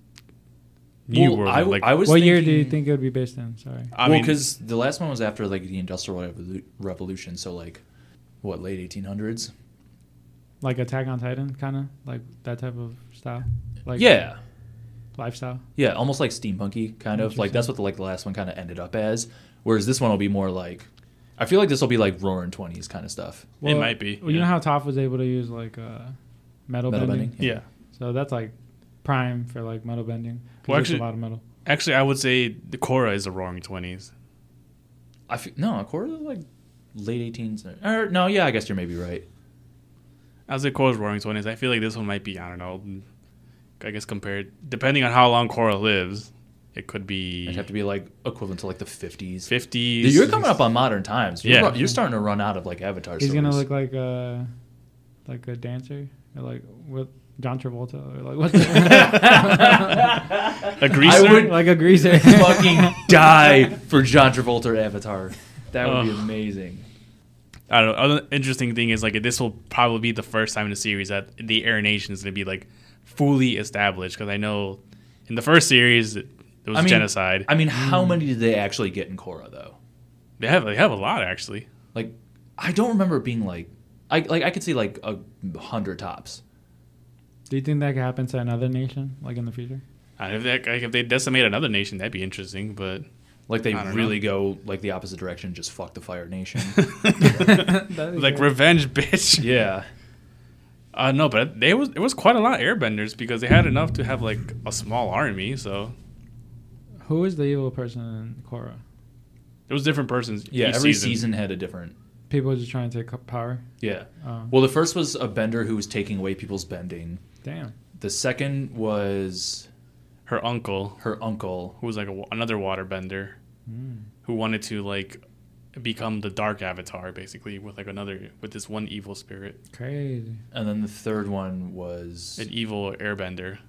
Speaker 1: new
Speaker 2: Well,
Speaker 1: world
Speaker 2: I,
Speaker 1: look like?
Speaker 2: I was
Speaker 3: What year do you
Speaker 2: thinking-
Speaker 3: think it would be based in? Sorry.
Speaker 1: I
Speaker 2: well,
Speaker 1: mean,
Speaker 2: because the last one was after like the Industrial Revolu- Revolution, so like what late 1800s.
Speaker 3: Like Attack on Titan, kind of like that type of style. Like
Speaker 2: yeah,
Speaker 3: lifestyle.
Speaker 2: yeah, almost like steampunky kind of like that's what the, like the last one kind of ended up as. Whereas this one will be more like, I feel like this will be like Roaring Twenties kind of stuff.
Speaker 1: It might be,
Speaker 3: Well, you know
Speaker 1: yeah.
Speaker 3: how Toph was able to use like uh, metal,
Speaker 2: Metal
Speaker 3: bending?
Speaker 2: bending.
Speaker 1: yeah.
Speaker 3: So that's like prime for like metal bending. 'cause
Speaker 1: Well,
Speaker 3: there's
Speaker 1: actually-
Speaker 3: a lot of metal.
Speaker 1: Actually, I would say the Korra is the Roaring Twenties.
Speaker 2: I feel, no, Korra is like late 18s. Or, no, yeah, I guess you're maybe right.
Speaker 1: I was like Korra's Roaring Twenties. I feel like this one might be I don't know. I guess compared depending on how long Korra lives, it could
Speaker 2: It'd
Speaker 1: be
Speaker 2: have to be like equivalent to like the 50s.
Speaker 1: fifties.
Speaker 2: Dude, you're coming up on modern times. You're,
Speaker 1: Yeah.
Speaker 2: ru- you're starting to run out of like Avatar.
Speaker 3: He's gonna
Speaker 2: stories.
Speaker 3: look like a like a dancer or like what John Travolta or like what's the-
Speaker 1: a greaser.
Speaker 2: I would-
Speaker 3: like a greaser.
Speaker 2: fucking die for John Travolta Avatar. That would be
Speaker 1: Ugh.
Speaker 2: amazing.
Speaker 1: I don't know. Other interesting thing is like this will probably be the first time in the series that the Air Nation is going to be like fully established because I know in the first series it- there was
Speaker 2: I mean-
Speaker 1: genocide.
Speaker 2: I mean, how many did they actually get in Korra though?
Speaker 1: they have they have a lot actually.
Speaker 2: Like, I don't remember it being like, I like I could see like a hundred tops.
Speaker 3: Do you think that could happen to another nation, like in the future?
Speaker 1: Uh, If they, like, if they decimate another nation, that'd be interesting. But
Speaker 2: Like they
Speaker 1: I don't
Speaker 2: really go like the opposite direction, just fuck the Fire Nation.
Speaker 3: That'd be
Speaker 1: like
Speaker 3: great.
Speaker 1: revenge, bitch.
Speaker 2: yeah,
Speaker 1: Uh, no, but they was it was quite a lot of airbenders because they had enough to have like a small army. So
Speaker 3: who is the evil person in Korra?
Speaker 1: it was different persons.
Speaker 2: yeah.
Speaker 1: each
Speaker 2: every season. had a different.
Speaker 3: People are just trying to take co- power.
Speaker 2: Yeah.
Speaker 3: Oh.
Speaker 2: Well, the first was a bender who was taking away people's bending.
Speaker 3: Damn.
Speaker 2: The second was
Speaker 1: her uncle,
Speaker 2: her uncle.
Speaker 1: who was like a, wa- another waterbender,
Speaker 3: Hmm,
Speaker 1: who wanted to like become the dark avatar basically with like another with this one evil spirit,
Speaker 3: Crazy.
Speaker 2: And then the third one was
Speaker 1: an evil airbender.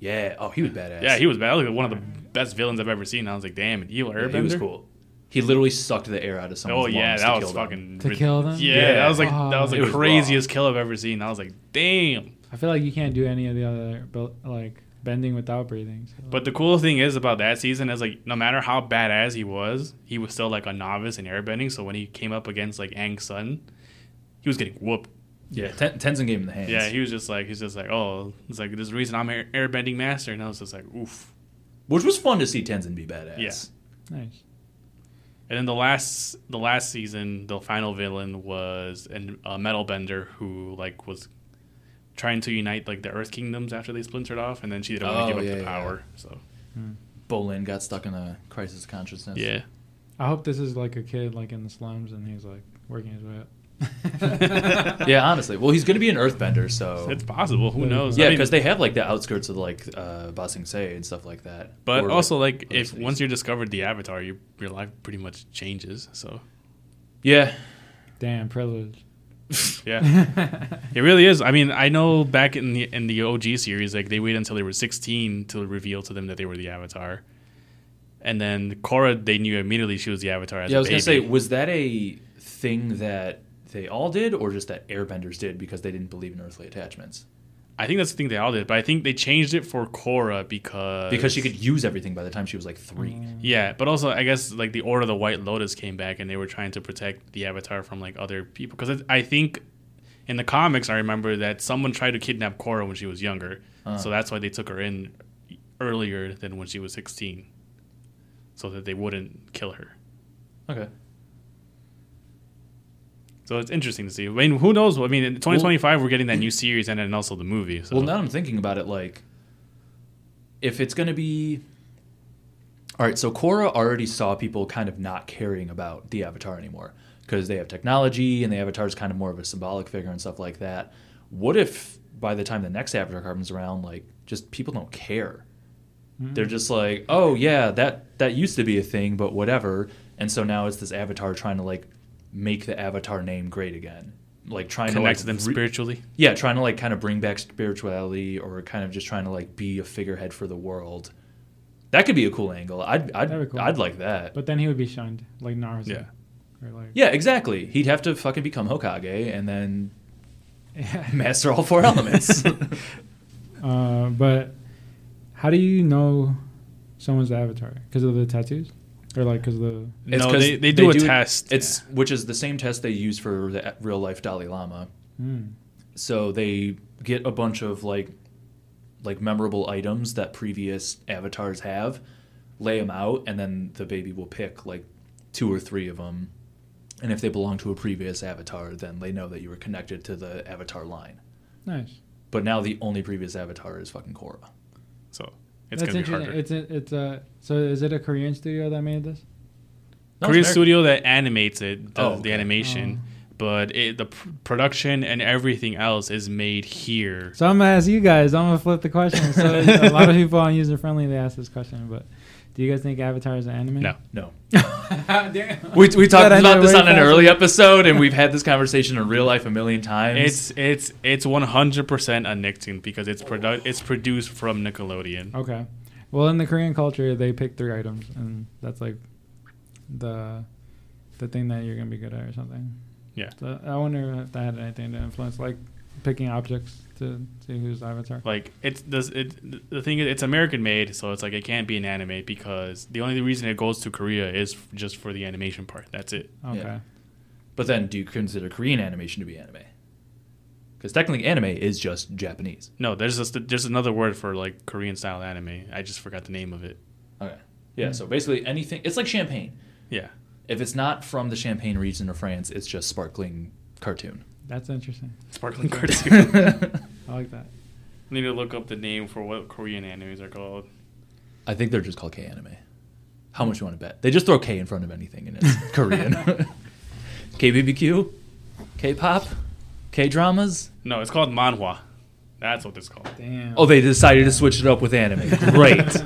Speaker 2: yeah. Oh, he was badass.
Speaker 1: Yeah, he was bad. Like one of the best villains I've ever seen. I was like, damn, an evil airbender.
Speaker 2: Yeah, he was cool. He literally sucked the air out of someone's
Speaker 1: Oh yeah,
Speaker 2: lungs to
Speaker 1: that was
Speaker 2: kill them.
Speaker 1: fucking
Speaker 3: To
Speaker 1: rid-
Speaker 3: kill them?
Speaker 1: Yeah,
Speaker 2: Yeah.
Speaker 1: that was like that
Speaker 3: Oh.
Speaker 1: was the
Speaker 2: It was raw.
Speaker 1: craziest kill I've ever seen. I was like, damn.
Speaker 3: I feel like you can't do any of the other bu- like bending without breathing. so-
Speaker 1: But the cool thing is about that season is like no matter how badass he was, he was still like a novice in airbending. So when he came up against like Aang Sun, he was getting whooped.
Speaker 2: Yeah, ten, Tenzin gave him the hands.
Speaker 1: Yeah, he was just like he's just like oh, it's like there's a reason I'm air- airbending master, and I was just like oof.
Speaker 2: which was fun to see Tenzin be badass.
Speaker 1: Yeah.
Speaker 3: nice.
Speaker 1: And then the last the last season, the final villain was an, a metal bender who like was trying to unite like the Earth Kingdoms after they splintered off, and then she didn't want
Speaker 2: Oh,
Speaker 1: to give up
Speaker 2: yeah,
Speaker 1: the
Speaker 2: yeah.
Speaker 1: power. So
Speaker 2: Bolin got stuck in a crisis of consciousness.
Speaker 1: yeah,
Speaker 3: I hope this is like a kid like in the slums and he's like working his way up.
Speaker 2: yeah. Honestly, well, he's gonna be an Earthbender, so
Speaker 1: it's possible. Who knows? I
Speaker 2: yeah,
Speaker 1: mean-
Speaker 2: because they have like the outskirts of like uh, Ba Sing Se and stuff like that.
Speaker 1: But
Speaker 2: Or,
Speaker 1: also, like,
Speaker 2: other
Speaker 1: if
Speaker 2: cities.
Speaker 1: once you're discovered the avatar, you, your life pretty much changes. So,
Speaker 2: yeah,
Speaker 3: Damn privilege.
Speaker 1: yeah, it really is. I mean, I know back in the in the OG series, like they waited until they were 16 to reveal to them that they were the avatar, and then Korra, they knew immediately she was the avatar. As
Speaker 2: yeah, I
Speaker 1: a
Speaker 2: was gonna say,
Speaker 1: baby.
Speaker 2: was that a thing that they all did, or just that Airbenders did because they didn't believe in earthly attachments?
Speaker 1: I think that's the thing they all did, but I think they changed it for Korra because
Speaker 2: Because she could use everything by the time she was like three.
Speaker 3: Mm.
Speaker 1: Yeah, but also I guess like the Order of the White Lotus came back and they were trying to protect the Avatar from like other people because I think in the comics I remember that someone tried to kidnap Korra when she was younger,
Speaker 2: Uh.
Speaker 1: so that's why they took her in earlier than when she was sixteen, so that they wouldn't kill her.
Speaker 2: Okay.
Speaker 1: So it's interesting to see. I mean, who knows? I mean, in 2025 we're getting that new series and then also the movie. So
Speaker 2: Well, now I'm thinking about it, like, if it's going to be. All right, so Korra already saw people kind of not caring about the Avatar anymore because they have technology and the Avatar is kind of more of a symbolic figure and stuff like that. What if by the time the next Avatar comes around, like, just people don't care? They're
Speaker 1: Mm.
Speaker 3: Mm-hmm.
Speaker 2: just like, oh yeah, that that used to be a thing, but whatever. And so now it's this avatar trying to like make the avatar name great again, like trying
Speaker 1: Connect
Speaker 2: to
Speaker 1: to
Speaker 2: like,
Speaker 1: them
Speaker 2: re-
Speaker 1: spiritually.
Speaker 2: yeah, trying to like kind of bring back spirituality or kind of just trying to like be a figurehead for the world. That could be a cool angle. I'd
Speaker 3: That'd
Speaker 2: I'd,
Speaker 3: be cool.
Speaker 2: I'd like that.
Speaker 3: But then he would be shunned, like Naruto.
Speaker 1: Yeah.
Speaker 3: Or like,
Speaker 2: yeah, exactly. He'd have to fucking become Hokage and then master all four elements.
Speaker 3: Uh, but how do you know someone's the avatar? Because of the tattoos, or like because the
Speaker 1: No,
Speaker 2: 'cause
Speaker 1: they- they do a test.
Speaker 2: It's which is the same test they use for the uh, real life Dalai Lama.
Speaker 3: mm,
Speaker 2: So they get a bunch of like like memorable items that previous avatars have, lay them out, and then the baby will pick like two or three of them. And if they belong to a previous avatar, then they know that you were connected to the avatar line.
Speaker 3: nice.
Speaker 2: But now the only previous avatar is fucking Korra.
Speaker 1: So it's going to be
Speaker 3: interesting.
Speaker 1: harder.
Speaker 3: It's a, it's uh so is it a Korean studio that made this?
Speaker 2: No,
Speaker 1: Korean
Speaker 2: it's Ameri-
Speaker 1: studio that animates it does
Speaker 2: Oh, okay.
Speaker 1: the animation, but it, the pr- production and everything else is made here.
Speaker 3: So I'm gonna ask you guys. I'm gonna flip the question. So a lot of people on user friendly they ask this question, but do you guys think Avatar is an anime?
Speaker 1: No.
Speaker 2: No.
Speaker 3: Damn.
Speaker 2: We, we talked
Speaker 3: Glad I
Speaker 2: about
Speaker 3: know
Speaker 2: this
Speaker 3: way
Speaker 2: on an
Speaker 3: faster.
Speaker 2: early episode, and we've had this conversation in real life a million times.
Speaker 1: It's it's it's 100% a Nicktoon because it's produ- it's produced from Nickelodeon.
Speaker 3: Okay. Well, in the Korean culture, they pick three items, and that's like the the thing that you're gonna be good at or something.
Speaker 1: Yeah.
Speaker 3: So I wonder if that had anything to influence, like picking objects to see who's Avatar.
Speaker 1: Like it's does it the thing is it's American made, so it's like it can't be an anime because the only reason it goes to Korea is f- just for the animation part. That's it.
Speaker 3: Okay.
Speaker 2: Yeah. But then, do you consider Korean animation to be anime? Because technically, anime is just Japanese.
Speaker 1: No, there's just there's another word for like Korean style anime. I just forgot the name of it.
Speaker 2: Okay. Yeah. So basically, anything. It's like champagne.
Speaker 1: Yeah.
Speaker 2: If it's not from the Champagne region of France, it's just sparkling cartoon.
Speaker 3: That's interesting.
Speaker 1: Sparkling cartoon.
Speaker 3: I like that.
Speaker 1: I need to look up the name for what Korean animes are called.
Speaker 2: I think they're just called K anime. How much you want to bet? They just throw K in front of anything, and it's Korean. KBBQ, K-pop, K-dramas.
Speaker 1: No, it's called manhwa. That's what it's called.
Speaker 3: Damn.
Speaker 2: Oh, they decided to switch it up with anime. Great.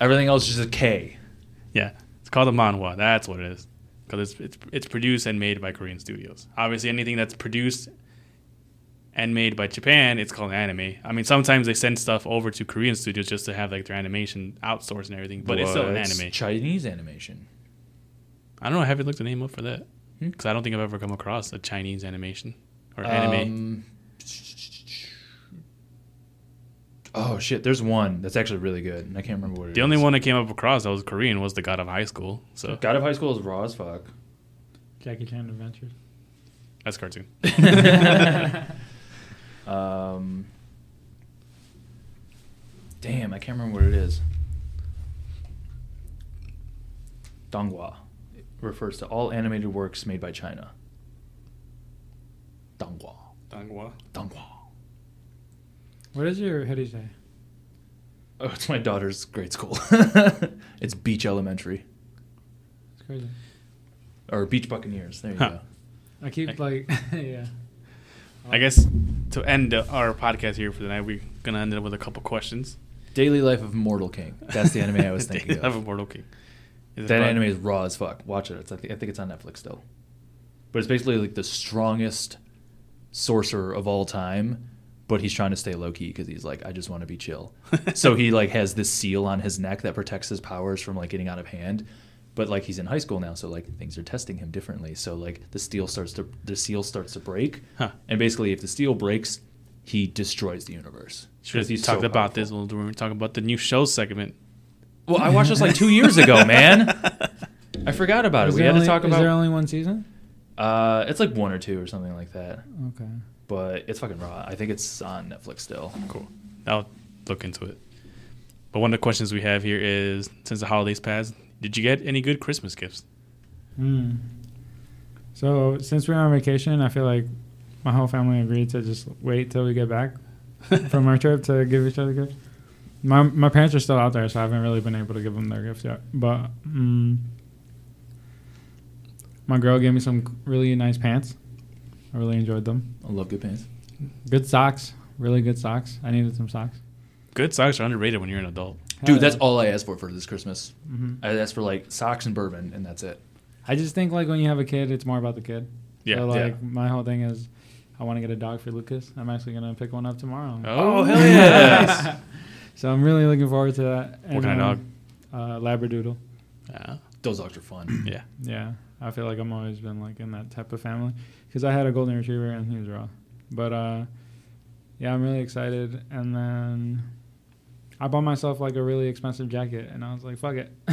Speaker 2: Everything else is just a K.
Speaker 1: yeah, it's called a manhwa. That's what it is. Because it's, it's it's produced and made by Korean studios. Obviously, anything that's produced and made by Japan, it's called anime. I mean, sometimes they send stuff over to Korean studios just to have like their animation outsourced and everything, but it's still an anime.
Speaker 2: Chinese animation. Hmm?
Speaker 1: I don't know. Have you looked the name up for that? Because I don't think I've ever come across a Chinese animation or anime.
Speaker 2: Um, oh shit, there's one that's actually really good, and I can't remember what it is.
Speaker 1: The only one I came up across that was Korean was the God of High School. So
Speaker 2: God of High School is raw as fuck.
Speaker 3: Jackie Chan Adventures.
Speaker 1: that's cartoon.
Speaker 2: Um, damn, I can't remember what it is. Donghua It refers to all animated works made by China. Donghua,
Speaker 1: Danghua.
Speaker 2: Donghua.
Speaker 3: What does your hoodie say?
Speaker 2: Oh, it's my daughter's grade school. it's Beach Elementary
Speaker 3: It's crazy.
Speaker 2: or Beach Buccaneers. There you
Speaker 1: Huh.
Speaker 2: go.
Speaker 3: I keep like, yeah.
Speaker 1: I guess to end our podcast here for the night, we're gonna end it with a couple questions.
Speaker 2: Daily Life of Mortal King. That's the anime I was
Speaker 1: Daily
Speaker 2: thinking
Speaker 1: Life
Speaker 2: of.
Speaker 1: of Mortal King. Is it
Speaker 2: That
Speaker 1: about-
Speaker 2: anime is raw as fuck. Watch it. It's, I, think, I think it's on Netflix still. But it's basically like the strongest sorcerer of all time, but he's trying to stay low key because he's like, I just want to be chill. so he like has this seal on his neck that protects his powers from like getting out of hand. But like he's in high school now, so like things are testing him differently. So like the steel starts to the seal starts to break,
Speaker 1: Huh.
Speaker 2: and basically if the steel breaks, he destroys the universe.
Speaker 1: Should
Speaker 2: 'Cause
Speaker 1: have
Speaker 2: he's
Speaker 1: talked
Speaker 2: so
Speaker 1: about
Speaker 2: powerful.
Speaker 1: this when we were talking about the new show segment.
Speaker 2: Well, I watched this like two years ago, man. I forgot about it.
Speaker 3: Is
Speaker 2: We
Speaker 3: there
Speaker 2: had to
Speaker 3: only-
Speaker 2: talk
Speaker 3: Is there
Speaker 2: about.
Speaker 3: only one season?
Speaker 2: Uh, it's like one or two or something like that,
Speaker 3: Okay.
Speaker 2: but it's fucking raw. I think it's on Netflix still.
Speaker 1: Cool. I'll look into it. But one of the questions we have here is: since the holidays passed, did you get any good Christmas gifts?
Speaker 3: Mm. So since we were on vacation, I feel like my whole family agreed to just wait till we get back from our trip to give each other gifts. My my parents are still out there, so I haven't really been able to give them their gifts yet. But mm, my girl gave me some really nice pants. I really enjoyed them.
Speaker 2: I love good pants.
Speaker 3: Good socks, really good socks. I needed some socks.
Speaker 1: Good socks are underrated when you're an adult.
Speaker 3: Uh,
Speaker 2: Dude, that's all I asked for for this Christmas.
Speaker 3: Mhm.
Speaker 2: I asked for like socks and bourbon, and that's it.
Speaker 3: I just think like when you have a kid, it's more about the kid.
Speaker 1: Yeah,
Speaker 3: So,
Speaker 2: yeah.
Speaker 3: like my whole thing is, I want to get a dog for Lucas. I'm actually gonna pick one up tomorrow.
Speaker 1: Oh, hell yes.
Speaker 3: So I'm really looking forward to that.
Speaker 1: What kind of
Speaker 3: dog? Uh, Labradoodle.
Speaker 1: yeah.
Speaker 2: Those dogs are fun.
Speaker 1: Yeah.
Speaker 3: Yeah, I feel like I'm always been like in that type of family because I had a golden retriever and he was raw. But uh, yeah, I'm really excited. And then I bought myself like a really expensive jacket, and I was like, "Fuck it."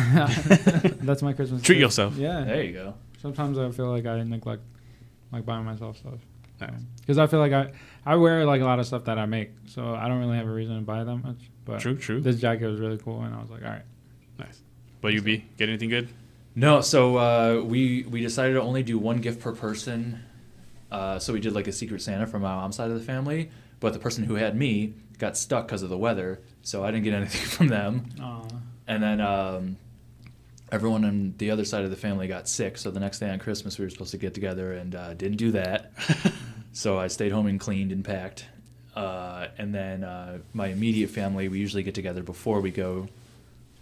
Speaker 3: That's my Christmas.
Speaker 1: Treat
Speaker 3: gift.
Speaker 1: yourself.
Speaker 3: Yeah.
Speaker 2: There you go.
Speaker 3: Sometimes I feel like I neglect like buying myself stuff
Speaker 1: Nice.
Speaker 3: because I feel like I I wear like a lot of stuff that I make, so I don't really have a reason to buy that much. But
Speaker 1: True, true.
Speaker 3: This jacket was really cool, and I was like, "All right."
Speaker 1: Nice. But you be get anything good?
Speaker 2: No, so uh, we we decided to only do one gift per person. Uh, so we did like a Secret Santa from my mom's side of the family, but the person who had me got stuck because of the weather, so I didn't get anything from them. And then um, everyone on the other side of the family got sick, so the next day on Christmas we were supposed to get together and uh, didn't do that. so I stayed home and cleaned and packed. Uh, and then uh, my immediate family, we usually get together before we go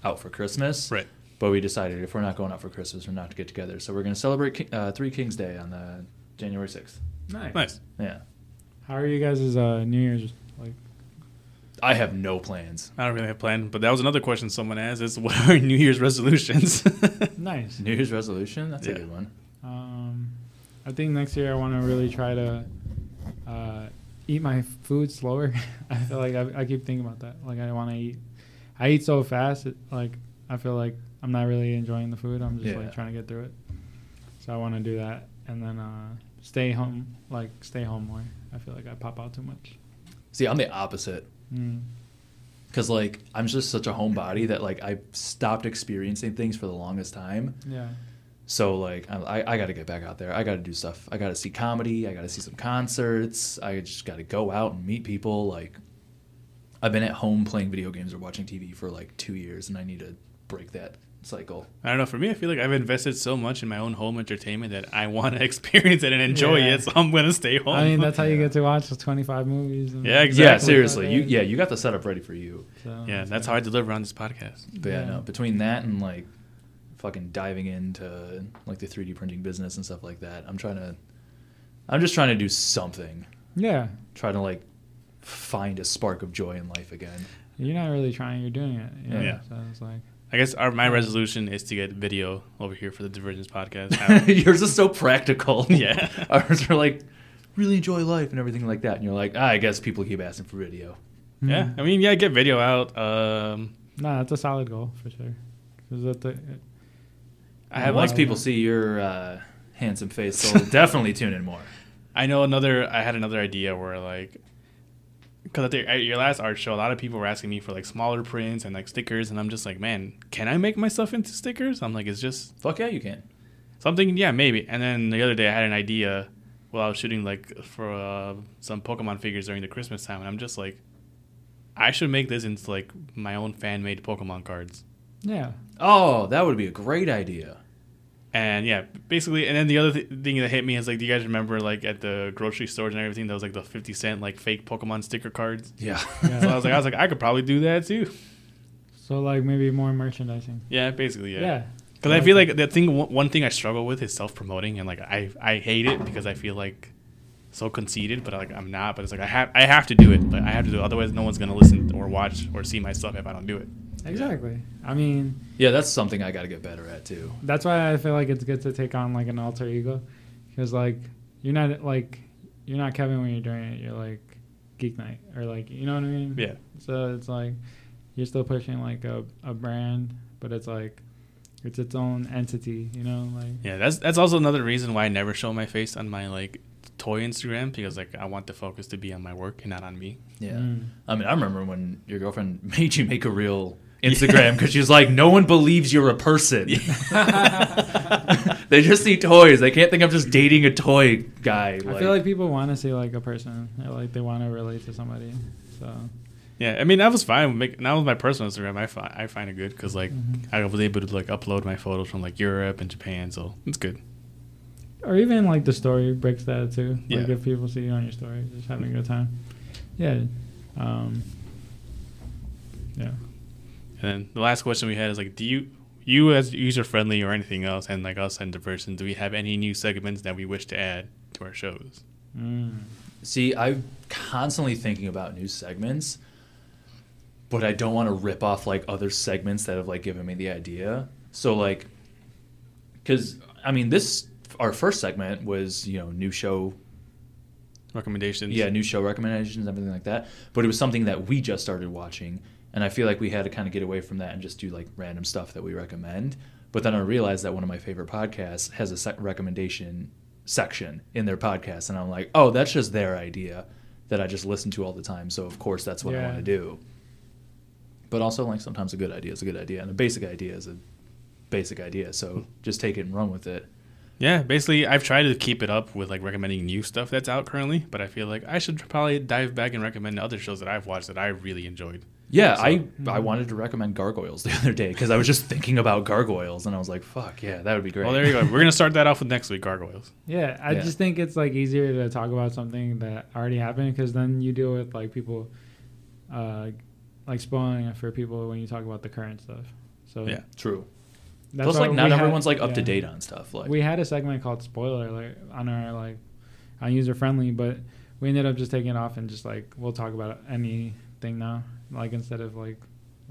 Speaker 2: out for Christmas.
Speaker 1: Right.
Speaker 2: But we decided if we're not going out for Christmas, we're not to get together. So we're going to celebrate Ki- uh, Three Kings Day on the January 6th.
Speaker 3: nice.
Speaker 1: Nice.
Speaker 2: Yeah.
Speaker 3: How are you guys' uh, New Year's like?
Speaker 2: I have no plans.
Speaker 1: I don't really have a plan, but that was another question someone asked is what are New Year's resolutions?
Speaker 3: Nice.
Speaker 2: New Year's resolution? That's
Speaker 1: Yeah.
Speaker 2: a good one.
Speaker 3: Um, I think next year I want to really try to uh, eat my food slower. I feel like I, I keep thinking about that. Like I want to eat. I eat so fast. It, like I feel like I'm not really enjoying the food. I'm just
Speaker 2: Yeah.
Speaker 3: like trying to get through it. So I want to do that, and then uh, stay home. Like stay home more. I feel like I pop out too much.
Speaker 2: See, I'm the opposite.
Speaker 3: Mm.
Speaker 2: because like I'm just such a homebody that like I stopped experiencing things for the longest time.
Speaker 3: Yeah.
Speaker 2: So like I'm- I, I got to get back out there. I got to do stuff. I got to see comedy. I got to see some concerts. I just got to go out and meet people. Like I've been at home playing video games or watching TV for like two years, and I need to break that cycle.
Speaker 1: I don't know. For me, I feel like I've invested so much in my own home entertainment that I want to experience it and enjoy
Speaker 3: Yeah.
Speaker 1: it. So I'm gonna stay home.
Speaker 3: I mean that's how you get to watch 25 movies. And
Speaker 1: Yeah,
Speaker 2: Yeah,
Speaker 1: exactly.
Speaker 2: seriously. You yeah, you got the setup ready for you.
Speaker 3: So-
Speaker 1: yeah, that's how I deliver on this podcast.
Speaker 2: But yeah,
Speaker 3: Yeah.
Speaker 2: no, between that and like fucking diving into like the 3D printing business and stuff like that, I'm trying to. I'm just trying to do something.
Speaker 3: Yeah.
Speaker 2: trying to like find a spark of joy in life again.
Speaker 3: You're not really trying. You're doing it. you know?
Speaker 2: Yeah.
Speaker 3: So it's like.
Speaker 1: I guess our, my resolution is to get video over here for the Divergence podcast.
Speaker 2: Yours is so practical.
Speaker 1: Yeah.
Speaker 2: Ours are like really enjoy life and everything like that. And you're like, ah, I guess people keep asking for video.
Speaker 1: yeah, I mean, yeah, get video out. Um,
Speaker 3: No, mm. that's a solid goal for sure. 'Cause that the,
Speaker 1: I have
Speaker 2: Once
Speaker 1: like
Speaker 2: people see your uh, handsome face, they'll definitely tune in more.
Speaker 1: I know another. I had another idea where like, because at, the- at your last art show, a lot of people were asking me for like smaller prints and like stickers, and I'm just like, man, can I make myself into stickers? I'm like, it's just
Speaker 2: Fuck yeah, you can.
Speaker 1: something. Yeah, maybe. And then the other day, I had an idea while I was shooting like for uh, some Pokemon figures during the Christmas time, and I'm just like, I should make this into like my own fan made Pokemon cards.
Speaker 3: yeah,
Speaker 2: Oh, that would be a great idea.
Speaker 1: And yeah, basically, and then the other th- thing that hit me is like, do you guys remember like at the grocery stores and everything? That was like the fifty cent like fake Pokemon sticker cards.
Speaker 2: Yeah.
Speaker 1: So I was like, I was like, I could probably do that too.
Speaker 3: so like maybe more merchandising.
Speaker 1: Yeah, basically,
Speaker 3: Yeah,
Speaker 1: yeah. Because I feel like the thing, one one thing I struggle with is self promoting, and like I, I hate it because I feel like so conceited, but like I'm not. But it's like I have, I have to do it. Like I have to do it. Otherwise, no one's gonna listen or watch or see my stuff if I don't do it.
Speaker 3: exactly. I mean,
Speaker 2: yeah, that's something I got to get better at too.
Speaker 3: that's why I feel like it's good to take on like an alter ego, because like you're not like you're not Kevin when you're doing it. You're like Geek Night or like you know what I mean.
Speaker 1: Yeah.
Speaker 3: So it's like you're still pushing like a a brand, but it's like it's its own entity. You know, like
Speaker 1: Yeah, that's that's also another reason why I never show my face on my like toy Instagram because like I want the focus to be on my work and not on me.
Speaker 2: Yeah.
Speaker 3: Mm.
Speaker 2: I mean, I remember when your girlfriend made you make a real Instagram because she was like, no one believes you're a person. they just see toys. They can't think I'm just dating a toy guy.
Speaker 3: I feel like people want to see like a person, or, like they want to relate to somebody. So
Speaker 1: Yeah, I mean that was fine. with Make, now with my personal Instagram, I find I find it good because like
Speaker 3: Mhm.
Speaker 1: I was able to like upload my photos from like Europe and Japan, so it's good.
Speaker 3: or even like the story breaks that too. Like
Speaker 1: Yeah.
Speaker 3: if people see you on your story, just having a good time. Yeah. Um, Yeah.
Speaker 1: And then the last question we had is like, do you you as user friendly or anything else, and like us and the person, do we have any new segments that we wish to add to our shows?
Speaker 3: Mm.
Speaker 2: See, I'm constantly thinking about new segments, but I don't want to rip off like other segments that have like given me the idea. So like, because I mean, this our first segment was you know new show,
Speaker 1: Recommendations?
Speaker 2: yeah, new show recommendations, everything like that. But it was something that we just started watching, and I feel like we had to kind of get away from that and just do like random stuff that we recommend. But then I realized that one of my favorite podcasts has a sec- recommendation section in their podcast, and I'm like, oh, that's just their idea that I just listen to all the time. So of course, that's what I
Speaker 3: Yeah.
Speaker 2: want to do. But also, like sometimes a good idea is a good idea, and a basic idea is a basic idea. So just take it and run with it.
Speaker 1: Yeah, basically, I've tried to keep it up with like recommending new stuff that's out currently, but I feel like I should probably dive back and recommend other shows that I've watched that I really enjoyed.
Speaker 2: Yeah, I I
Speaker 3: hmm.
Speaker 2: wanted to recommend Gargoyles the other day because I was just thinking about Gargoyles and I was like, fuck yeah, that would be great.
Speaker 1: Well, there you go. We're gonna start that off with next week, Gargoyles.
Speaker 3: Yeah, I
Speaker 2: Yeah.
Speaker 3: just think it's like easier to talk about something that already happened because then you deal with like people, uh, like spoiling it for people when you talk about the current stuff. So
Speaker 1: Yeah.
Speaker 2: True.
Speaker 3: that's
Speaker 2: Plus,
Speaker 3: why
Speaker 2: like not
Speaker 3: we had-
Speaker 2: everyone's like up to
Speaker 3: yeah.
Speaker 2: date on stuff. Like
Speaker 3: We had a segment called spoiler like on our like on user friendly, but we ended up just taking it off and just like we'll talk about anything now, like instead of like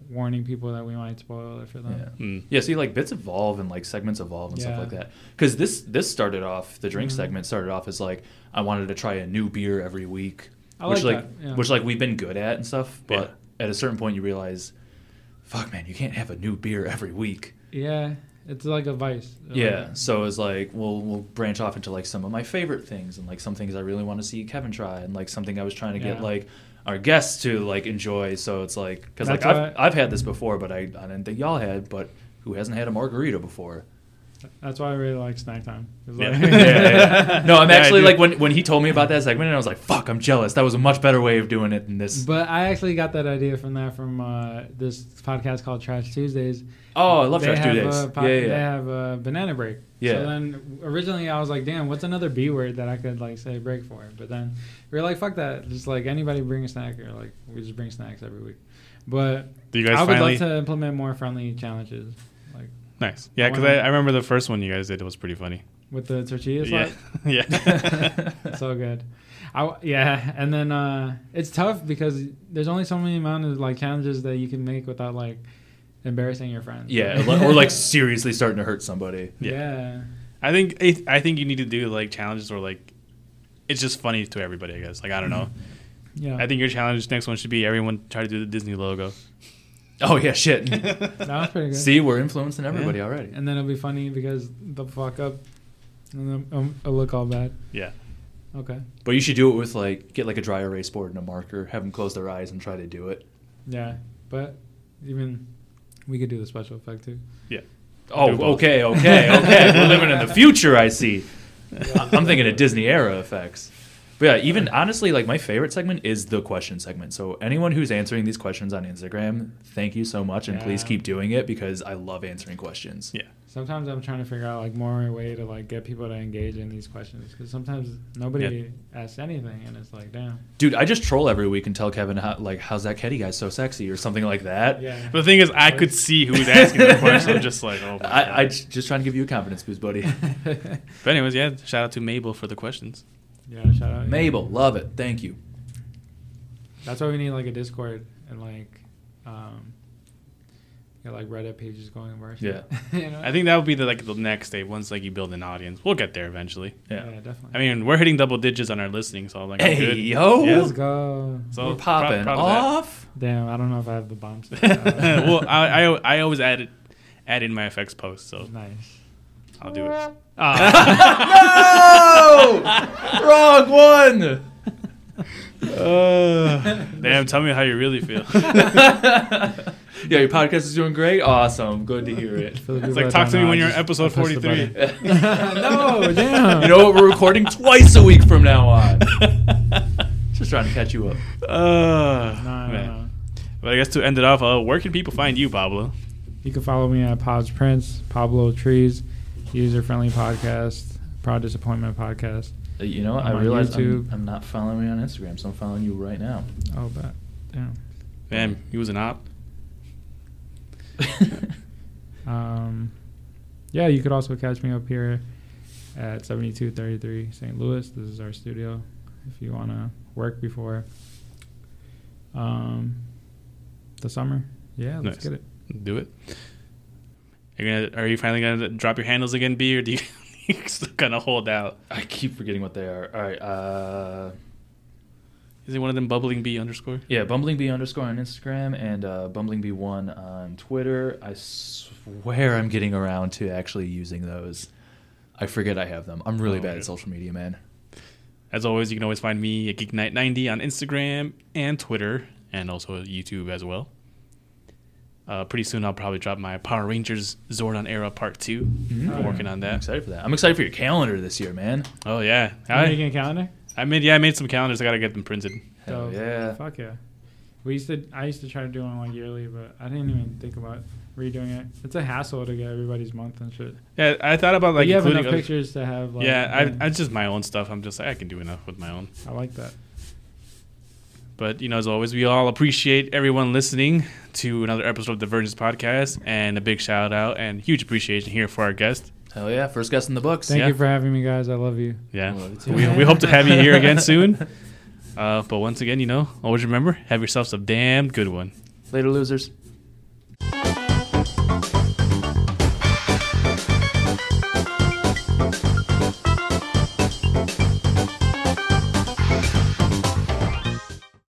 Speaker 3: warning people that we might spoil it for them.
Speaker 2: Yeah.
Speaker 1: Mm.
Speaker 2: Yeah, see, like bits evolve and like segments evolve and stuff
Speaker 3: Yeah. Mm-hmm.
Speaker 2: like that. Because this this started off the drink segment started off as like I wanted to try a new beer every week,
Speaker 3: I
Speaker 2: which
Speaker 3: like
Speaker 2: like
Speaker 3: that, yeah.
Speaker 2: which like we've been good at and stuff. But at a certain point, you realize, fuck man, you can't have a new beer every week.
Speaker 3: Yeah, it's like a vice.
Speaker 2: Yeah, so it's like we'll we'll branch off into like some of my favorite things and like some things I really want to see Kevin try and like something I was trying to
Speaker 3: Yeah.
Speaker 2: get like our guests to like enjoy. So it's like because like
Speaker 3: That's
Speaker 2: I've
Speaker 3: why-
Speaker 2: I've had this before, but I I didn't think y'all had. But who hasn't had a margarita before?
Speaker 3: that's why I really like snack time. 'Cause,
Speaker 1: Yeah.
Speaker 3: like-
Speaker 2: No, I'm
Speaker 1: Yeah, I
Speaker 2: actually
Speaker 1: do.
Speaker 2: like when when he told me about that segment, and I was like, fuck, I'm jealous. That was a much better way of doing it than this.
Speaker 3: But I actually got that idea from that from uh, this podcast called Trash Tuesdays.
Speaker 2: oh, I love
Speaker 3: They
Speaker 2: Trash Two
Speaker 3: have
Speaker 2: Days.
Speaker 3: a po-
Speaker 2: yeah,
Speaker 3: They
Speaker 2: yeah.
Speaker 3: have a banana break.
Speaker 2: Yeah.
Speaker 3: So then originally I was like, damn, what's another B word that I could like say break for? But then we were like, fuck that. Just like anybody bring a snack or like we just bring snacks every week. But
Speaker 1: Do you guys
Speaker 3: I would
Speaker 1: finally?
Speaker 3: love to implement more friendly challenges. Like
Speaker 1: Nice. Yeah, because I,
Speaker 3: Wanna-
Speaker 1: I remember the first one you guys did was pretty funny.
Speaker 3: with the tortilla
Speaker 1: Yeah,
Speaker 3: slide.
Speaker 1: yeah.
Speaker 3: so good. I w yeah, and then uh, it's tough because there's only so many amount of like challenges that you can make without like embarrassing your friends.
Speaker 2: yeah, li- or like seriously starting to hurt somebody.
Speaker 1: Yeah.
Speaker 3: yeah,
Speaker 1: I think I- I think you need to do like challenges or like it's just funny to everybody. I guess. Like I don't know.
Speaker 3: yeah.
Speaker 1: I think your challenge next one should be everyone try to do the Disney logo.
Speaker 2: Oh yeah, shit.
Speaker 3: that was pretty good.
Speaker 2: See, we're influencing everybody already.
Speaker 3: and then it'll be funny because they'll fuck up, and then um, it'll look all bad.
Speaker 1: Yeah.
Speaker 3: Okay.
Speaker 2: But you should do it with like get like a dry erase board and a marker, have them close their eyes and try to do it.
Speaker 3: Yeah, but even we could do the special effect too.
Speaker 1: Yeah.
Speaker 2: Oh,
Speaker 1: Do both.
Speaker 2: okay, okay, okay. We're living in the future. I see. I- I'm thinking of Disney era effects. But yeah, even honestly, like my favorite segment is the question segment. So anyone who's answering these questions on Instagram, thank you so much, and please
Speaker 3: Yeah.
Speaker 2: keep doing it because I love answering questions.
Speaker 1: Yeah.
Speaker 3: Sometimes I'm trying to figure out like more way to like get people to engage in these questions because sometimes nobody asks anything and it's like damn.
Speaker 2: Dude, I just troll every week and tell Kevin how, like, "How's that Ketty guy so sexy?" or something like that.
Speaker 3: Yeah.
Speaker 1: But the thing is, I could see who was asking the question. I'm just like, oh my God.
Speaker 2: I, I j- just trying to give you a confidence boost, buddy.
Speaker 1: But anyways, yeah. Shout out to Mabel for the questions.
Speaker 3: Yeah, shout out.
Speaker 2: Mabel, love it. Thank you.
Speaker 3: That's why we need like a Discord and like, um, get like Reddit pages going over.
Speaker 2: Yeah.
Speaker 3: you know?
Speaker 1: I think that would be the like the next day once like you build an audience. We'll get there eventually.
Speaker 3: Yeah, definitely.
Speaker 1: I mean, we're hitting double digits on our listening, so I'm like, I'm
Speaker 2: Hey,
Speaker 1: good.
Speaker 2: yo.
Speaker 1: Yeah.
Speaker 3: let's go.
Speaker 1: So
Speaker 2: We're popping
Speaker 1: proud- proud of that.
Speaker 2: off.
Speaker 3: Damn, I don't know if I have the uh, bombs.
Speaker 1: well, I, I I always add it, add in my effects post, so
Speaker 3: nice.
Speaker 1: I'll do it.
Speaker 2: no, wrong one.
Speaker 1: Damn, tell me how you really feel.
Speaker 2: Yeah, your podcast is doing great. Awesome, good to hear it.
Speaker 3: For the
Speaker 1: It's
Speaker 3: people
Speaker 1: like
Speaker 3: that
Speaker 1: talk to
Speaker 3: don't
Speaker 1: me
Speaker 3: know,
Speaker 1: when
Speaker 3: I
Speaker 1: you're
Speaker 3: just-
Speaker 1: in episode
Speaker 3: I pushed the
Speaker 1: 43.
Speaker 3: button. no, damn.
Speaker 2: You know what? We're recording twice a week from now on. Just trying to catch you up.
Speaker 1: Uh,
Speaker 3: No, no,
Speaker 1: man.
Speaker 3: no.
Speaker 1: But I guess to end it off, uh, where can people find you, Pablo?
Speaker 3: You can follow me at Pods Prince, Pablo Trees, User Friendly Podcast, Proud Disappointment Podcast.
Speaker 2: Uh, You know, what?
Speaker 3: I'm
Speaker 2: I
Speaker 3: on
Speaker 2: realized I'm,
Speaker 3: YouTube.
Speaker 2: I'm not following me on Instagram, so I'm following you right now.
Speaker 3: Oh, but damn.
Speaker 1: Man, he was an op.
Speaker 3: Um, yeah, you could also catch me up here at 7233 St. Louis. This is our studio if you want to work before um, the summer. Yeah, let's
Speaker 1: Nice.
Speaker 3: get it.
Speaker 1: Do it. You're gonna, are you finally gonna drop your handles again, B, or do you, you still gonna hold out?
Speaker 2: I keep forgetting what they are. All right. Uh,
Speaker 1: Is it one of them bubbling B underscore?
Speaker 2: yeah, bumblingb underscore on Instagram and uh, bumblingb1 on Twitter. I swear I'm getting around to actually using those. I forget I have them. I'm really
Speaker 1: Oh,
Speaker 2: bad
Speaker 1: yeah.
Speaker 2: at social media, man.
Speaker 1: As always, you can always find me at GeekNight90 on Instagram and Twitter, and also YouTube as well. Uh, pretty soon, I'll probably drop my Power Rangers Zordon Era Part 2
Speaker 3: Mm-hmm.
Speaker 1: i I'm working on
Speaker 2: I'm
Speaker 1: that.
Speaker 2: excited for that. I'm excited for your calendar this year, man.
Speaker 1: Oh yeah,
Speaker 3: You making
Speaker 1: I,
Speaker 3: a calendar?
Speaker 1: I made yeah I made some calendars. I gotta get them printed.
Speaker 2: Hell
Speaker 3: Dope.
Speaker 2: yeah.
Speaker 3: Fuck yeah. We used to. I used to try to do one like yearly, but I didn't even think about redoing it. It's a hassle to get everybody's month and shit.
Speaker 1: Yeah, I thought about
Speaker 3: But
Speaker 1: like
Speaker 3: you have
Speaker 1: including
Speaker 3: enough
Speaker 1: other-
Speaker 3: pictures to have. Like,
Speaker 1: yeah,
Speaker 3: one.
Speaker 1: I, I just my own stuff. I'm just like I can do enough with my own.
Speaker 3: I like that.
Speaker 1: But you know, as always, we all appreciate everyone listening to another episode of the Virgins Podcast, and a big shout out and huge appreciation here for our guest.
Speaker 2: Hell yeah. First guest in the books.
Speaker 3: Thank
Speaker 1: Yeah.
Speaker 3: you for having me, guys. I love you.
Speaker 1: Yeah,
Speaker 2: Love you too.
Speaker 1: we, we hope to have you here again soon. Uh, but once again, you know, always remember have yourself a damn good one.
Speaker 2: Later, losers.